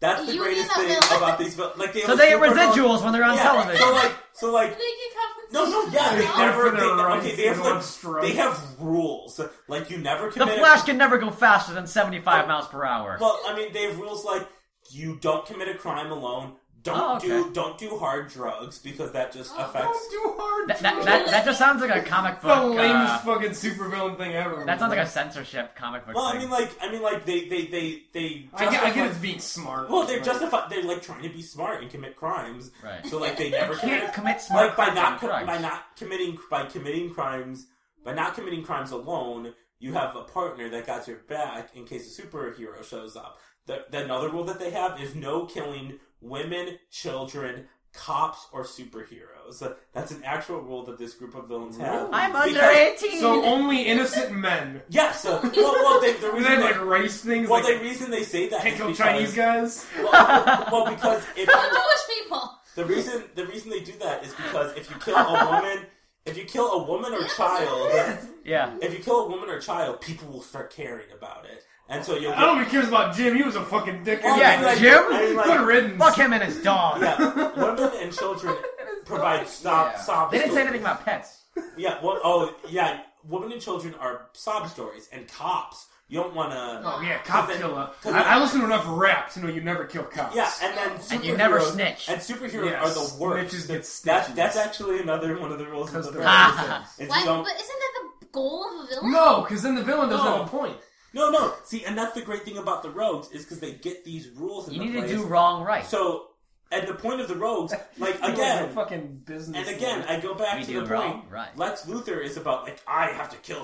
[SPEAKER 4] That's the
[SPEAKER 1] Union
[SPEAKER 4] greatest
[SPEAKER 1] of
[SPEAKER 4] thing
[SPEAKER 1] villains.
[SPEAKER 4] about these villains. Like they
[SPEAKER 2] So
[SPEAKER 4] have
[SPEAKER 2] they
[SPEAKER 4] a
[SPEAKER 2] get
[SPEAKER 4] super villain-
[SPEAKER 2] residuals when they're on
[SPEAKER 4] Yeah,
[SPEAKER 2] television.
[SPEAKER 4] So like, so like,
[SPEAKER 1] They get
[SPEAKER 4] No, no,
[SPEAKER 1] compensation.
[SPEAKER 4] yeah, they
[SPEAKER 1] Oh,
[SPEAKER 4] never.
[SPEAKER 3] for
[SPEAKER 4] They,
[SPEAKER 3] their
[SPEAKER 4] okay,
[SPEAKER 3] rights,
[SPEAKER 4] they have
[SPEAKER 3] they
[SPEAKER 4] like
[SPEAKER 3] don't strike.
[SPEAKER 4] they have rules. Like you never
[SPEAKER 2] the
[SPEAKER 4] commit.
[SPEAKER 2] Flash can never go faster than 75 miles per hour.
[SPEAKER 4] A, well, I mean, they have rules like you don't commit a crime alone. Don't
[SPEAKER 2] Oh, okay.
[SPEAKER 4] do don't do hard drugs because that just
[SPEAKER 1] Oh,
[SPEAKER 3] Don't
[SPEAKER 4] affects.
[SPEAKER 3] do hard.
[SPEAKER 2] that, that,
[SPEAKER 3] drugs.
[SPEAKER 2] that, that just sounds like a comic
[SPEAKER 3] the
[SPEAKER 2] book.
[SPEAKER 3] lamest
[SPEAKER 2] Uh,
[SPEAKER 3] fucking supervillain thing ever.
[SPEAKER 2] that sounds like a censorship comic book.
[SPEAKER 4] Well, I
[SPEAKER 2] thing.
[SPEAKER 4] mean, like I mean, like they they they they.
[SPEAKER 3] I get, I
[SPEAKER 4] justify-
[SPEAKER 3] get it's being smart.
[SPEAKER 4] Well, they're
[SPEAKER 3] but-
[SPEAKER 4] justified. They're like trying to be smart and commit crimes.
[SPEAKER 2] Right.
[SPEAKER 4] So like they never commit
[SPEAKER 2] can't commit smart
[SPEAKER 4] like by not co-
[SPEAKER 2] crimes.
[SPEAKER 4] by not committing by committing crimes by not committing crimes alone, you have a partner that got your back in case a superhero shows up. The, the another rule that they have is no killing women, children, cops, or superheroes. That's an actual rule that this group of villains have.
[SPEAKER 2] I'm
[SPEAKER 4] Because-
[SPEAKER 2] under 18.
[SPEAKER 3] So only innocent men.
[SPEAKER 4] Yes. uh, well, well, they, the
[SPEAKER 3] And
[SPEAKER 4] reason
[SPEAKER 3] then
[SPEAKER 4] they,
[SPEAKER 3] like race things.
[SPEAKER 4] well,
[SPEAKER 3] like,
[SPEAKER 4] the reason they say that
[SPEAKER 3] can't
[SPEAKER 4] is
[SPEAKER 3] kill
[SPEAKER 4] because,
[SPEAKER 3] Chinese guys.
[SPEAKER 4] Well, well, because if
[SPEAKER 1] Jewish people.
[SPEAKER 4] The reason the reason they do that is because if you kill a woman, If you kill a woman or
[SPEAKER 1] Yes.
[SPEAKER 4] child,
[SPEAKER 3] Yes.
[SPEAKER 2] Yeah.
[SPEAKER 4] if you kill a woman or child, people will start caring about it, and so you'll.
[SPEAKER 3] I don't even care about Jim. He was a fucking dick.
[SPEAKER 4] Well,
[SPEAKER 2] Yeah, I mean, like- Jim?
[SPEAKER 4] I mean, like-
[SPEAKER 3] Good riddance.
[SPEAKER 2] Fuck him and his dog.
[SPEAKER 4] yeah, women and children provide sob
[SPEAKER 3] Yeah.
[SPEAKER 4] sob.
[SPEAKER 2] They didn't say
[SPEAKER 4] stories.
[SPEAKER 2] anything about pets.
[SPEAKER 4] Yeah. Well, oh, yeah. Women and children are sob stories, and cops. You don't want to.
[SPEAKER 3] Oh yeah, cop
[SPEAKER 4] Cause it-
[SPEAKER 3] killer.
[SPEAKER 4] cause
[SPEAKER 3] I,
[SPEAKER 4] it-
[SPEAKER 3] I listen to enough rap to know you never kill cops.
[SPEAKER 4] Yeah, and then superheroes,
[SPEAKER 2] And you never snitch.
[SPEAKER 4] And superheroes
[SPEAKER 3] Yes,
[SPEAKER 4] are the worst.
[SPEAKER 3] snitches get
[SPEAKER 4] That's- that,
[SPEAKER 3] stitches.
[SPEAKER 4] that's actually another one of the rules of
[SPEAKER 3] Because
[SPEAKER 4] the
[SPEAKER 3] they're <laughs>
[SPEAKER 4] <laughs> Brotherhood.
[SPEAKER 2] Ah.
[SPEAKER 4] Is you
[SPEAKER 1] Why,
[SPEAKER 4] don't-
[SPEAKER 1] but isn't that the goal of a villain?
[SPEAKER 3] No, because then the villain doesn't
[SPEAKER 4] No.
[SPEAKER 3] have a point.
[SPEAKER 4] No, no. See, and that's the great thing about the rogues is because they get these rules. In
[SPEAKER 2] You
[SPEAKER 4] the
[SPEAKER 2] need to
[SPEAKER 4] place.
[SPEAKER 2] do wrong right.
[SPEAKER 4] So, at the point of
[SPEAKER 2] <laughs>
[SPEAKER 4] the rogues, like
[SPEAKER 3] He was a
[SPEAKER 4] again,
[SPEAKER 3] fucking business.
[SPEAKER 4] and again, I go back
[SPEAKER 2] We
[SPEAKER 4] to
[SPEAKER 2] do
[SPEAKER 4] the
[SPEAKER 2] wrong,
[SPEAKER 4] point.
[SPEAKER 2] right.
[SPEAKER 4] Lex Luthor is about like I have to kill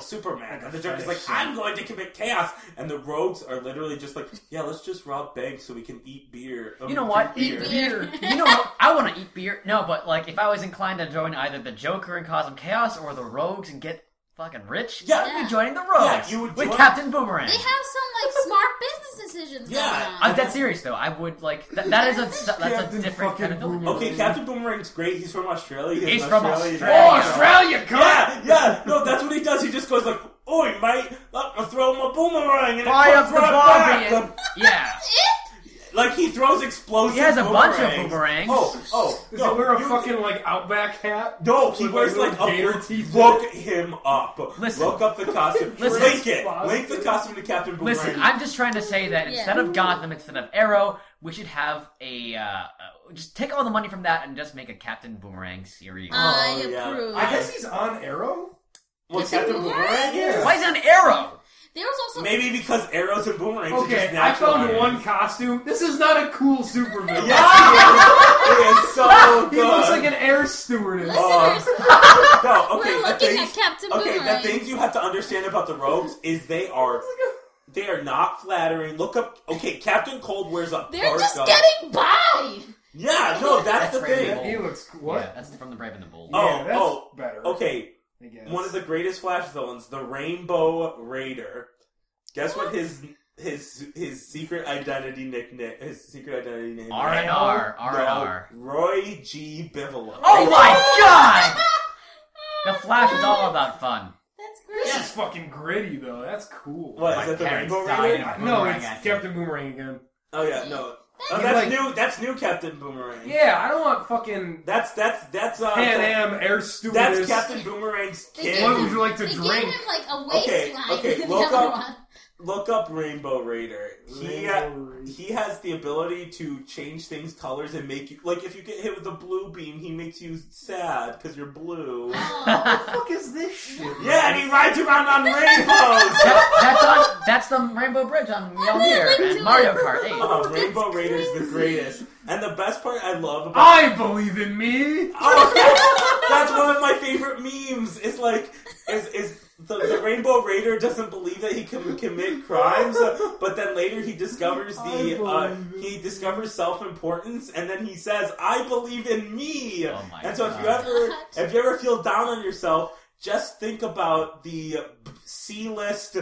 [SPEAKER 3] Like
[SPEAKER 4] Superman, and
[SPEAKER 3] a
[SPEAKER 4] the Joker's like
[SPEAKER 3] fetish, yeah.
[SPEAKER 4] I'm going to commit chaos, and the rogues are literally just like, yeah, let's just rob banks so we can eat beer. Um,
[SPEAKER 2] You know what?
[SPEAKER 4] drink
[SPEAKER 3] Eat
[SPEAKER 4] beer.
[SPEAKER 3] beer.
[SPEAKER 4] <laughs>
[SPEAKER 2] You know what? I want to eat beer. No, but like if I was inclined to join either the Joker and cause some chaos or the Rogues and get fucking rich,
[SPEAKER 4] Yeah.
[SPEAKER 2] I'd be joining the Rogues.
[SPEAKER 4] Yeah, you would
[SPEAKER 2] with
[SPEAKER 4] join-
[SPEAKER 2] Captain Boomerang.
[SPEAKER 1] They have some like smart business decisions
[SPEAKER 4] Yeah,
[SPEAKER 1] going on.
[SPEAKER 2] I'm dead serious though. I would like that. That is a that's a
[SPEAKER 3] Captain
[SPEAKER 2] different kind of
[SPEAKER 3] fucking
[SPEAKER 2] villain.
[SPEAKER 3] Boomerang.
[SPEAKER 4] Okay, Captain Boomerang's great. He's from Australia.
[SPEAKER 2] He's
[SPEAKER 4] an
[SPEAKER 2] from
[SPEAKER 4] Australian
[SPEAKER 2] Australia.
[SPEAKER 3] oh,
[SPEAKER 4] guy.
[SPEAKER 3] Australia, come
[SPEAKER 4] Yeah, yeah. No, that's what he does. He just goes like, "Oi, mate, I'm gonna throw my boomerang and
[SPEAKER 2] Fire
[SPEAKER 4] it
[SPEAKER 2] up
[SPEAKER 4] comes
[SPEAKER 2] the
[SPEAKER 4] right
[SPEAKER 2] Barbie
[SPEAKER 4] back."
[SPEAKER 2] and yeah.
[SPEAKER 4] Like he throws explosive.
[SPEAKER 2] He has a bunch of
[SPEAKER 4] boomerangs.
[SPEAKER 2] boomerangs.
[SPEAKER 4] Oh, oh.
[SPEAKER 3] Does
[SPEAKER 4] no,
[SPEAKER 3] he wear a
[SPEAKER 4] you-
[SPEAKER 3] fucking like outback hat?
[SPEAKER 4] No, he
[SPEAKER 3] with,
[SPEAKER 4] wears like
[SPEAKER 3] little gator
[SPEAKER 4] a
[SPEAKER 3] teeth.
[SPEAKER 4] look him up.
[SPEAKER 2] Listen.
[SPEAKER 4] look up the costume.
[SPEAKER 2] Listen.
[SPEAKER 4] link it. Link the costume to Captain Boomerang.
[SPEAKER 2] Listen, I'm just trying to say that
[SPEAKER 1] Yeah.
[SPEAKER 2] instead of Gotham, instead of Arrow, we should have a uh, uh, just take all the money from that and just make a Captain Boomerang series.
[SPEAKER 1] I
[SPEAKER 4] Oh, yeah.
[SPEAKER 1] approve.
[SPEAKER 4] I guess-
[SPEAKER 3] he's on Arrow.
[SPEAKER 4] Well,
[SPEAKER 1] Is
[SPEAKER 4] Captain
[SPEAKER 1] he
[SPEAKER 4] Boomerang.
[SPEAKER 1] wearing
[SPEAKER 4] is.
[SPEAKER 2] Why is it an Arrow?
[SPEAKER 1] There was also
[SPEAKER 4] Maybe because arrows and boomerangs. are just
[SPEAKER 3] Okay, I found
[SPEAKER 4] naturalized.
[SPEAKER 3] one costume. This is not a cool supervillain.
[SPEAKER 4] Yes, it is. It
[SPEAKER 2] <laughs>
[SPEAKER 4] is so
[SPEAKER 3] he
[SPEAKER 4] good.
[SPEAKER 3] looks like an air stewardess.
[SPEAKER 4] Oh,
[SPEAKER 1] listeners.
[SPEAKER 4] no. Okay,
[SPEAKER 1] we're
[SPEAKER 4] the
[SPEAKER 1] looking at
[SPEAKER 4] things-
[SPEAKER 1] Captain
[SPEAKER 4] Okay,
[SPEAKER 1] Boomerang.
[SPEAKER 4] the things you have to understand about the rogues is they are they are not flattering. Look up. Okay, Captain Cold wears a
[SPEAKER 1] They're
[SPEAKER 4] parka.
[SPEAKER 1] just getting by.
[SPEAKER 4] Yeah, no,
[SPEAKER 2] That's
[SPEAKER 4] that's, the
[SPEAKER 2] right.
[SPEAKER 4] thing.
[SPEAKER 3] he looks what?
[SPEAKER 2] Yeah, that's from the Brave and the Bold.
[SPEAKER 4] Oh,
[SPEAKER 3] Yeah, that's
[SPEAKER 4] oh,
[SPEAKER 3] better.
[SPEAKER 4] Okay,
[SPEAKER 3] I guess.
[SPEAKER 4] one of the greatest Flash villains, the Rainbow Raider. Guess what, his his his secret identity nickname his secret identity name
[SPEAKER 2] R and
[SPEAKER 4] is?
[SPEAKER 2] R, R and
[SPEAKER 4] No,
[SPEAKER 2] R.
[SPEAKER 4] Roy G. Bigelow.
[SPEAKER 2] Oh my God! The Flash is all about fun.
[SPEAKER 1] That's
[SPEAKER 3] this
[SPEAKER 1] great.
[SPEAKER 3] is fucking gritty though. That's cool.
[SPEAKER 4] What
[SPEAKER 2] My
[SPEAKER 4] is that the
[SPEAKER 2] parents
[SPEAKER 4] Rainbow
[SPEAKER 2] died
[SPEAKER 4] Raider?
[SPEAKER 2] in a
[SPEAKER 3] No,
[SPEAKER 2] Boomerang
[SPEAKER 3] it's
[SPEAKER 2] accident.
[SPEAKER 3] Captain Boomerang again.
[SPEAKER 4] Oh yeah, no. Oh,
[SPEAKER 3] He's
[SPEAKER 4] that's
[SPEAKER 3] like-
[SPEAKER 4] new. That's new Captain Boomerang.
[SPEAKER 3] Yeah, I don't want fucking
[SPEAKER 4] That's that's that's uh.
[SPEAKER 3] Pan Am air stewardess.
[SPEAKER 4] That's Captain Boomerang's kid.
[SPEAKER 3] What would you like to
[SPEAKER 1] they
[SPEAKER 3] drink?
[SPEAKER 1] gave him like a
[SPEAKER 4] Okay,
[SPEAKER 1] waistline. <laughs>
[SPEAKER 4] okay,
[SPEAKER 1] the
[SPEAKER 4] look
[SPEAKER 1] other
[SPEAKER 4] up-
[SPEAKER 1] one.
[SPEAKER 4] Look up Rainbow Raider. He uh,
[SPEAKER 3] Rainbow Raider.
[SPEAKER 4] he has the ability to change things colors and make you like if you get hit with a blue beam, he makes you sad because you're blue.
[SPEAKER 1] Oh.
[SPEAKER 3] What the fuck is this shit?
[SPEAKER 4] Yeah, and he rides around
[SPEAKER 3] <laughs>
[SPEAKER 4] on rainbows.
[SPEAKER 2] <laughs> That- that's on. That's the Rainbow Bridge on
[SPEAKER 1] linked
[SPEAKER 2] Mjolnir
[SPEAKER 1] to it.
[SPEAKER 2] and Mario Kart
[SPEAKER 4] <laughs>
[SPEAKER 2] Eight.
[SPEAKER 4] Oh, Rainbow
[SPEAKER 1] That's
[SPEAKER 4] Raider is the
[SPEAKER 1] crazy.
[SPEAKER 4] greatest. And the best part I love about
[SPEAKER 3] I believe in me.
[SPEAKER 4] Oh, <laughs> that's, that's one of my favorite memes. Is like, is is the, the Rainbow Raider doesn't believe that he can commit crimes, but then later he discovers the uh, he discovers self importance, and then he says, "I believe in me."
[SPEAKER 2] Oh my
[SPEAKER 4] and so if you
[SPEAKER 2] God.
[SPEAKER 4] ever if you ever feel down on yourself, just think about the C list.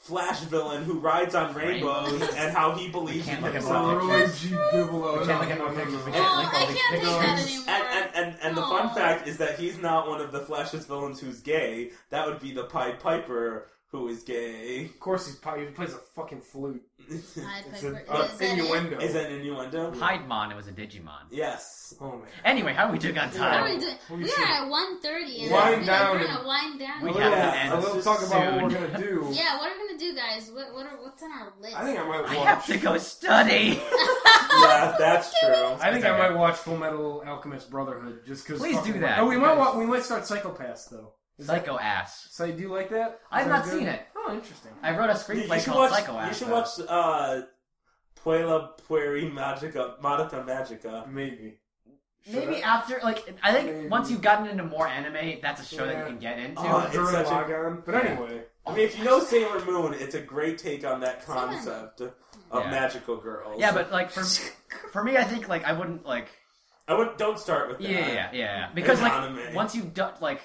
[SPEAKER 4] Flash villain who rides on rainbows
[SPEAKER 1] Rainbows.
[SPEAKER 4] and how he believes in
[SPEAKER 2] can't look at
[SPEAKER 4] himself.
[SPEAKER 2] one
[SPEAKER 3] Roy G. Bigelow.
[SPEAKER 2] We can't look at more pictures. We
[SPEAKER 1] Oh,
[SPEAKER 2] can't link all
[SPEAKER 1] I
[SPEAKER 2] these
[SPEAKER 1] can't take that
[SPEAKER 2] pictures.
[SPEAKER 1] anymore.
[SPEAKER 4] And and, and, and the fun
[SPEAKER 1] Aw.
[SPEAKER 4] fact is that he's not one of the Flash's villains who's gay. That would be the Pied Piper who is gay.
[SPEAKER 3] Of course, he's probably, he plays a fucking flute.
[SPEAKER 4] is
[SPEAKER 1] Pied
[SPEAKER 3] It's
[SPEAKER 1] Piper.
[SPEAKER 3] an
[SPEAKER 1] Is
[SPEAKER 3] uh,
[SPEAKER 1] that it?
[SPEAKER 3] innuendo.
[SPEAKER 4] that an innuendo?
[SPEAKER 2] Hydemon. It was a Digimon.
[SPEAKER 3] <laughs>
[SPEAKER 4] Yes.
[SPEAKER 3] Oh man.
[SPEAKER 2] Anyway, how we took on
[SPEAKER 1] What are
[SPEAKER 2] time?
[SPEAKER 1] we doing?
[SPEAKER 3] We
[SPEAKER 1] We
[SPEAKER 3] should-
[SPEAKER 1] are at one thirty, and
[SPEAKER 4] Wind
[SPEAKER 1] we're
[SPEAKER 3] down
[SPEAKER 1] gonna
[SPEAKER 3] and-
[SPEAKER 1] wind down.
[SPEAKER 2] We
[SPEAKER 3] a
[SPEAKER 2] have
[SPEAKER 3] little,
[SPEAKER 2] to
[SPEAKER 4] end
[SPEAKER 3] a little
[SPEAKER 4] this
[SPEAKER 3] talk about what we're
[SPEAKER 2] soon.
[SPEAKER 3] gonna
[SPEAKER 1] <laughs>
[SPEAKER 3] do.
[SPEAKER 1] yeah, what are we gonna do, guys? What what are what's on our list?
[SPEAKER 3] I think I might watch.
[SPEAKER 2] I have to go study. <laughs>
[SPEAKER 4] Yeah, that's true.
[SPEAKER 3] I think
[SPEAKER 2] It's
[SPEAKER 3] I
[SPEAKER 2] okay.
[SPEAKER 3] might watch Full Metal Alchemist Brotherhood just because.
[SPEAKER 2] Please do that,
[SPEAKER 3] Oh, we might.
[SPEAKER 2] because-
[SPEAKER 3] Wa- we might start Psychopaths though. Is that-
[SPEAKER 2] Psycho ass.
[SPEAKER 3] So do you like that? Is
[SPEAKER 2] I've
[SPEAKER 3] that
[SPEAKER 2] not
[SPEAKER 3] good?
[SPEAKER 2] seen it.
[SPEAKER 3] Oh, interesting.
[SPEAKER 2] I wrote a
[SPEAKER 4] You,
[SPEAKER 2] screenplay
[SPEAKER 4] should
[SPEAKER 2] called
[SPEAKER 4] watch.
[SPEAKER 2] Psycho
[SPEAKER 4] you
[SPEAKER 2] ass.
[SPEAKER 4] should
[SPEAKER 2] though.
[SPEAKER 4] watch uh, Puella Pueri Magica Modica Magica.
[SPEAKER 3] Maybe.
[SPEAKER 2] Maybe after, like, I think
[SPEAKER 3] Maybe.
[SPEAKER 2] once you've gotten into more anime, that's a show that
[SPEAKER 3] Yeah.
[SPEAKER 2] you can get into.
[SPEAKER 4] Oh, it's
[SPEAKER 3] after
[SPEAKER 4] such a-
[SPEAKER 3] Lagon. But anyway,
[SPEAKER 4] I mean, if you know Sailor Moon, it's a great take on that concept of
[SPEAKER 2] Yeah.
[SPEAKER 4] magical girls.
[SPEAKER 2] yeah, but like for for me, I think like I wouldn't like
[SPEAKER 4] I would don't start with that.
[SPEAKER 2] yeah yeah yeah, yeah. because
[SPEAKER 4] An
[SPEAKER 2] like
[SPEAKER 4] anime.
[SPEAKER 2] once you've done like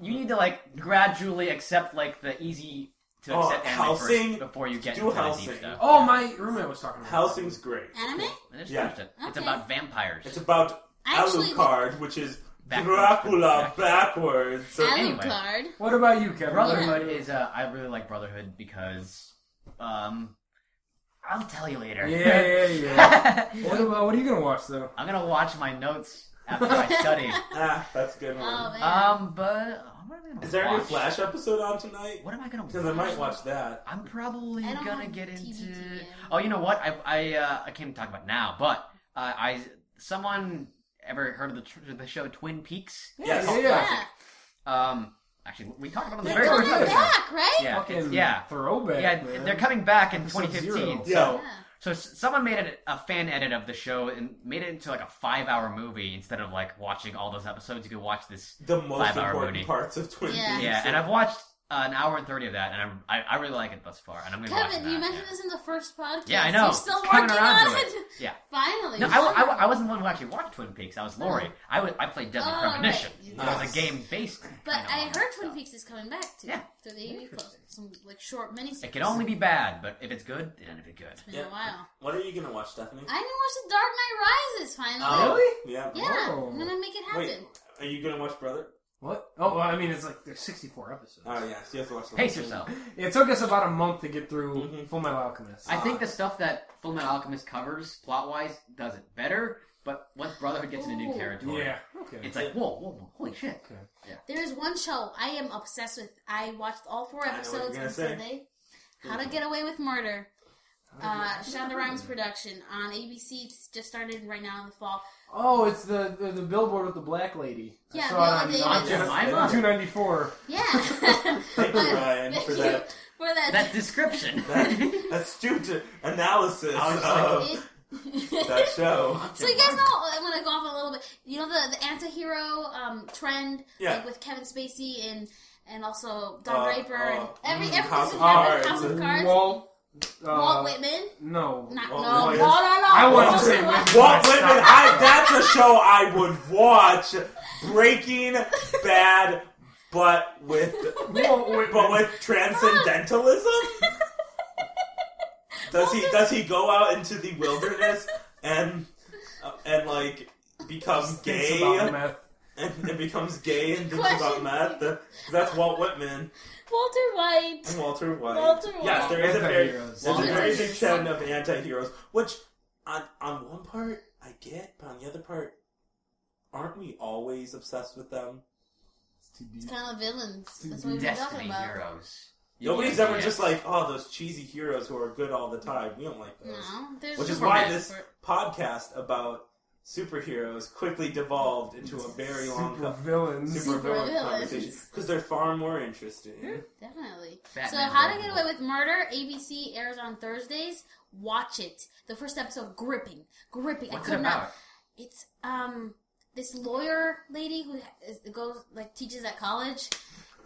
[SPEAKER 2] you need to like gradually accept like the easy to
[SPEAKER 4] Oh,
[SPEAKER 2] accept anime
[SPEAKER 4] Helsing.
[SPEAKER 2] first before you get
[SPEAKER 4] Do
[SPEAKER 2] into the
[SPEAKER 4] Helsing.
[SPEAKER 2] deep stuff.
[SPEAKER 3] oh my roommate was talking about
[SPEAKER 4] Housing's great.
[SPEAKER 1] <laughs> Anime?
[SPEAKER 2] I just
[SPEAKER 4] Oh, Yeah.
[SPEAKER 2] finished it. It's
[SPEAKER 1] Okay.
[SPEAKER 2] about vampires.
[SPEAKER 4] It's about
[SPEAKER 1] I actually
[SPEAKER 4] Alucard, which is
[SPEAKER 2] backwards.
[SPEAKER 4] Dracula
[SPEAKER 2] Back-
[SPEAKER 4] backwards. So,
[SPEAKER 2] Alan- anyway.
[SPEAKER 1] Alucard.
[SPEAKER 3] What about you, Kevin?
[SPEAKER 2] Brotherhood is. Uh, I really like Brotherhood because, um, I'll tell you later.
[SPEAKER 3] Yeah, yeah,
[SPEAKER 2] <laughs>
[SPEAKER 3] yeah. What about what are you gonna watch though?
[SPEAKER 2] I'm gonna watch my notes after I study.
[SPEAKER 4] ah, that's a good one.
[SPEAKER 1] Oh man.
[SPEAKER 2] um, but what am I gonna
[SPEAKER 4] Is there a
[SPEAKER 2] watch?
[SPEAKER 4] new Flash episode on tonight?
[SPEAKER 2] What am I gonna?
[SPEAKER 4] Because I might watch that.
[SPEAKER 2] I'm probably
[SPEAKER 1] I don't
[SPEAKER 2] gonna
[SPEAKER 1] have
[SPEAKER 2] get
[SPEAKER 1] TV
[SPEAKER 2] into.
[SPEAKER 1] yet.
[SPEAKER 2] Oh, you know what? I I uh, I can't talk about it now, but uh, I someone ever heard of the tr- the show Twin Peaks?
[SPEAKER 4] Yes.
[SPEAKER 3] Yeah, yeah.
[SPEAKER 1] yeah.
[SPEAKER 2] Um, actually, we talked about it on the
[SPEAKER 1] They're
[SPEAKER 2] very
[SPEAKER 3] coming
[SPEAKER 2] first
[SPEAKER 1] coming
[SPEAKER 3] good.
[SPEAKER 2] episode.
[SPEAKER 1] back, right?
[SPEAKER 2] Yeah, it's-
[SPEAKER 3] Fucking
[SPEAKER 2] yeah.
[SPEAKER 3] throwback.
[SPEAKER 2] Yeah,
[SPEAKER 3] man.
[SPEAKER 2] they're coming back in
[SPEAKER 3] Episode
[SPEAKER 2] 2015.
[SPEAKER 3] zero.
[SPEAKER 2] So,
[SPEAKER 1] Yeah.
[SPEAKER 2] so s- someone made it a fan edit of the show and made it into like a five-hour movie instead of like watching all those episodes. You could watch this.
[SPEAKER 4] The most
[SPEAKER 2] Five Hour
[SPEAKER 4] important
[SPEAKER 2] Movie.
[SPEAKER 4] parts of Twin
[SPEAKER 1] Yeah.
[SPEAKER 4] Peaks.
[SPEAKER 2] Yeah, and I've watched uh, an hour and thirty of that, and I'm, I I really like it thus far, and I'm gonna be watching
[SPEAKER 1] Kevin, you
[SPEAKER 2] that,
[SPEAKER 1] mentioned
[SPEAKER 2] yeah.
[SPEAKER 1] this in the first podcast.
[SPEAKER 2] Yeah, I know.
[SPEAKER 1] You're still
[SPEAKER 2] It's coming
[SPEAKER 1] working
[SPEAKER 2] around
[SPEAKER 1] on
[SPEAKER 2] to
[SPEAKER 1] it.
[SPEAKER 2] Yeah.
[SPEAKER 1] Finally.
[SPEAKER 2] No, I, I, I wasn't the one who actually watched Twin Peaks. I was Lori. I, was, I played Deadly
[SPEAKER 1] Oh,
[SPEAKER 2] Premonition.
[SPEAKER 1] right.
[SPEAKER 2] It
[SPEAKER 1] You
[SPEAKER 2] was
[SPEAKER 4] did.
[SPEAKER 2] a game based.
[SPEAKER 1] But I heard Twin Peaks is coming back too.
[SPEAKER 2] Yeah.
[SPEAKER 1] So they usually close some like short mini
[SPEAKER 2] It can only be bad, but if it's good, it ended up good.
[SPEAKER 1] It's been
[SPEAKER 4] Yeah.
[SPEAKER 1] a while.
[SPEAKER 4] What are you gonna watch, Stephanie?
[SPEAKER 2] Uh,
[SPEAKER 1] I didn't watch The Dark Knight Rises finally.
[SPEAKER 4] Oh,
[SPEAKER 3] Really?
[SPEAKER 4] Yeah.
[SPEAKER 1] yeah,
[SPEAKER 3] Oh.
[SPEAKER 1] I'm gonna make it
[SPEAKER 4] Wait,
[SPEAKER 1] happen.
[SPEAKER 4] are you gonna watch Brother?
[SPEAKER 3] What? Oh, well, I mean, it's like there's 64 episodes.
[SPEAKER 4] Oh yeah, so you have to watch. the
[SPEAKER 2] Pace
[SPEAKER 4] whole thing.
[SPEAKER 2] yourself.
[SPEAKER 3] <laughs> It took us about a month to get through
[SPEAKER 4] Mhm.
[SPEAKER 3] Full Metal Alchemist.
[SPEAKER 2] I think the stuff that Full Metal Alchemist covers, plot wise, does it better, but once Brotherhood gets into new
[SPEAKER 1] Ooh.
[SPEAKER 2] territory,
[SPEAKER 3] yeah. Okay.
[SPEAKER 2] it's like, whoa, whoa, whoa, holy shit.
[SPEAKER 3] okay.
[SPEAKER 1] There is one show I am obsessed with. I watched all four
[SPEAKER 4] I know what you're
[SPEAKER 1] episodes
[SPEAKER 4] gonna
[SPEAKER 1] on
[SPEAKER 4] say.
[SPEAKER 1] Sunday. How to Get Away with Murder, uh, Shonda Rhimes production on ABC. It's just started right now in the
[SPEAKER 4] <laughs>
[SPEAKER 1] fall.
[SPEAKER 3] Oh, it's the, the the billboard with the black lady.
[SPEAKER 1] Yeah,
[SPEAKER 3] I saw it
[SPEAKER 1] Viola
[SPEAKER 3] on, on
[SPEAKER 1] Davis.
[SPEAKER 2] Jemima?
[SPEAKER 3] 294.
[SPEAKER 1] Yeah, <laughs>
[SPEAKER 4] Thank you, Ryan, for that.
[SPEAKER 1] For that. <laughs>
[SPEAKER 2] That
[SPEAKER 4] <laughs>
[SPEAKER 2] description. <laughs>
[SPEAKER 4] That, that's astute analysis
[SPEAKER 2] I was
[SPEAKER 4] of
[SPEAKER 1] <laughs> It-
[SPEAKER 4] that show.
[SPEAKER 1] So you guys know I'm gonna go off a little bit. You know the the anti-hero, um, trend, <laughs>
[SPEAKER 4] Yeah.
[SPEAKER 1] like with Kevin Spacey and and also Don
[SPEAKER 4] Uh,
[SPEAKER 1] Draper and
[SPEAKER 4] uh,
[SPEAKER 1] every
[SPEAKER 4] mm,
[SPEAKER 1] every
[SPEAKER 4] House
[SPEAKER 1] person
[SPEAKER 4] of
[SPEAKER 1] had
[SPEAKER 4] Cards.
[SPEAKER 1] House of Cards.
[SPEAKER 3] Walt, uh,
[SPEAKER 1] Walt Whitman,
[SPEAKER 3] No.
[SPEAKER 1] not
[SPEAKER 4] Walt
[SPEAKER 1] no,
[SPEAKER 4] Whitman.
[SPEAKER 1] no, no, no.
[SPEAKER 3] I wanted
[SPEAKER 4] to
[SPEAKER 3] say
[SPEAKER 1] Walt- <laughs>
[SPEAKER 3] Whitman.
[SPEAKER 4] What women? I, that's a show I would watch. Breaking Bad, but with
[SPEAKER 3] Walt Whitman.
[SPEAKER 4] but with transcendentalism. Does he does he go out into the wilderness and uh, and like become
[SPEAKER 3] Thinks
[SPEAKER 4] gay
[SPEAKER 3] about meth.
[SPEAKER 4] and, and becomes gay and thinks
[SPEAKER 1] Questions.
[SPEAKER 4] about meth? Uh, That's Walt Whitman
[SPEAKER 1] Walter White.
[SPEAKER 4] and Walter White.
[SPEAKER 1] Walter
[SPEAKER 4] Yes,
[SPEAKER 1] White.
[SPEAKER 4] there is a very
[SPEAKER 3] Anti-heroes.
[SPEAKER 4] there's a
[SPEAKER 1] Walter
[SPEAKER 4] very
[SPEAKER 1] White.
[SPEAKER 4] big trend of anti-heroes, which on on one part I get, but on the other part, aren't we always obsessed with them?
[SPEAKER 3] It's too deep.
[SPEAKER 1] It's kind of villains. That's what we've been talking
[SPEAKER 2] Destiny
[SPEAKER 1] about.
[SPEAKER 2] heroes.
[SPEAKER 4] Nobody's
[SPEAKER 2] Yeah.
[SPEAKER 4] ever just like, oh, those cheesy heroes who are good all the time. We don't like those.
[SPEAKER 1] No, there's
[SPEAKER 4] Which is
[SPEAKER 1] more
[SPEAKER 4] why
[SPEAKER 1] bad
[SPEAKER 4] this
[SPEAKER 1] for-
[SPEAKER 4] podcast about superheroes quickly devolved into a very long
[SPEAKER 3] Super
[SPEAKER 4] co-
[SPEAKER 3] villains.
[SPEAKER 4] super villain
[SPEAKER 1] Supervillains.
[SPEAKER 4] conversation because they're far more
[SPEAKER 1] Hmm?
[SPEAKER 4] interesting.
[SPEAKER 1] Definitely. so,
[SPEAKER 2] Batman
[SPEAKER 1] How to
[SPEAKER 2] Robin
[SPEAKER 1] Get
[SPEAKER 2] Hood.
[SPEAKER 1] Away with Murder, ABC airs on Thursdays. Watch it. The first episode, gripping, gripping.
[SPEAKER 2] What's
[SPEAKER 1] I
[SPEAKER 2] it
[SPEAKER 1] could not.
[SPEAKER 2] about?
[SPEAKER 1] It's um this lawyer lady who is, goes like teaches at college,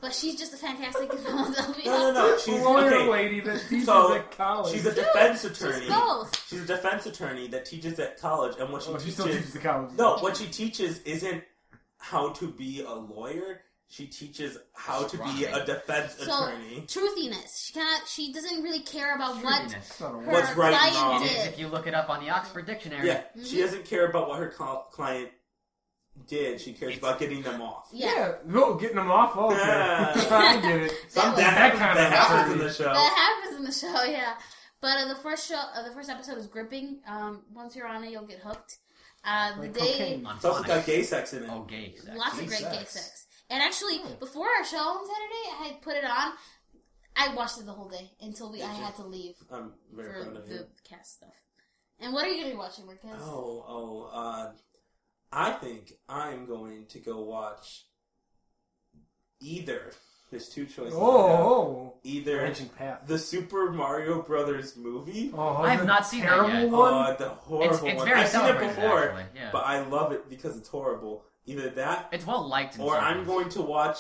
[SPEAKER 1] but she's just a fantastic <laughs> in Philadelphia.
[SPEAKER 4] No, no, no. She's
[SPEAKER 3] lawyer
[SPEAKER 4] okay,
[SPEAKER 3] lady that teaches
[SPEAKER 4] So,
[SPEAKER 3] at college.
[SPEAKER 4] She's a defense attorney.
[SPEAKER 1] She's both.
[SPEAKER 4] She's a defense attorney that teaches at college, and what she
[SPEAKER 3] oh, she still teaches
[SPEAKER 4] teaches
[SPEAKER 3] at college.
[SPEAKER 4] no, what she teaches isn't how to be a lawyer. She teaches how to be a
[SPEAKER 2] Right.
[SPEAKER 4] defense
[SPEAKER 1] So-
[SPEAKER 4] attorney.
[SPEAKER 1] Truthiness. She cannot. She doesn't really care about what
[SPEAKER 2] Truthiness.
[SPEAKER 3] It's not a
[SPEAKER 1] her
[SPEAKER 3] word.
[SPEAKER 4] What's right and wrong.
[SPEAKER 1] client
[SPEAKER 2] It is
[SPEAKER 1] did.
[SPEAKER 2] if you look it up on the Oxford Dictionary.
[SPEAKER 4] Yeah, she
[SPEAKER 1] Mhm.
[SPEAKER 4] doesn't care about what her cl- client did. She cares
[SPEAKER 2] It's-
[SPEAKER 4] about getting them off.
[SPEAKER 1] Yeah.
[SPEAKER 3] No, getting them off. Oh, okay.
[SPEAKER 4] Yeah.
[SPEAKER 3] <laughs> I get it.
[SPEAKER 4] Some
[SPEAKER 1] That
[SPEAKER 4] that, happens,
[SPEAKER 3] kind
[SPEAKER 4] that
[SPEAKER 3] of
[SPEAKER 4] happens in
[SPEAKER 3] dirty.
[SPEAKER 4] the show.
[SPEAKER 1] That happens in the show, <laughs> yeah. But uh, the first show, uh, the first episode is gripping. Um, once you're on it, you'll get hooked. Uh, the
[SPEAKER 3] Like
[SPEAKER 1] day,
[SPEAKER 3] cocaine.
[SPEAKER 2] On
[SPEAKER 4] It's also
[SPEAKER 2] Sonic.
[SPEAKER 4] got gay sex in it.
[SPEAKER 2] Oh, gay. sex.
[SPEAKER 1] lots of
[SPEAKER 3] Gay
[SPEAKER 1] great gay
[SPEAKER 3] sex.
[SPEAKER 1] sex. And actually,
[SPEAKER 4] Hmm.
[SPEAKER 1] before our show on Saturday, I had put it on. I watched it the whole day until we. I
[SPEAKER 4] you?
[SPEAKER 1] had to leave
[SPEAKER 4] I'm very
[SPEAKER 1] for
[SPEAKER 4] proud of you.
[SPEAKER 1] the cast stuff. And what are you gonna be watching, Marquez?
[SPEAKER 4] Oh, oh, uh, I think I'm going to go watch either. There's two choices. I have.
[SPEAKER 3] Oh,
[SPEAKER 4] Either
[SPEAKER 3] branching path.
[SPEAKER 4] the Super Mario Brothers movie
[SPEAKER 3] Oh,
[SPEAKER 2] I have
[SPEAKER 3] the
[SPEAKER 2] not seen that
[SPEAKER 3] terrible
[SPEAKER 2] yet.
[SPEAKER 3] One.
[SPEAKER 4] Uh, the horrible
[SPEAKER 2] It's- it's
[SPEAKER 4] one.
[SPEAKER 2] very
[SPEAKER 4] I've seen it
[SPEAKER 2] celebrated,
[SPEAKER 4] before,
[SPEAKER 2] actually, yeah.
[SPEAKER 4] but I love it because it's horrible. Either that,
[SPEAKER 2] It's well liked. in
[SPEAKER 4] or I'm
[SPEAKER 2] circles.
[SPEAKER 4] going to watch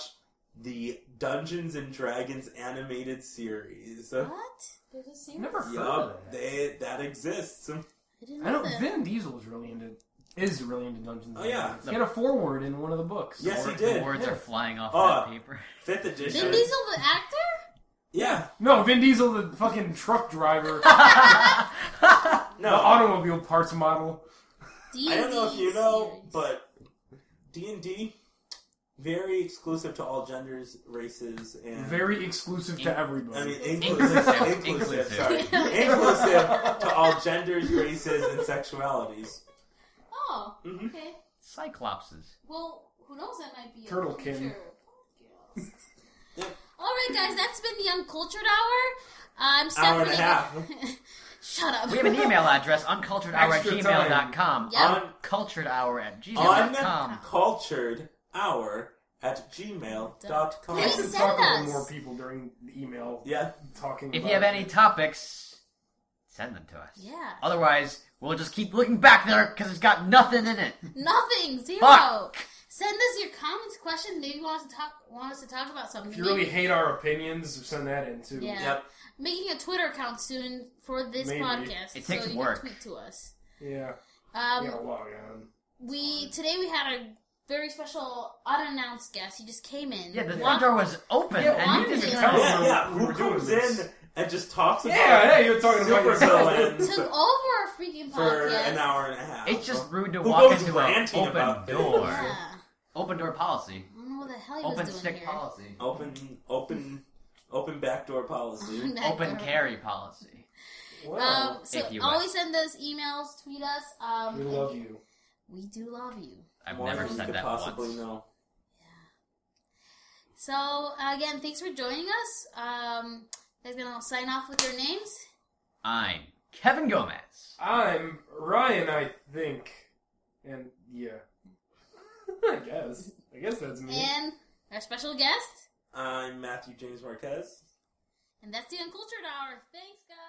[SPEAKER 4] the Dungeons and Dragons animated series.
[SPEAKER 1] What? There's a series.
[SPEAKER 3] Never heard of
[SPEAKER 4] Yup,
[SPEAKER 3] that.
[SPEAKER 4] they that exists.
[SPEAKER 1] I didn't
[SPEAKER 3] I
[SPEAKER 1] know
[SPEAKER 3] know
[SPEAKER 1] that.
[SPEAKER 3] Vin Diesel was really into is really into Dungeons. and
[SPEAKER 4] Oh, yeah.
[SPEAKER 3] Dragons. he had a foreword in one of the books.
[SPEAKER 4] Yes, he
[SPEAKER 2] Words-
[SPEAKER 4] did.
[SPEAKER 2] The words
[SPEAKER 3] Yeah.
[SPEAKER 2] are flying off
[SPEAKER 4] Oh.
[SPEAKER 2] that paper.
[SPEAKER 4] Fifth edition.
[SPEAKER 1] Vin Diesel, the actor?
[SPEAKER 4] Yeah,
[SPEAKER 3] No, Vin Diesel, the fucking truck
[SPEAKER 4] <laughs>
[SPEAKER 3] driver, the
[SPEAKER 4] no,
[SPEAKER 3] automobile parts model.
[SPEAKER 1] D&D
[SPEAKER 4] I don't know if you know,
[SPEAKER 1] series.
[SPEAKER 4] but D and D, very exclusive to all genders, races, and
[SPEAKER 3] Very exclusive to everybody.
[SPEAKER 4] I mean,
[SPEAKER 1] Inclusive.
[SPEAKER 4] inclusive, inclusive,
[SPEAKER 2] Inclusive.
[SPEAKER 4] sorry, inclusive to all genders, races, and sexualities.
[SPEAKER 5] Oh,
[SPEAKER 4] Mhm.
[SPEAKER 5] okay.
[SPEAKER 2] <laughs> Cyclopses.
[SPEAKER 5] Well, who knows? That might be a
[SPEAKER 3] Turtlekin.
[SPEAKER 4] <laughs>
[SPEAKER 5] future podcast.
[SPEAKER 1] All right, guys, that's been the Uncultured Hour. I'm Stephanie.
[SPEAKER 4] Hour and a half.
[SPEAKER 1] <laughs> Shut up.
[SPEAKER 2] We have an email address, unculturedhour at
[SPEAKER 3] Extra
[SPEAKER 2] gmail.com.
[SPEAKER 1] Yeah.
[SPEAKER 2] Unculturedhour at
[SPEAKER 4] Oh,
[SPEAKER 2] gmail.com.
[SPEAKER 4] Uncultured hour at gmail.com.
[SPEAKER 3] I
[SPEAKER 1] Please
[SPEAKER 3] should
[SPEAKER 1] send
[SPEAKER 3] talk to
[SPEAKER 1] us.
[SPEAKER 3] more people during the email
[SPEAKER 4] Yeah.
[SPEAKER 3] talking.
[SPEAKER 2] If
[SPEAKER 3] about
[SPEAKER 2] you have any
[SPEAKER 3] it.
[SPEAKER 2] topics, send them to us.
[SPEAKER 1] <laughs> Yeah.
[SPEAKER 2] Otherwise, we'll just keep looking back there because it's got nothing in it.
[SPEAKER 1] Nothing. Zero.
[SPEAKER 2] Fuck.
[SPEAKER 1] Send us your comments, questions. Maybe you want us to talk. Want us to talk about something.
[SPEAKER 3] if you really
[SPEAKER 1] Maybe
[SPEAKER 3] hate our opinions, send that in too.
[SPEAKER 1] Yeah.
[SPEAKER 4] Yep.
[SPEAKER 1] making a Twitter account soon for this
[SPEAKER 3] Maybe.
[SPEAKER 1] podcast.
[SPEAKER 2] It takes
[SPEAKER 1] so you
[SPEAKER 2] work.
[SPEAKER 1] Can tweet to us.
[SPEAKER 3] yeah.
[SPEAKER 1] Um,
[SPEAKER 3] you gotta log on.
[SPEAKER 1] We today we had a very special unannounced guest. He just came in.
[SPEAKER 2] Yeah, the
[SPEAKER 1] Walked-
[SPEAKER 2] front door was open
[SPEAKER 3] Yeah,
[SPEAKER 2] and
[SPEAKER 1] why
[SPEAKER 2] you
[SPEAKER 1] did
[SPEAKER 2] didn't
[SPEAKER 1] you-
[SPEAKER 2] tell us.
[SPEAKER 4] Yeah, yeah.
[SPEAKER 3] Oh, We're
[SPEAKER 4] Who
[SPEAKER 3] doing
[SPEAKER 4] comes
[SPEAKER 3] this.
[SPEAKER 4] in and just talks about
[SPEAKER 3] Yeah, yeah, you're talking about
[SPEAKER 4] super
[SPEAKER 3] yourself.
[SPEAKER 4] villains
[SPEAKER 1] took over a freaking podcast
[SPEAKER 4] for an hour and a half.
[SPEAKER 2] It's just rude to
[SPEAKER 4] Who
[SPEAKER 2] walk
[SPEAKER 4] goes
[SPEAKER 2] into an
[SPEAKER 4] ranting
[SPEAKER 2] open
[SPEAKER 4] about things?
[SPEAKER 2] door.
[SPEAKER 4] <laughs>
[SPEAKER 1] Yeah,
[SPEAKER 2] Open door policy.
[SPEAKER 1] I don't know what the hell he
[SPEAKER 2] Open
[SPEAKER 1] was doing
[SPEAKER 2] stick
[SPEAKER 1] here.
[SPEAKER 2] policy.
[SPEAKER 4] open, open, open backdoor policy.
[SPEAKER 1] <laughs> That
[SPEAKER 2] Open
[SPEAKER 1] girl.
[SPEAKER 2] carry policy.
[SPEAKER 3] Wow.
[SPEAKER 1] Um, so
[SPEAKER 2] If you will.
[SPEAKER 1] always send us emails, tweet us. Um,
[SPEAKER 3] we love you.
[SPEAKER 1] We do love you.
[SPEAKER 2] I've
[SPEAKER 4] More
[SPEAKER 2] never
[SPEAKER 4] than you
[SPEAKER 2] said
[SPEAKER 4] could
[SPEAKER 2] that
[SPEAKER 4] possibly
[SPEAKER 2] once.
[SPEAKER 4] know.
[SPEAKER 1] So uh, again, thanks for joining us. Um, you guys gonna sign off with your names.
[SPEAKER 2] I'm Kevin Gomez.
[SPEAKER 3] I'm Ryan, I think, and yeah. <laughs> I guess. I guess that's me.
[SPEAKER 1] And our special guest,
[SPEAKER 4] I'm Matthew James Marquez.
[SPEAKER 1] and that's the Uncultured Hour. Thanks, guys.